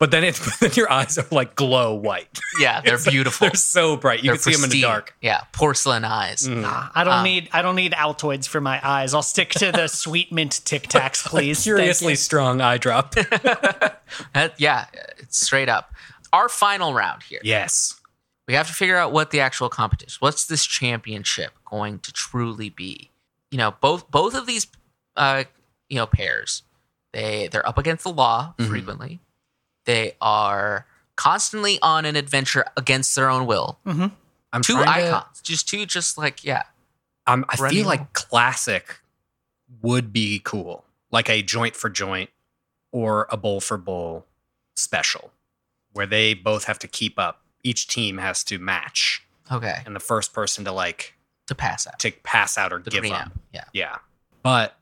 A: But then, it, then your eyes are like glow white.
J: Yeah, they're beautiful.
A: They're so bright. You
J: They're
A: can see them in the
J: pristine.
A: dark. Mm.
J: Yeah, porcelain eyes.
A: Hmm.
G: Nah, I don't
A: Uh,
G: need I don't need Altoids for my eyes. I'll stick to the sweet mint Tic Tacs, please. Thank
A: Curiously
G: you.
A: strong eye drop.
J: That- yeah, it's straight up. Our final round here.
A: yes.
J: We have to figure out what the actual competition. What's this championship going to truly be? You know, both both of these uh, you know pairs, they they're up against the law
A: Mm-hmm.
J: frequently. They are constantly on an adventure against their own will.
A: I'm
J: Two
A: trying to-
J: icons, just two, just like yeah,
A: I'm, I feel
J: Perennial.
A: like classic would be cool, like a joint for joint or a bowl for bowl special, where they both have to keep up. Each team has to match,
J: okay,
A: and the first person to like
J: to pass out
A: to pass out or
J: the
A: give
J: green
A: up.
J: apple. Yeah,
A: Yeah, but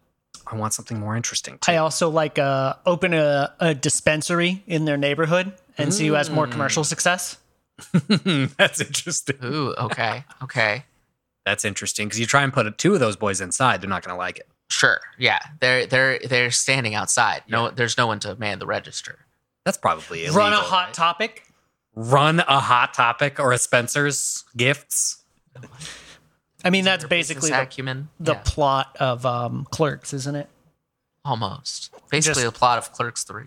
A: I want something more interesting. Too.
G: I also like uh, open a, a dispensary in their neighborhood and see who has more commercial
J: Mm.
G: success.
A: That's interesting.
J: ooh, okay, okay.
A: That's interesting because you try and put two of those boys inside, they're not going to like it.
J: Sure. Yeah. They're they're they're standing outside. No, there's no one to man the register.
A: That's probably illegal.
G: Run a hot topic.
A: run a hot topic or a Spencer's gifts.
G: I mean, that's
J: Their
G: basically
J: business
G: the,
J: acumen.
G: the
J: Yeah,
G: plot of um, Clerks, isn't it?
J: almost basically
G: Just-
J: the plot of Clerks Three.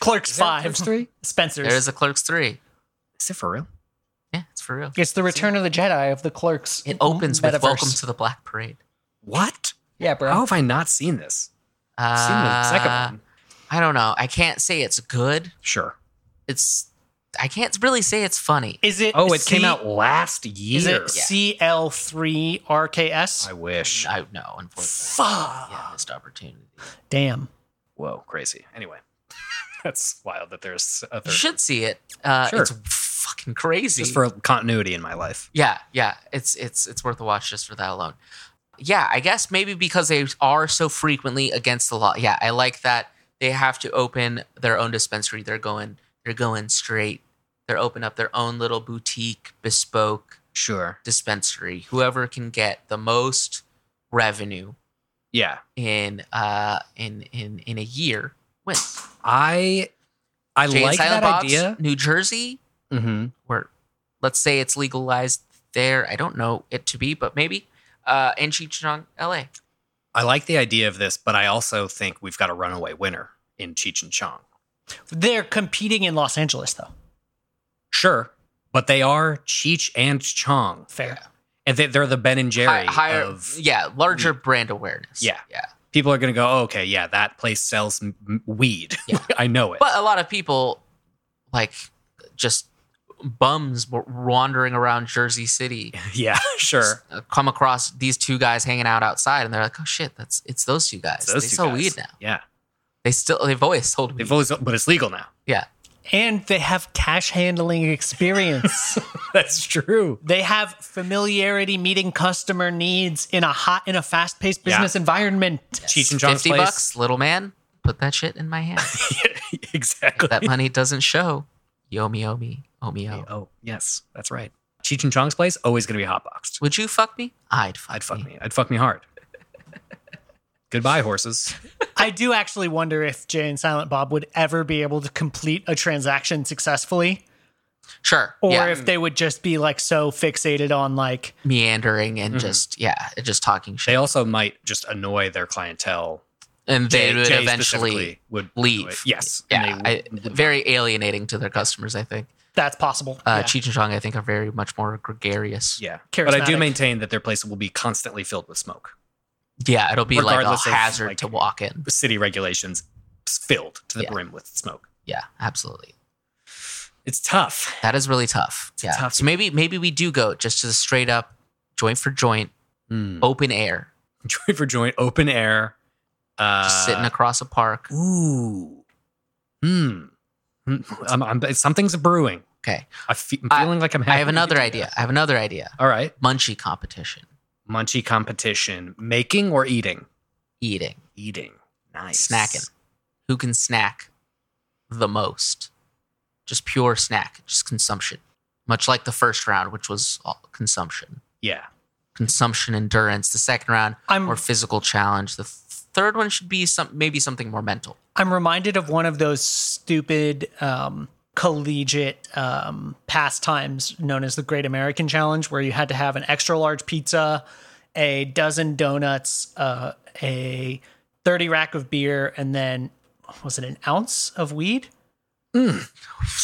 G: Clerks Five.
A: three.
G: Spencer's.
J: There is a Clerks Three.
A: Is it for real?
J: Yeah, it's for real.
G: it's the Return of the Jedi of the Clerks.
J: It opens with
G: metaverse.
J: "Welcome to the Black Parade."
A: What?
G: Yeah, bro.
A: How have I not seen this?
J: Uh,
A: I've seen the second one.
J: I don't know. I can't say it's good.
A: Sure.
J: It's I can't really say it's funny.
G: Is it?
A: Oh, it
G: C-
A: came out last
G: Is
A: year.
G: it CL three RKS?
A: I wish.
J: I know, unfortunately,
G: Fuck.
J: yeah, missed opportunity.
G: Damn.
A: Whoa, crazy. Anyway, that's wild that there's a
J: You
A: third.
J: should see it. Uh,
A: Sure.
J: It's fucking crazy.
A: Just for continuity in my life.
J: Yeah, yeah, it's it's it's worth a watch just for that alone. Yeah, I guess maybe because they are so frequently against the law. Yeah, I like that they have to open their own dispensary. They're going they're going straight. They're open up their own little boutique bespoke
A: Sure.
J: dispensary. Whoever can get the most revenue
A: Yeah.
J: in uh in in in a year wins.
A: I I
J: Jay and
A: like that
J: Silent Bob's,
A: idea.
J: New Jersey
A: Mm-hmm.
J: where let's say it's legalized there. I don't know it to be, but maybe. Uh, in Cheechang, LA.
A: I like the idea of this, but I also think we've got a runaway winner in Cheech and Chong.
G: They're competing in Los Angeles, though.
A: Sure, but they are Cheech and Chong,
G: Fair.
A: and they, they're the Ben and Jerry
J: Hi- higher,
A: of Mm.
J: yeah, larger brand awareness.
A: Yeah.
J: yeah.
A: people are going to go, oh, okay, yeah, that place sells m- m- weed. I know it.
J: But a lot of people, like, just bums wa- wandering around Jersey City,
A: yeah, sure.
J: uh, come across these two guys hanging out outside, and they're like, "Oh shit, that's it's those two guys.
A: It's those
J: they
A: two
J: sell
A: guys.
J: weed now.
A: Yeah,
J: They still they've always sold weed.
A: they've always, but it's legal now.
J: yeah,
G: And they have cash handling experience.
A: That's true.
G: they have familiarity meeting customer needs in a hot in a fast-paced business environment.
A: Cheech and Chong's
J: fifty
A: place.
J: bucks, little man, put that shit in my hand.
A: exactly.
J: that money doesn't show. Yo me, oh me, oh me, oh.
A: oh, yes, that's right. Cheech and Chong's place always going to be hotboxed.
J: Would you fuck me? I'd fuck.
A: I'd fuck me. I'd fuck me hard. Goodbye, horses.
G: I do actually wonder if Jay and Silent Bob would ever be able to complete a transaction successfully,
J: Sure.
G: or
J: yeah.
G: if they would just be like so fixated on like
J: meandering and
A: Mm-hmm.
J: just yeah, just talking
A: They
J: shit,
A: also might just annoy their clientele.
J: and they
A: Jay-
J: would
A: Jay
J: eventually
A: specifically would
J: leave.
A: Yes.
J: Yeah,
A: And they
J: I, very alienating to their customers. I think
G: that's possible. Yeah.
J: uh, Cheech and Chong, I think, are very much more gregarious.
A: Yeah. But I do
G: Charismatic.
A: maintain that their place will be constantly filled with smoke.
J: Yeah, it'll be
A: Regardless of,
J: like a hazard
A: like-
J: to walk in.
A: City regulations filled to the
J: Yeah.
A: brim with smoke.
J: Yeah, absolutely.
A: It's tough.
J: That is really tough. yeah.
A: tough-
J: So maybe maybe we do go just to the straight up joint for joint, open air,
A: Joint for joint, open air. Uh,
J: just sitting across a park.
A: Ooh. Hmm. Hmm. I'm, I'm, something's brewing.
J: Okay.
A: I fe- I'm
J: I-
A: feeling like I'm having.
J: I have another idea. I have another idea.
A: All right.
J: Munchie competition,
A: Munchie competition. Making or eating?
J: eating,
A: Eating. Nice.
J: snacking. who can snack the most. Just pure snack, just consumption. Much like the first round, which was all consumption.
A: Yeah.
J: Consumption endurance. The second round,
G: I'm-
J: more physical challenge. The th- third one should be some maybe something more mental.
G: I'm reminded of one of those stupid um, collegiate um, pastimes known as the Great American Challenge, where you had to have an extra large pizza, a dozen donuts, uh, a 30 rack of beer, and then was it an ounce of weed? And you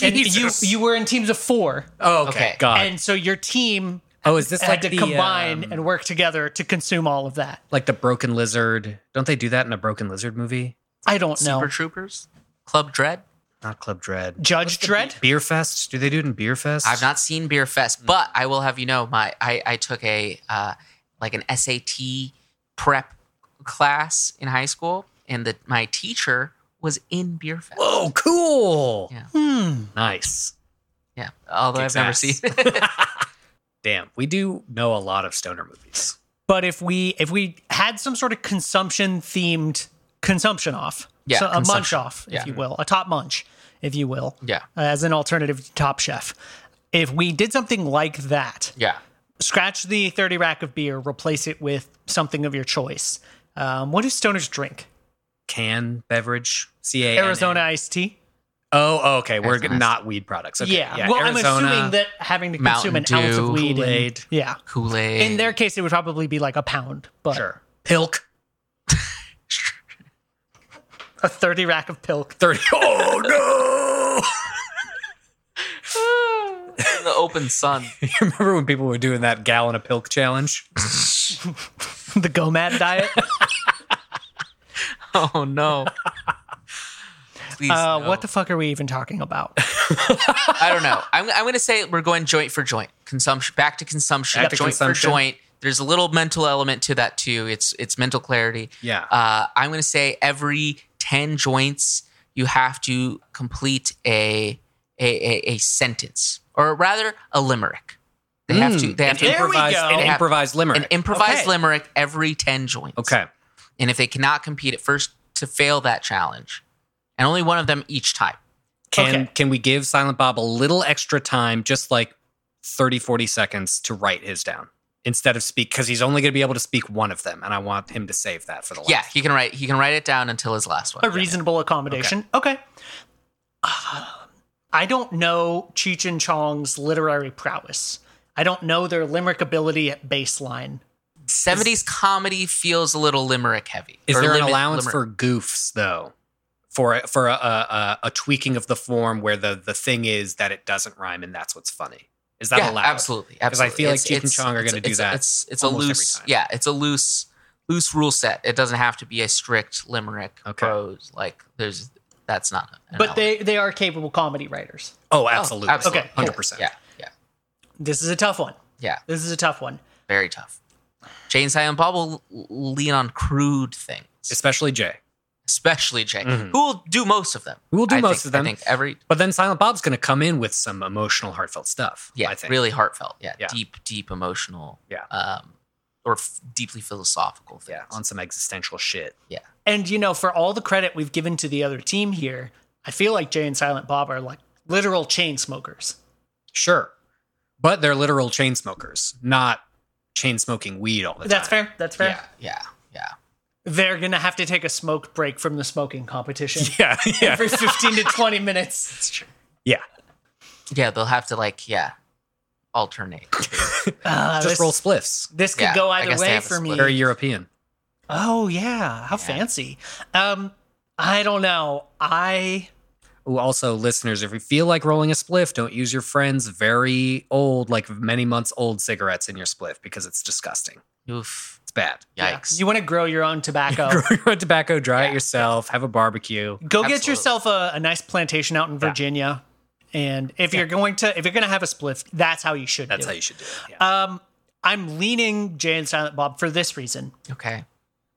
A: Mm. Jesus.
G: you were in teams of four,
A: Oh, okay.
J: Okay.
A: God.
G: and so your team
A: oh, is this
G: had
A: like
G: to
A: the,
G: combine
A: um,
G: and work together to consume all of that.
A: like the Broken Lizard? Don't they do that in a Broken Lizard movie?
G: I don't know.
J: Super Troopers, Club Dread.
A: Not Club Dread.
G: Judge Dredd.
A: Beer Fest? Do they do it in Beer Fest?
J: I've not seen Beer Fest, but I will have you know, my I, I took a uh, like an SAT prep class in high school, and the, my teacher was in Beer Fest.
A: Whoa, Oh, cool.
J: Yeah.
G: Hmm.
A: Nice.
J: Yeah, although
A: Kicks
J: I've never
A: ass.
J: seen.
A: Damn, we do know a lot of stoner movies.
G: but if we if we had some sort of consumption themed consumption off
J: Yeah,
G: so a munch
J: consumption.
G: off if
J: Yeah.
G: you will a top munch if you will uh,
J: yeah,
G: as an alternative to top chef if we did something like that
J: yeah,
G: scratch the 30 rack of beer replace it with something of your choice um, what do stoners drink
A: Can beverage, C A N N.
G: arizona iced tea
A: Oh, okay. We're
J: Arizona.
A: not weed products. Okay.
G: yeah. well i'm assuming that having to consume an
J: Mountain
G: ounce of
J: Dew,
G: weed and-
A: Kool-Aid.
G: yeah
J: Kool Aid.
G: in their case it would probably be like a pound but
A: sure. Pilk
G: a 30 rack of pilk
A: thirty. Oh
J: in the open sun.
A: no! you remember when people were doing that gallon of pilk challenge?
G: the gomad diet
J: Oh no. Please,
G: Uh,
J: no.
G: What the fuck are we even talking about?
J: I don't know. I'm, I'm going to say we're going joint for joint. Consumption back to consumption.
A: Back to
J: joint
A: consumption.
J: for joint. There's a little mental element to that too. It's it's mental clarity.
A: Yeah.
J: Uh, I'm going to say every ten joints you have to complete a a, a, a sentence or rather a limerick. They have to. They have to
G: There we
A: improvised,
G: go.
A: An
G: They
J: have-
A: improvised limerick.
J: an improvised
G: Okay.
J: limerick every ten joints.
A: okay.
J: And if they cannot compete at first, to fail that challenge, and only one of them each time.
A: Can
G: Okay.
A: can we give Silent Bob a little extra time, just like 30, 40 seconds to write his down instead of speak? Because he's only going to be able to speak one of them, and I want him to save that for the last.
J: Yeah, he can write. He can write it down until his last one.
G: A reasonable accommodation. Okay. Uh, I don't know Cheech and Chong's literary prowess. I don't know their limerick ability at baseline.
J: 70s comedy feels a little limerick heavy.
A: Is
J: Or
A: there an
J: limit-
A: allowance
J: limerick.
A: for goofs though? For a, for a, a, a tweaking of the form where the the thing is that it doesn't rhyme and that's what's funny. Is that
J: yeah,
A: allowed?
J: absolutely? Absolutely.
A: I feel like Cheech and
J: it's-
A: Chong are
J: it's-
A: gonna do
J: it's-
A: that
J: It's it's a
A: almost every
J: loose.
A: time.
J: Yeah, it's a loose loose rule set. It doesn't have to be a strict limerick
A: Okay.
J: prose. Like there's that's not. an
G: But
J: element.
G: they, they are capable comedy writers.
A: Oh,
J: Oh,
A: absolutely.
J: absolutely.
G: Okay, cool.
A: hundred percent.
J: Yeah, yeah,
G: This is a tough one.
J: yeah.
G: This is a tough one.
J: Very tough. Jay and Silent Bob will l- lean on crude things,
A: Especially Jay.
J: especially Jay,
A: Mhm.
J: who will do most of them.
A: Who will do
J: I
A: most
J: think-
A: of them.
J: I think every
A: But then Silent Bob's going to come in with some emotional, heartfelt stuff.
J: yeah,
A: I think.
J: really heartfelt. Yeah,
A: Yeah.
J: deep, deep emotional.
A: Yeah.
J: um, or f- deeply philosophical things.
A: Yeah, on some existential shit.
G: And, you know, for all the credit we've given to the other team here, I feel like Jay and Silent Bob are like literal chain smokers.
A: Sure, but they're literal chain smokers, not chain smoking weed all the
G: That's
A: time.
G: fair. That's fair.
J: yeah, yeah, yeah.
G: They're going to have to take a smoke break from the smoking competition.
A: That's fair. Yeah, yeah,
G: every 15 to 20 minutes.
A: yeah.
J: Yeah, they'll have to like yeah, alternate.
G: Uh,
A: Just
G: this,
A: roll spliffs.
G: this could
J: yeah,
G: go
J: I
G: either
J: guess they
G: way
J: have a
G: for me.
J: split.
A: Very European.
G: Oh yeah, how fancy. Um I don't know. I
A: Ooh, also, listeners, if you feel like rolling a spliff, don't use your friend's very old, like many months old cigarettes in your spliff because it's disgusting.
J: Oof.
A: It's bad.
J: Yikes.
G: you want to grow your own tobacco.
A: Grow your own tobacco, dry it yourself, have a barbecue.
G: go get
J: Absolutely.
G: yourself a, a nice plantation out in Virginia. And if you're going to if you're going to have a spliff, that's how you should
A: That's
G: do
A: how
G: it.
A: you should do it. Yeah.
G: Um I'm leaning Jay and Silent Bob for this reason.
J: Okay.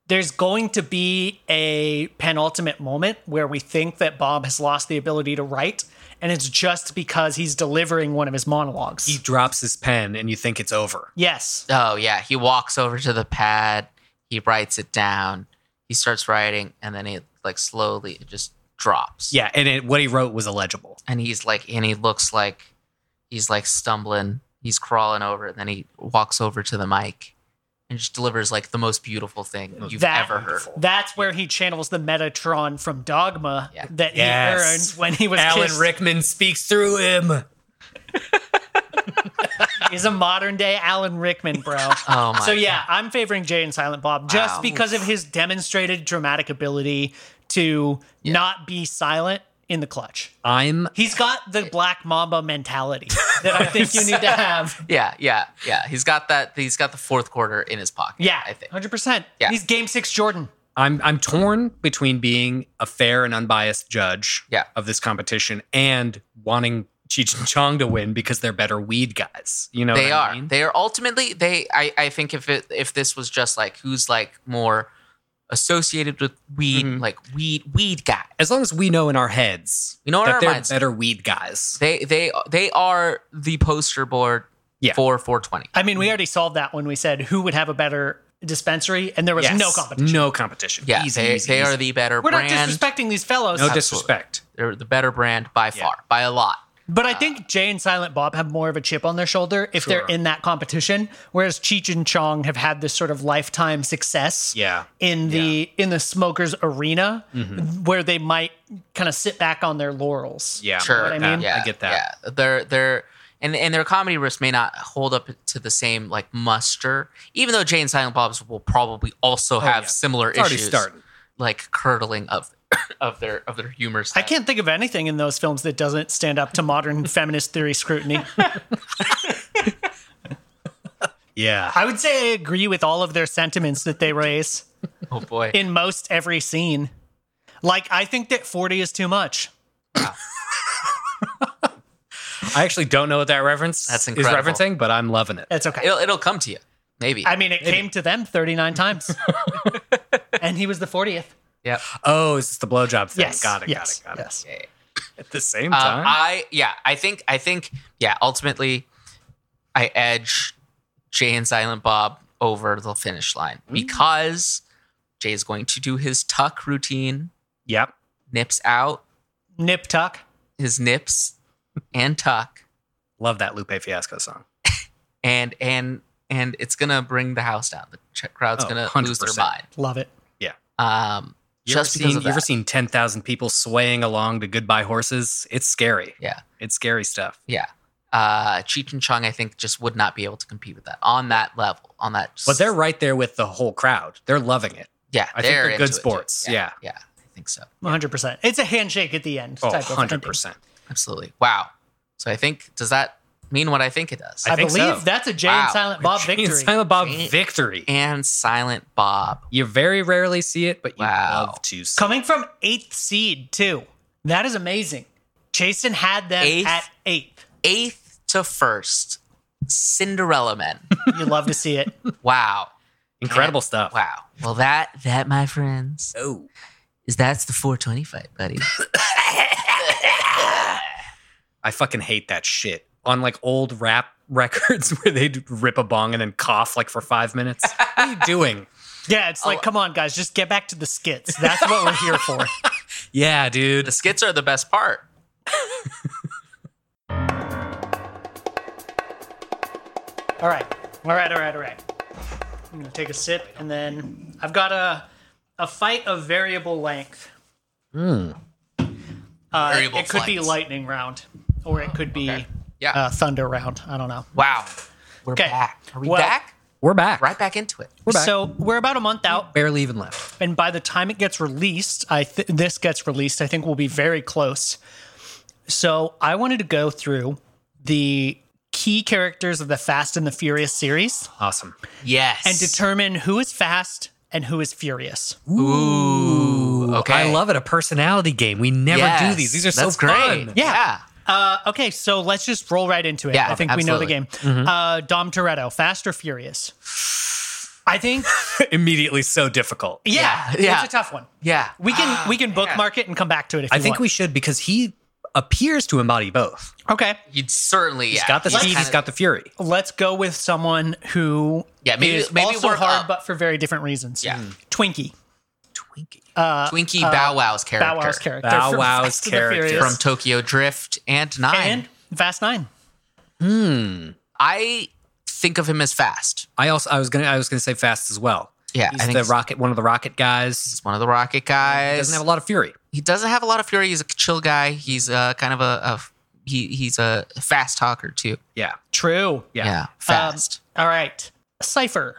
G: there's going to be a penultimate moment where we think that Bob has lost the ability to write, and it's just because he's delivering one of his monologues.
A: he drops his pen and you think it's over.
G: yes.
J: Oh yeah, he walks over to the pad. He writes it down. He starts writing, and then he like slowly it just drops.
A: Yeah, and it, what he wrote was illegible.
J: and he's like and he looks like he's like stumbling he's crawling over and then he walks over to the mic and just delivers like the most beautiful thing you've
G: That-
J: ever heard
G: That's where he channels the Metatron from Dogma
J: Yeah.
A: Yes.
G: that he earned when he was
A: Alan
G: kissed.
A: Rickman speaks through him.
G: He's a modern day Alan Rickman, bro.
J: oh my
G: so yeah, I'm favoring Jay and Silent Bob just because of his demonstrated dramatic ability to not be silent in the clutch.
A: I'm
G: He's got the Black Mamba mentality that I think you need to have.
J: yeah yeah yeah he's got that he's got the fourth quarter in his pocket
G: Yeah,
J: i think
G: 100%.
J: Yeah.
G: He's game six Jordan.
A: I'm I'm torn between being a fair and unbiased judge
J: Yeah.
A: of this competition and wanting Cheech and Chong to win because they're better weed guys. You know
J: they
A: what
J: are
A: I mean?
J: they are ultimately they I, I think if it if this was just like who's like more associated with weed
A: Mhm.
J: like weed weed guy
A: As long as we know in our heads
J: you know what
A: that
J: our
A: they're
J: minds
A: better weed guys.
J: they they they are the poster board
A: Yeah.
J: for 420
G: I mean, we already solved that when we said who would have a better dispensary, and there was
A: Yes.
G: no competition.
A: No competition.
J: yeah
A: Easy,
J: they,
A: easy,
J: they are
A: easy.
J: the better
G: We're not
J: brand
G: disrespecting these fellows,
A: no
J: Absolutely.
A: disrespect.
J: they're the better brand by far, by a lot.
G: but I think Jay and Silent Bob have more of a chip on their shoulder if they're
A: Sure.
G: in that competition, whereas Cheech and Chong have had this sort of lifetime success.
A: Yeah. Mm-hmm.
G: in the in the smokers arena where they might kind of sit back on their laurels.
A: Yeah.
J: Sure,
A: I,
G: what I mean?
A: yeah, I get that.
J: Yeah, they're they're and and their comedy riffs may not hold up to the same like muster, even though Jay and Silent Bob's will probably also have
A: Oh, yeah.
J: similar
A: It's already
J: issues,
A: starting.
J: like curdling of of their of their humor.
G: I
J: style.
G: can't think of anything in those films that doesn't stand up to modern feminist theory scrutiny.
A: Yeah.
G: I would say I agree with all of their sentiments that they raise
J: Oh boy,
G: in most every scene. Like I think that 40 is too much.
A: I actually don't know what that reference
J: That's
A: is
J: incredible.
A: referencing, but I'm loving it.
G: That's okay.
J: it'll it'll come to you, maybe.
G: I mean it came to them 39 times. and he was the 40th.
J: yeah,
A: Oh, is this the blowjob thing?
G: Yes.
A: Got it,
G: yes,
A: got it, got it.
G: yes.
A: At the same
J: Uh,
A: time.
J: I yeah, I think I think yeah. Ultimately, I edge Jay and Silent Bob over the finish line
A: Mm.
J: because Jay is going to do his tuck routine,
A: yep.
J: nips out
G: Nip tuck.
J: his nips and tuck,
A: Love that Lupe Fiasco song.
J: and and and it's gonna bring the house down. The ch- crowd's
A: Oh,
J: gonna lose their
A: 100%.
J: mind.
G: Love it.
J: Um,
A: You
J: just
A: ever
J: because
A: seen,
J: of
A: You ever
J: that.
A: seen 10,000 people swaying along to Goodbye Horses? It's scary.
J: Yeah.
A: It's scary stuff.
J: yeah. Uh, Cheech and Chong, I think, just would not be able to compete with that on that level. On that,
A: But they're right there with the whole crowd. They're loving it.
J: yeah,
A: I think they're
J: into
A: good
J: it, too.
A: sports. Yeah.
J: yeah, I think so.
G: 100%. It's a handshake at the end
A: Oh,
G: type of ending.
A: 100%.
J: Absolutely. Wow. So I think does that mean what I think it does?
A: I
G: I,
A: think
G: believe
A: so.
G: that's a Jay and
J: Wow.
G: Silent Bob victory.
A: Silent Bob victory.
J: and Silent Bob.
A: You very rarely see it, but you
J: Wow.
A: love to see
G: Coming from eighth seed, too. That is amazing. Jason had them
J: Eighth?
G: at eighth.
J: Eighth to first. Cinderella men.
G: You love to see it.
J: Wow.
A: incredible stuff.
J: Wow. Well that that my friends
A: Oh,
J: is that's the 420 fight, buddy.
A: I fucking hate that shit. On like old rap records where they'd rip a bong and then cough like for five minutes. what are you doing?
G: Yeah, it's like, come on, guys, just get back to the skits. That's what we're here for.
A: Yeah, dude.
J: The skits are the best part.
G: All right. All right, all right, all right. I'm going to take a sip, and then I've got a, a fight of variable length. Uh,
J: Variable
G: it could be
J: flanks.
G: lightning round, or it could be
J: Yeah.
G: uh, thunder round. I don't know.
J: wow. We're
G: 'Kay.
J: back. Are we
G: Well-
J: back?
A: We're back.
J: Right back into it.
A: We're back.
G: So we're about a month out
A: Barely even left.
G: and by the time it gets released, I th- this gets released, I think we'll be very close. So I wanted to go through the key characters of the Fast and the Furious series
A: Awesome.
J: Yes.
G: and determine who is fast and who is furious.
A: Ooh,
J: okay.
A: I love it. A personality game. We never do
J: Yes.
A: these. These are
J: That's
A: so
J: great.
A: fun.
J: Yeah.
G: Uh, okay, so let's just roll right into it.
J: Yeah,
G: I think we know the game.
J: absolutely. Mm-hmm.
G: Uh, Dom Toretto, Fast or Furious? I think
A: Immediately so difficult.
G: yeah,
J: Yeah, yeah.
G: it's a tough one.
J: Yeah.
G: We
J: Ah,
G: can we can bookmark it and come back to it if
A: I
G: you
A: think
G: want.
A: we should because he appears to embody both.
G: okay.
J: You'd certainly yeah.
A: He's got the
J: He's
A: speed, he's
J: kinda-
A: got the fury.
G: Let's go with someone who
J: Yeah, maybe-
G: is
J: maybe
G: also
J: work
G: hard,
J: up.
G: but for very different reasons.
J: Yeah.
G: Twinkie.
J: Twinkie.
G: Uh,
J: Twinkie
G: uh,
J: Bow Wow's character.
G: Bow Wow's character.
A: Bow
G: from
A: Wow's
G: Fast and the
A: character.
G: Furious.
J: From Tokyo Drift and Nine.
G: and Fast Nine.
A: Hmm.
J: I think of him as fast.
A: I also I was gonna I was gonna say fast as well.
J: Yeah,
A: He's
J: I think
A: the
J: he's-
A: rocket one of the rocket guys.
J: He's one of the rocket guys.
A: He doesn't have a lot of fury.
J: he doesn't have a lot of fury. He's a chill guy. He's uh, kind of a, a he, he's a fast talker too.
A: Yeah.
G: True.
A: Yeah.
J: fast.
G: Um, All right. Cypher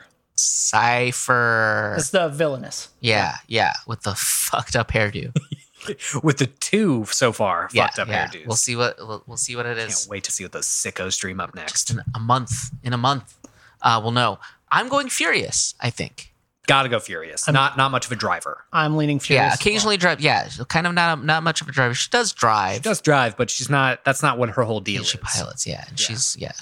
J: Cipher.
G: is the villainous.
J: Yeah, yeah, with the fucked up hairdo.
A: With the two so far
J: yeah,
A: fucked up
J: yeah.
A: hairdos.
J: We'll see what we'll, we'll see what it
A: Can't
J: is.
A: wait to see what those sickos dream up next.
J: Just in a month. In a month, uh, we'll know. I'm going furious. I think.
A: Gotta go furious. Not not much of a driver.
G: I'm leaning
J: Yeah,
G: furious. as well.
J: occasionally drive. Yeah, kind of not not much of a driver. She does drive.
A: She does drive, but she's not. That's not what her whole deal
J: And she
A: is.
J: pilots. Yeah, and she's yeah.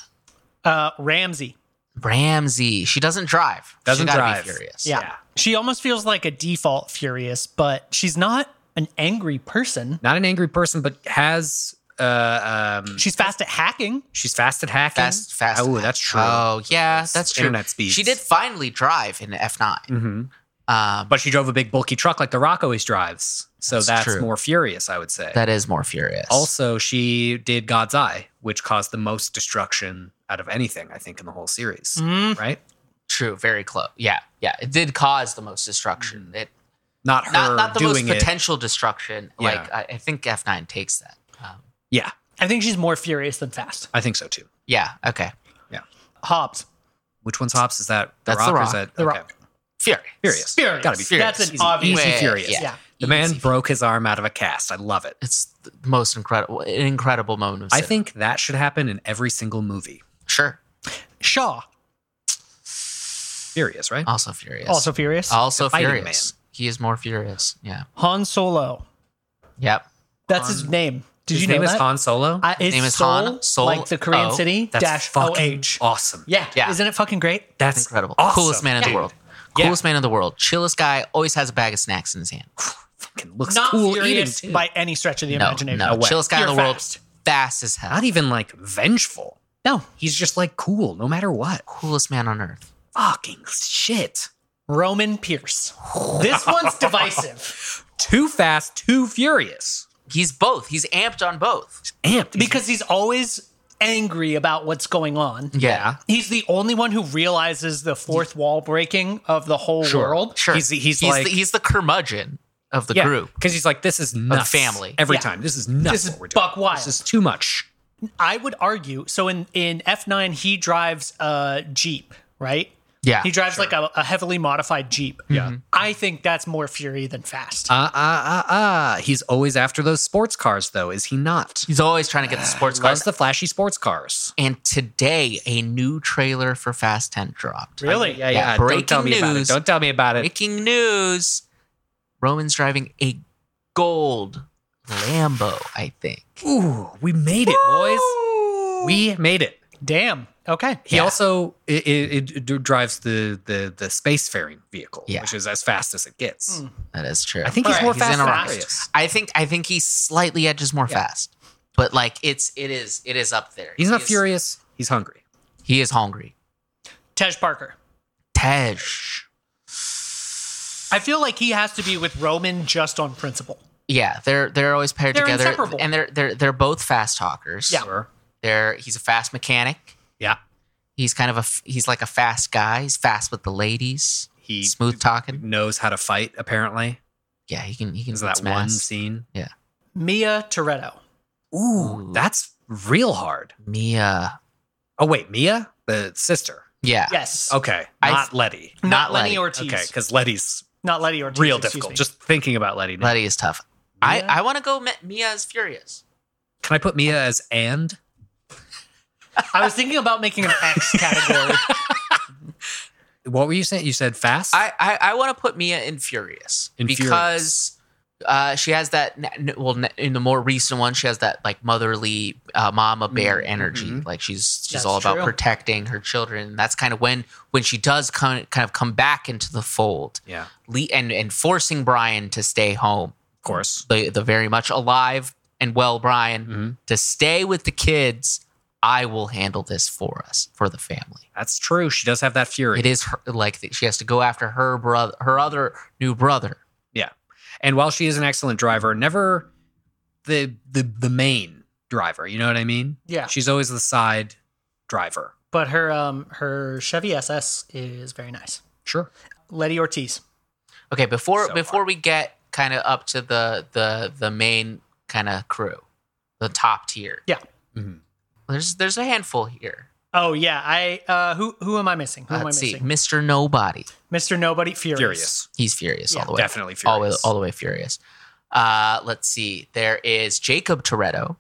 G: Uh, Ramsey.
J: Ramsey. She doesn't drive.
A: Doesn't
J: she gotta
A: drive.
J: Be furious.
G: Yeah. She almost feels like a default furious, but she's not an angry person.
A: Not an angry person, but has. Uh, um,
G: She's fast at hacking.
A: she's fast at hacking.
J: Fast, fast.
A: Oh, that's true.
J: Oh, yeah, that's true.
A: internet speeds.
J: She did finally drive in F nine.
A: Mhm.
J: Um,
A: But she drove a big bulky truck like The Rock always drives. So
J: That's
A: that's,
J: true.
A: more furious, I would say.
J: that is more furious.
A: also, she did God's Eye, which caused the most destruction out of anything, I think, in the whole series.
J: Hmm.
G: Mm.
A: Right?
J: True, very close. Yeah, yeah. It did cause the most destruction. It
A: Not her
J: not, not the most
A: Mm-hmm. doing it.
J: potential destruction.
A: Yeah.
J: Like I, I think F nine takes that. Um,
A: Yeah,
G: I think she's more furious than fast.
A: I think so too.
J: yeah. Okay.
G: Hobbs.
A: Which one's Hobbs? Is that The
J: That's
A: Rock?
J: The
A: or is
J: Rock.
A: that
G: The
A: okay.
G: Rock.
J: Furious.
A: Furious.
G: Furious.
A: Gotta be
J: Furious.
G: That's an
A: Easy-
G: obvious.
A: easy
J: Way-
A: furious.
J: Yeah.
G: Yeah.
A: The man
J: Easy.
A: broke his arm out of a cast. I love it.
J: It's the most incredible, an incredible moment. Of
A: I
J: cinema.
A: think that should happen in every single movie.
J: sure.
G: Shaw.
A: Furious, right?
G: Uh,
J: Also furious.
G: Also furious.
J: also
A: The fighting
J: furious. He is more furious. Yeah.
G: Han Solo.
J: Yep.
G: That's his name. Did
A: His
G: you know
A: name is
G: that?
A: Han Solo.
G: I, his
J: name is
G: Seoul,
J: Han Sol-
G: like the Korean
J: Oh,
G: city
A: That's
G: dash
A: fucking
G: OH.
A: awesome.
G: Yeah.
J: Yeah.
G: Isn't it fucking great?
A: that's
J: Incredible.
A: Awesome.
J: Coolest man in
A: dude.
J: the world.
A: Yeah.
J: Coolest man in the world. Chillest guy. Always has a bag of snacks in his hand.
A: Fucking looks
G: Not
A: cool
G: furious
A: eating too.
G: by any stretch of the
J: No,
G: imagination.
J: no.
A: way.
J: Chillest guy in
G: You're
J: the world.
G: fast.
J: Fast as hell.
A: Not even like vengeful.
G: No.
A: He's just like cool, no matter what.
J: coolest man on earth.
A: Fucking shit.
G: Roman Pierce. This one's divisive
A: Too fast, too furious.
J: He's both. He's amped on both.
A: Amped.
G: because he's always angry about what's going on.
J: Yeah.
G: He's the only one who realizes the fourth wall breaking of the whole world.
J: Sure.
A: He's- he's like-
J: the, he's the curmudgeon of the
A: yeah,
J: group.
A: Because he's like, this is nuts.
J: family.
A: Every
G: Yeah.
A: time. This is nuts.
G: This is
A: what we're doing.
G: buck wild.
A: This is too much.
G: I would argue. So in in F9, he drives a Jeep, right?
J: Yeah.
G: He drives like a, a heavily modified Jeep. Yeah. I think that's more fury than fast.
A: Ah, ah, ah, ah. He's always after those sports cars, though, is he not?
J: He's always trying to get the sports
A: Loves
J: cars.
A: the flashy sports cars.
J: and today, a new trailer for Fast 10 dropped.
G: really?
A: Yeah, yeah.
J: breaking
A: Don't tell me about it.
J: news.
A: Don't tell me about it.
J: Breaking news Roman's driving a gold Lambo, I think.
A: Ooh, we made it, boys. We made it.
G: Damn. Okay.
A: He
J: Yeah.
A: also it, it, it d- drives the the the spacefaring vehicle,
J: Yeah.
A: which is as fast as it gets.
J: That is true.
A: I think he's
G: Alright,
A: more
J: he's
A: fast
J: in a
A: than
J: rush.
A: Furious.
J: I think I think he slightly edges more fast. But like it's it is it is up there.
A: He's not
J: He is-
A: furious. He's hungry.
J: He is hungry.
G: Tej Parker.
J: Tej.
G: I feel like he has to be with Roman just on principle.
J: Yeah, they're they're always paired
G: They're
J: together,
G: inseparable.
J: and they're they're they're both fast talkers.
G: Yeah.
A: Sure.
J: they're he's a fast mechanic.
A: Yeah.
J: He's kind of a f- he's like a fast guy. He's fast with the ladies.
A: He
J: Smooth talking.
A: knows how to fight. Apparently,
J: Yeah, he can he can
A: is that
J: smash.
A: one scene?
G: Mia Toretto.
A: Ooh, that's real hard.
J: Mia.
A: Oh wait, Mia, the sister.
J: Yeah,
G: Yes.
A: Okay,
J: I-
A: Oh, not Letty.
G: Not,
J: not
G: Lenny
J: Letty.
G: Ortiz.
A: Okay, because Letty's
G: Not Letty Ortiz.
A: real
G: excuse
A: difficult.
G: me.
A: Just thinking about Letty. Now.
J: Letty is tough. I I want to go. Mi- Mia is furious.
A: Can I put Mia as and?
G: I was thinking about making an X category.
A: What were you saying? You said fast.
J: I I, I want to put Mia in furious
A: In
J: because. Uh, she has that. n- n- Well, n- in the more recent one, she has that like motherly uh, mama bear energy. Like
G: Mm,
J: she's she's
G: mm-hmm. That's
J: all about
G: true.
J: protecting her children. And that's kind of when when she does come, kind of come back into the fold.
A: yeah, of
J: Lee and and forcing Brian to stay home.
A: course. Mm-hmm.
J: The the very much alive and well Brian to stay with the kids. I will handle this for us for the family.
A: That's true. She does have that fury.
J: It is her, like that she has to go after her brother, her other new brother,
A: And while she is an excellent driver, never the the the main driver. You know what I mean?
G: Yeah.
A: She's always the side driver.
G: But her um her Chevy SS is very nice.
A: Sure.
G: Letty Ortiz.
J: Okay, before
A: So
J: before we get kind of up to the the the main kind of crew, the top tier.
G: Yeah.
A: Mhm.
J: There's there's a handful here.
G: Oh yeah, I uh who who am I missing? Who am I
J: Let's see,
G: missing?
J: Mister Nobody.
G: Mr. Nobody Furious.
A: Furious.
J: He's furious all
G: Yeah,
J: the way.
A: Definitely
J: All the way,
A: furious.
J: all the way furious. Uh, let's see. There is Jacob Toretto.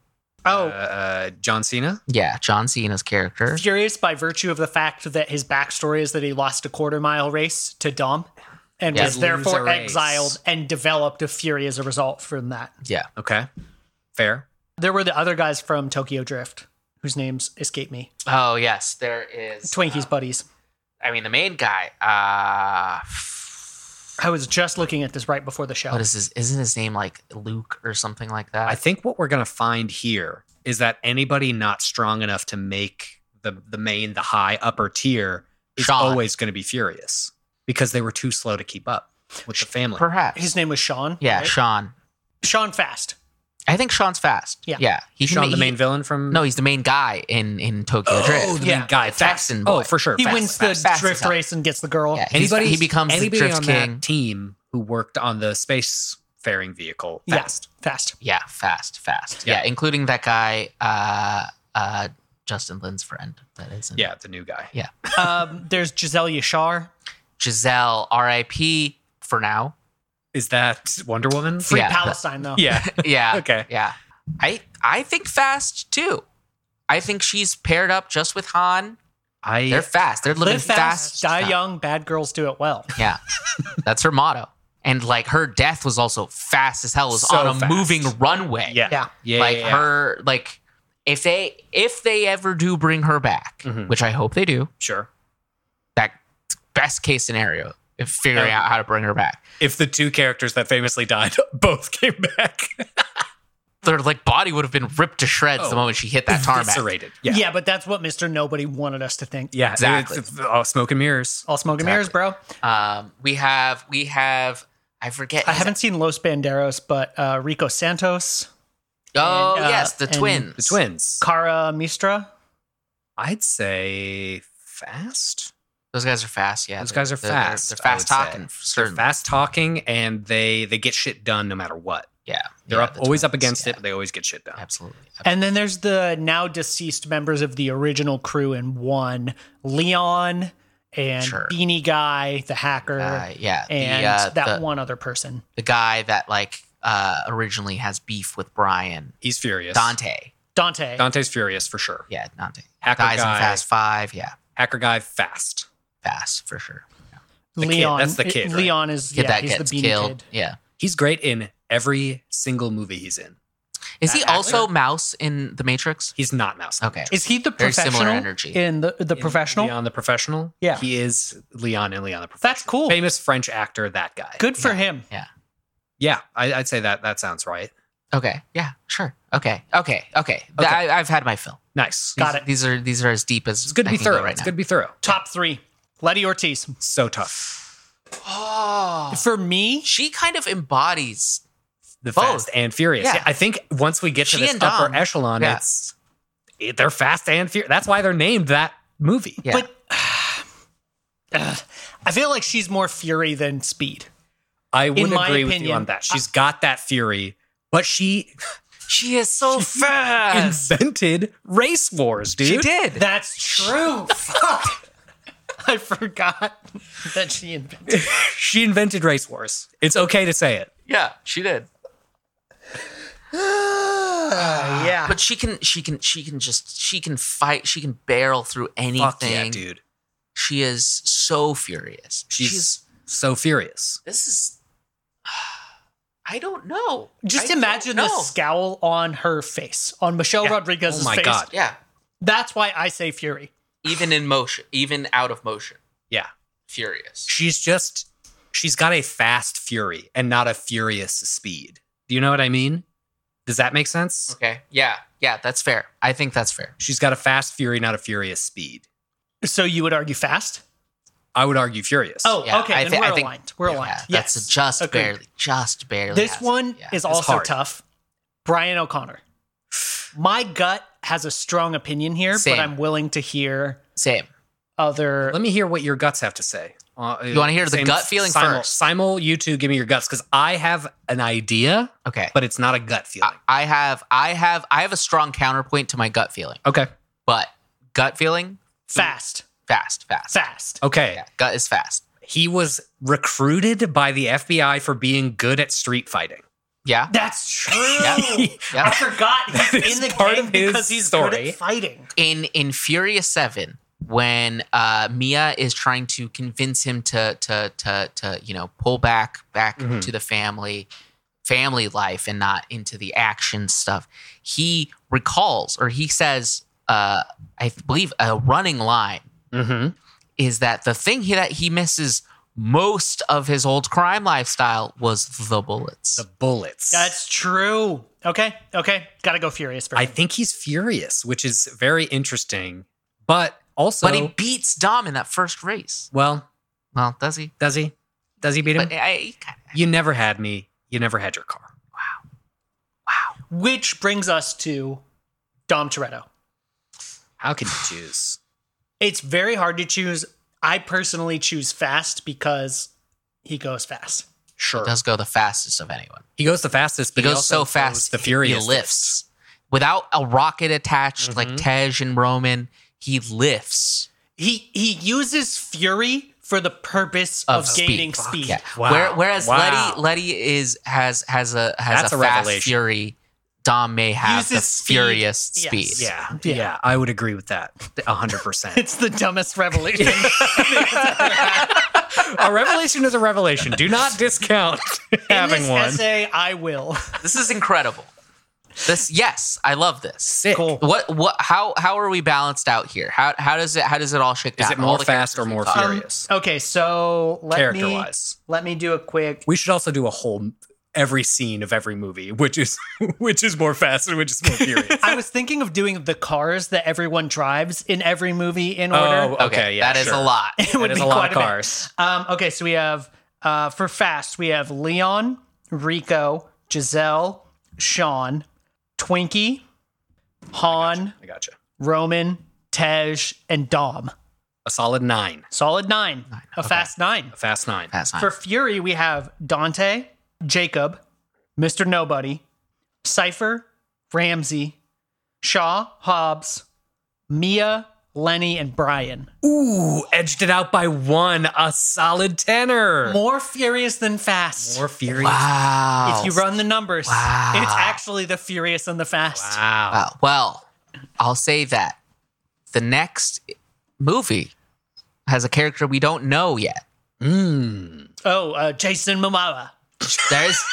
G: Oh,
A: uh, uh, John Cena.
J: Yeah, John Cena's character.
G: Furious by virtue of the fact that his backstory is that he lost a quarter mile race to Dom and
J: Yeah.
G: was
A: Loser
G: therefore
A: race.
G: exiled and developed a fury as a result from that.
J: Yeah.
A: Okay. Fair.
G: There were the other guys from Tokyo Drift whose names escape me.
J: Oh yes, there is
G: Twinkies buddies.
J: I mean, the main guy. Uh,
G: I was just looking at this right before the show.
J: what is his? Isn't his name like Luke or something like that?
A: Oh. I think what we're gonna find here is that anybody not strong enough to make the the main, the high upper tier is
J: Sean.
A: always gonna be furious because they were too slow to keep up with the family.
J: Perhaps
G: his name was Sean.
J: Yeah,
G: right?
J: Sean.
G: Sean Fast.
J: I think Sean's fast.
G: Yeah.
J: yeah. He's
A: Sean, the main villain from
J: No, he's the main guy in in Tokyo Drift.
A: Oh, the
G: Yeah.
A: main guy. Fast.
J: Faxon
A: Oh,
J: boy.
A: for sure.
G: He
A: Faxon,
G: wins
A: Faxon.
G: the
J: fast as
G: drift
J: hell.
G: race and gets the girl.
J: Yeah, he's-
A: anybody
J: he becomes the
A: anybody
J: Drift
A: on
J: King.
A: that team who worked on the space faring vehicle.
G: Yeah,
A: Fast.
G: fast.
J: Yeah, fast, fast. Yeah,
A: Yeah.
J: including that guy, uh, uh, Justin Lin's friend. That isn't.
A: Yeah, the new guy.
G: um, there's Giselle Yashar.
J: Giselle, R.I.P. For now.
A: Is that Wonder Woman?
G: Free
J: Yeah.
G: Palestine though.
A: Yeah.
J: Yeah.
A: okay.
J: Yeah. I I think fast too. I think she's paired up just with Han.
A: I
J: They're fast. They're living
G: Live fast, die
J: fast.
G: young, bad girls do it well.
J: Yeah. That's her motto. And like her death was also fast as hell. It was
A: So
J: on a
A: fast.
J: moving runway.
A: yeah.
G: Yeah.
A: Yeah.
J: like
A: yeah, yeah.
J: her like if they if they ever do bring her back,
A: Mhm.
J: which I hope they do,
A: sure.
J: that best case scenario if figuring
A: Yeah.
J: out how to bring her back.
A: If the two characters that famously died both came back.
J: Their like body would have been ripped to shreds the
A: Oh.
J: moment she hit that tarmac.
A: Eviscerated.
G: Yeah.
A: Yeah.
G: but that's what Mr. Nobody wanted us to think.
A: Yeah.
J: Exactly.
A: It's, it's all smoke and mirrors.
G: All smoke and mirrors, bro.
J: Um, we have we have I forget.
G: I haven't seen Los Banderos, but uh, Rico Santos,
J: Oh
G: and, uh,
J: yes, the
G: and
J: twins.
A: The twins.
G: Cara Mistra.
A: I'd say fast.
J: Those guys are fast. Yeah,
A: Those
J: they're-
A: guys are
J: they're- they're-
A: fast.
J: They're,
A: I
J: fast
A: would say.
J: talking. for Certain.
A: Fast talking and they they get shit done no matter what.
J: Yeah,
A: They're
J: yeah,
A: up
J: the
A: always up
J: twins,
A: against
J: yeah,
A: it, but they always get shit done.
J: Absolutely.
G: And then there's the now deceased members of the original crew in one Leon and
J: Sure.
G: Beanie Guy, the hacker,
J: Uh, yeah, the,
G: and
J: uh,
G: that
J: the-
G: one other person.
J: the guy that like uh originally has beef with Brian
A: He's furious.
J: Dante.
G: Dante.
A: Dante's furious for sure.
J: Yeah, Dante.
A: Hacker
J: Guys
A: guy.
J: in Fast Five. Yeah,
A: Hacker guy fast.
J: fast for sure.
A: kid.
G: Leon.
A: That's the kid, right?
G: Leon is
J: Kid
G: yeah,
J: that
G: he's
J: gets
G: the Beanie
J: killed.
G: Kid.
J: Yeah.
A: He's great in every single movie he's in.
J: Is he
A: That actor.
J: also Mouse in The Matrix?
A: He's not Mouse.
J: Okay.
G: Is he the
J: Very similar
G: professional
J: energy.
G: in the the
A: In
G: professional?
A: Leon the Professional.
G: Yeah.
A: He is Leon in Leon the Professional.
G: That's cool.
A: Famous French actor, that guy.
G: Good for him.
A: Yeah, I, I'd say that that sounds right.
J: Okay. Yeah. Sure. Okay. Okay. Okay. Th-
A: Okay.
J: I, I've had my fill.
A: Nice.
G: Got
J: These-
G: it.
J: These are these are as deep as
A: It's good to
J: I
A: be
J: can go
A: thorough.
J: right
A: it's
J: now.
A: good to be thorough.
G: Top three. Letty Ortiz.
A: So tough.
J: Oh,
G: For me,
J: she kind of embodies.
A: The
J: Both.
A: fast and furious.
J: Yeah.
A: Yeah. I think once we get to
J: She
A: this
J: and
A: upper
J: Dom.
A: echelon,
J: Yeah.
A: it's it- they're fast and furious. That's why they're named that movie.
J: Yeah.
G: but Ugh. I feel like she's more fury than speed.
A: I would
G: my
A: agree with you
G: opinion,
A: on
J: uh,
A: that. She's got that fury, but she
J: she is so fast.
A: invented race wars, dude.
J: She did.
G: That's true. Fuck. I forgot that she invented.
A: She invented race wars. It's okay to say it.
J: yeah, she did.
G: yeah.
J: But she can, she can, she can just, she can fight. She can barrel through anything.
A: Fuck yeah, dude.
J: She is so furious.
A: She's, so furious.
J: this is. I don't know.
G: Just
J: I
G: imagine
J: don't
G: the
J: know.
G: scowl on her face, on Michelle Rodriguez's
A: Oh my
G: face.
A: god.
J: Yeah,
G: That's why I say fury.
J: even in motion, even out of motion,
A: Yeah.
J: furious.
A: She's just she's got a fast fury and not a furious speed. Do you know what I mean? Does that make sense?
J: Okay. Yeah. Yeah. That's fair. I think that's fair.
A: She's got a fast fury, not a furious speed.
G: So you would argue fast?
A: I would argue Furious.
G: Oh,
J: Yeah,
G: okay.
J: I
G: then
J: thi-
G: we're
J: I think-
G: aligned. We're aligned.
J: Yeah,
G: yes,
J: that's just
G: Agreed.
J: barely, just barely.
G: This
J: has it.
G: one
J: Yeah.
G: is also
A: hard.
G: tough. Brian O'Connor. My gut has a strong opinion here,
J: Same.
G: but I'm willing to hear
J: same.
G: other.
A: Let me hear what your guts have to say. Uh,
J: You wanna hear the gut feeling
A: Simul,
J: first?
A: Simul, you two, give me your guts because I have an idea,
J: Okay,
A: but it's not a gut feeling.
J: I, I have, I have, I have a strong counterpoint to my gut feeling,
A: okay.
J: but gut feeling
G: fast,
J: fast, fast,
G: fast.
A: Okay.
J: Yeah, gut is fast.
A: He was recruited by the FBI for being good at street fighting.
J: Yeah,
G: That's true.
J: Yeah.
G: I
J: yeah.
G: forgot he's in
A: is
G: the
A: part
G: game
A: of his
G: because he's good
A: story.
G: at fighting.
J: in in Furious Seven, when uh, Mia is trying to convince him to to to to you know pull back back
A: Mhm.
J: to the family family life and not into the action stuff, he recalls or he says, uh, I believe a running line
A: Mm-hmm.
J: is that the thing he, that he misses most of his old crime lifestyle was the bullets.
A: The bullets.
G: That's true. Okay, okay. Gotta go furious for
A: I
G: him.
A: think he's furious, which is very interesting. But also,
J: but he beats Dom in that first race.
A: well,
J: Well, does he?
A: does he? Does he beat him?
J: But eh, I, he kinda-
A: you never had me. You never had your car.
G: Which brings us to Dom Toretto.
A: How can you choose?
G: It's very hard to choose. I personally choose fast because he goes fast.
A: Sure.
J: does go the fastest of anyone.
A: He goes the fastest,
J: He
A: but he
J: goes so
A: also
J: fast,
A: goes the
J: he-
A: furious.
J: He lifts without a rocket attached, like
A: Mhm.
J: Tej and Roman. He lifts
G: He he uses fury for the purpose
J: of,
G: of, gaining
J: Fuck
G: speed.
J: yeah.
A: Wow.
J: Where- whereas
A: Wow.
J: Letty Letty is has has a has
A: That's
J: a,
A: a
J: fast
A: revelation.
J: fury. Dom may have the
G: Uses speed.
J: furious
G: Yes.
J: speed.
A: Yeah,
G: Yeah.
A: yeah, I would agree with that. a hundred percent.
G: It's the dumbest revolution.
A: A revelation is a revelation. Do not discount
G: In
A: having
G: this
A: one.
G: essay, I will.
J: This is incredible. This yes, I love this.
A: Sick.
G: Cool.
J: What what how how are we balanced out here? How how does it how does it all shake
A: Is
J: down?
A: it
J: All
A: more
J: the
A: fast
J: characters
A: or
J: we
A: more
J: thought.
A: furious?
G: Okay, so let
A: Character
G: Um, me
A: wise,
G: let me do a quick.
A: we should also do a whole every scene of every movie, which is which is more fast and which is more furious.
G: I was thinking of doing the cars that everyone drives in every movie in order.
A: oh, okay,
J: Okay,
A: yeah,
J: that is
A: sure.
J: a lot.
G: it would
A: That is
G: be
A: a lot
G: quite
A: of
G: bit.
A: cars.
G: Um, okay, so we have uh, for fast, we have Leon, Rico, Giselle, Sean, Twinkie, Han,
A: I gotcha.
G: Roman, Tej, and Dom.
A: A solid nine,
G: Solid nine, a
J: okay.
G: fast nine.
A: a fast nine.
J: Fast
G: For Fury, we have Dante, Jacob, Mr. Nobody, Cypher, Ramsey, Shaw, Hobbs, Mia, Lenny, and Brian.
A: Ooh, edged it out by one. A solid tenor.
G: More furious than fast.
A: More furious.
J: Wow.
G: if you run the numbers,
J: Wow.
G: it's actually the furious and the fast.
A: Wow.
J: Wow. Uh, Well, I'll say that the next movie has a character we don't know yet.
A: Mm.
G: Oh, uh, Jason Momoa.
J: There's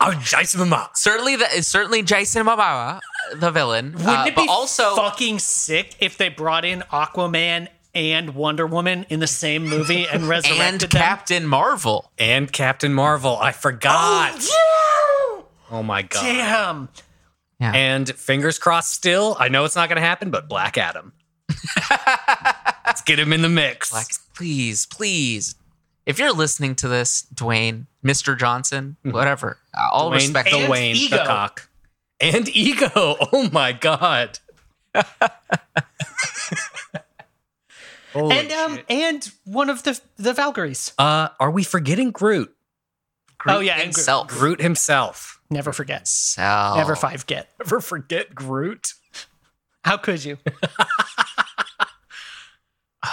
A: Oh, Jason Momoa.
J: certainly the it's certainly Jason Momoa, the villain.
G: Wouldn't
J: uh,
G: it
J: but
G: be
J: also
G: fucking sick if they brought in Aquaman and Wonder Woman in the same movie and resurrected
J: and
G: them?
J: Captain Marvel?
A: and Captain Marvel. I forgot. Oh, my god.
G: Damn.
A: And fingers crossed still. I know it's not going to happen, but Black Adam. Let's get him in the mix.
J: Like, please, please. If you're listening to this, Dwayne, Mr. Johnson,
G: Mm-hmm.
J: whatever, uh, all
A: Dwayne,
J: respect.
A: the
G: And
A: Wayne,
G: Ego.
A: the cock. And ego. Oh my god. Holy
G: and um
A: shit.
G: and one of the the Valkyries.
A: uh, are we forgetting Groot?
J: Groot
G: oh, yeah, and Groot.
J: himself.
A: Groot himself.
G: Never forget.
A: oh.
J: Himself.
G: Never five get.
A: Ever forget Groot?
G: How could you?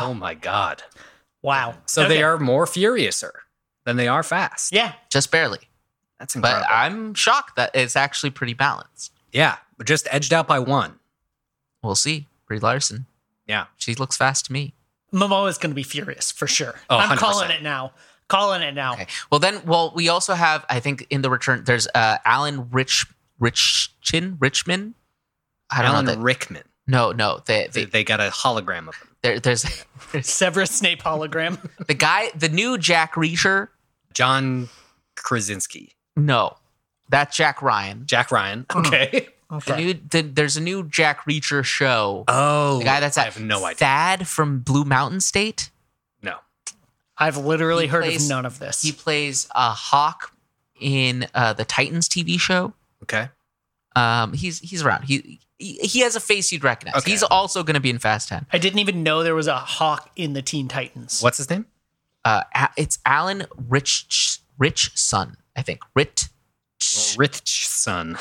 A: Oh my god.
G: Wow.
A: So they
G: Okay.
A: are more furiouser than they are fast.
G: Yeah.
J: Just barely.
A: That's
J: But
A: incredible.
J: I'm shocked that it's actually pretty balanced.
A: yeah, just edged out by one.
J: We'll see. Brie Larson.
A: Yeah.
J: She looks fast to me.
G: Momoa's gonna be furious for sure.
A: Oh,
G: I'm
A: 100%.
G: calling it now. Calling it now.
J: Okay. Well, then, well, we also have, I think, in the return, there's uh, Alan Rich, Richchin, Richman. I don't
A: Alan
J: know. That,
A: Rickman.
J: no, no. The,
A: They,
J: the,
A: they got a hologram of him.
J: there, there's
G: Severus Snape hologram.
J: the guy, the new Jack Reacher.
A: John Krasinski.
J: No, that's Jack Ryan.
A: Jack Ryan. Okay.
J: The
G: Okay.
J: new, the, there's a new Jack Reacher show.
A: Oh,
J: the guy that's
A: I
J: at
A: have no idea.
J: Thad from Blue Mountain State.
A: no.
G: I've literally
J: He
G: heard
J: plays-
G: of none of this.
J: He plays a hawk in uh, the Titans TV show.
A: Okay.
J: Um, he's he's around. He he, he has a face you'd recognize.
A: Okay.
J: He's also going to be in Fast Ten.
G: I didn't even know there was a hawk in the Teen Titans.
A: What's his name?
J: Uh, A- it's Alan Rich Rich Son, I think. Rich.
A: Richson.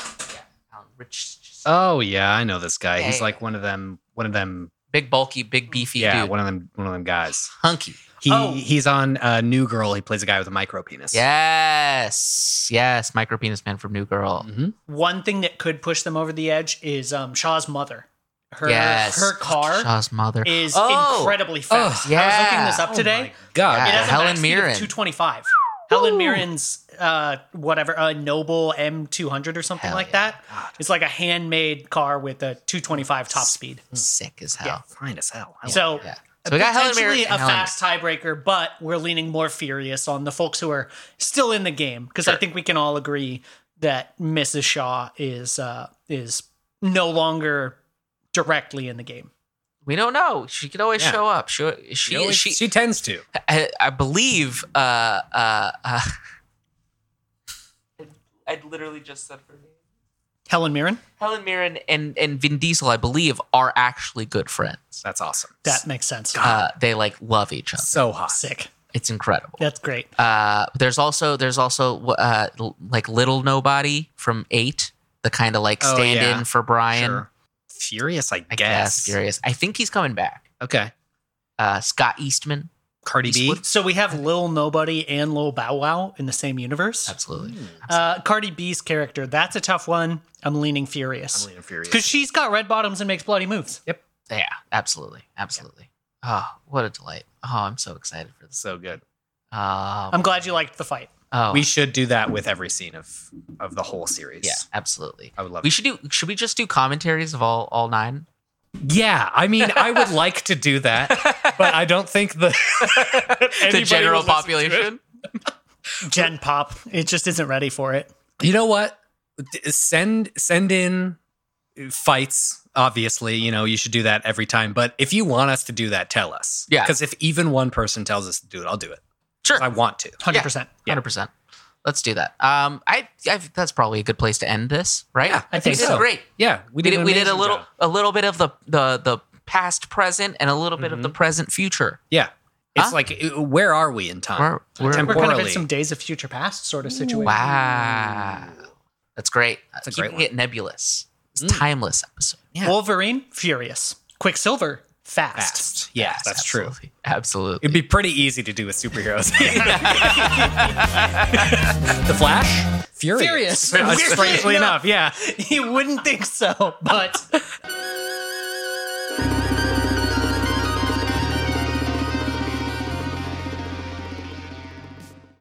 J: Alan Rich.
A: Oh yeah, I know this guy. He's
J: Yeah,
A: like one of them. One of them.
J: Big bulky, big beefy
A: Yeah,
J: dude.
A: one of them. One of them guys.
J: Hunky.
A: He
J: Oh.
A: he's on uh, New Girl. He plays a guy with a micro penis.
J: Yes. Yes. Micro penis man from New Girl.
A: Mm-hmm.
G: One thing that could push them over the edge is um, Shaw's mother. Her
J: yes.
G: her car
J: Shaw's mother.
G: is
J: Oh,
G: incredibly fast.
J: yeah.
G: I was looking this up today.
A: God.
J: Yeah.
G: It has
J: Helen
G: Helen
J: Mirren.
G: Mirren. 225. Helen Mirren's uh, whatever, a Noble M200 or something
J: Hell
G: like
J: yeah.
G: that. It's like a handmade car with a 225 top speed.
J: Sick as hell.
A: Fine as hell. I
G: So,
J: Yeah. So we got Helen Mirren
G: potentially
J: and
G: a
J: Helen
G: fast tiebreaker, but we're leaning more furious on the folks who are still in the game because I think we can all agree that Mrs. Shaw is uh, is no longer directly in the game.
J: We don't know. She could always
A: Yeah.
J: show up. She she
A: She, always-
J: she.
A: she tends to.
J: I, I believe. Uh, uh, uh, I literally just said her name.
G: Helen Mirren,
J: Helen Mirren and and Vin Diesel, I believe, are actually good friends.
A: That's awesome.
G: that makes sense.
J: Uh, they like love each other.
A: so hot.
G: Sick.
J: It's incredible.
G: That's great.
J: Uh, there's also there's also uh, l- like Little Nobody from Eight, the kind of like
A: Oh,
J: stand
A: yeah.
J: in for Brian.
A: Sure. Furious, I,
J: I
A: guess.
J: guess. Furious. I think he's coming back.
A: Okay.
J: Uh, Scott Eastman.
A: Cardi B.
J: Eastwood?
G: So we have Lil Nobody and Lil Bow Wow in the same universe.
J: Absolutely.
G: Uh, Cardi B's character, that's a tough one. I'm leaning furious.
A: Lean and Furious.
G: Because she's got red bottoms and makes bloody moves.
J: Yeah, absolutely, absolutely. Oh, what a delight! Oh, I'm so excited for this.
A: So good.
J: Um,
G: I'm glad you liked the fight.
J: oh,
A: We should do that with every scene of of the whole series.
J: yeah, absolutely.
A: I would love
J: We
A: it.
J: should do. Should we just do commentaries of all all nine?
A: Yeah, I mean, I would like to do that, but I don't think the
J: The
A: anybody
J: general
A: will listen to
J: population.
G: Gen Pop, it just isn't ready for it.
A: it. You know what? D- Send send in fights. Obviously, you know you should do that every time. But if you want us to do that, tell us.
J: Yeah.
A: Because if even one person tells us to do it, I'll do it.
J: Sure,
A: 'Cause I want to.
G: 100%.
J: hundred percent. Let's do that. Um, I, I that's probably a good place to end this, right?
A: Yeah, I
J: we
A: think
J: did
A: so.
J: great.
A: Yeah, we
J: We
A: did.
J: did,
A: an
J: we did a
A: amazing
J: little
A: job.
J: a little bit of the the the past, present, and a little bit of
A: Mm-hmm.
J: the present, future.
A: Yeah, it's
J: Huh?
A: like uh, where are we in time?
J: We're,
G: We're
J: we're-
G: kind of in
A: Temporally.
G: some Days of Future Past sort of situation.
J: wow, that's great. That's
A: a great
J: Keeping
A: one. Mm.
J: it nebulous. It's a timeless episode.
A: Yeah.
G: Wolverine, furious. Quicksilver, fast.
A: Fast. Yeah, that's true.
J: absolutely. Absolutely.
A: It'd be pretty easy to do with superheroes. the Flash? Furious.
G: Furious.
A: Uh,
G: Weirdly
A: strangely
G: enough.
A: enough, yeah.
G: you wouldn't think so, but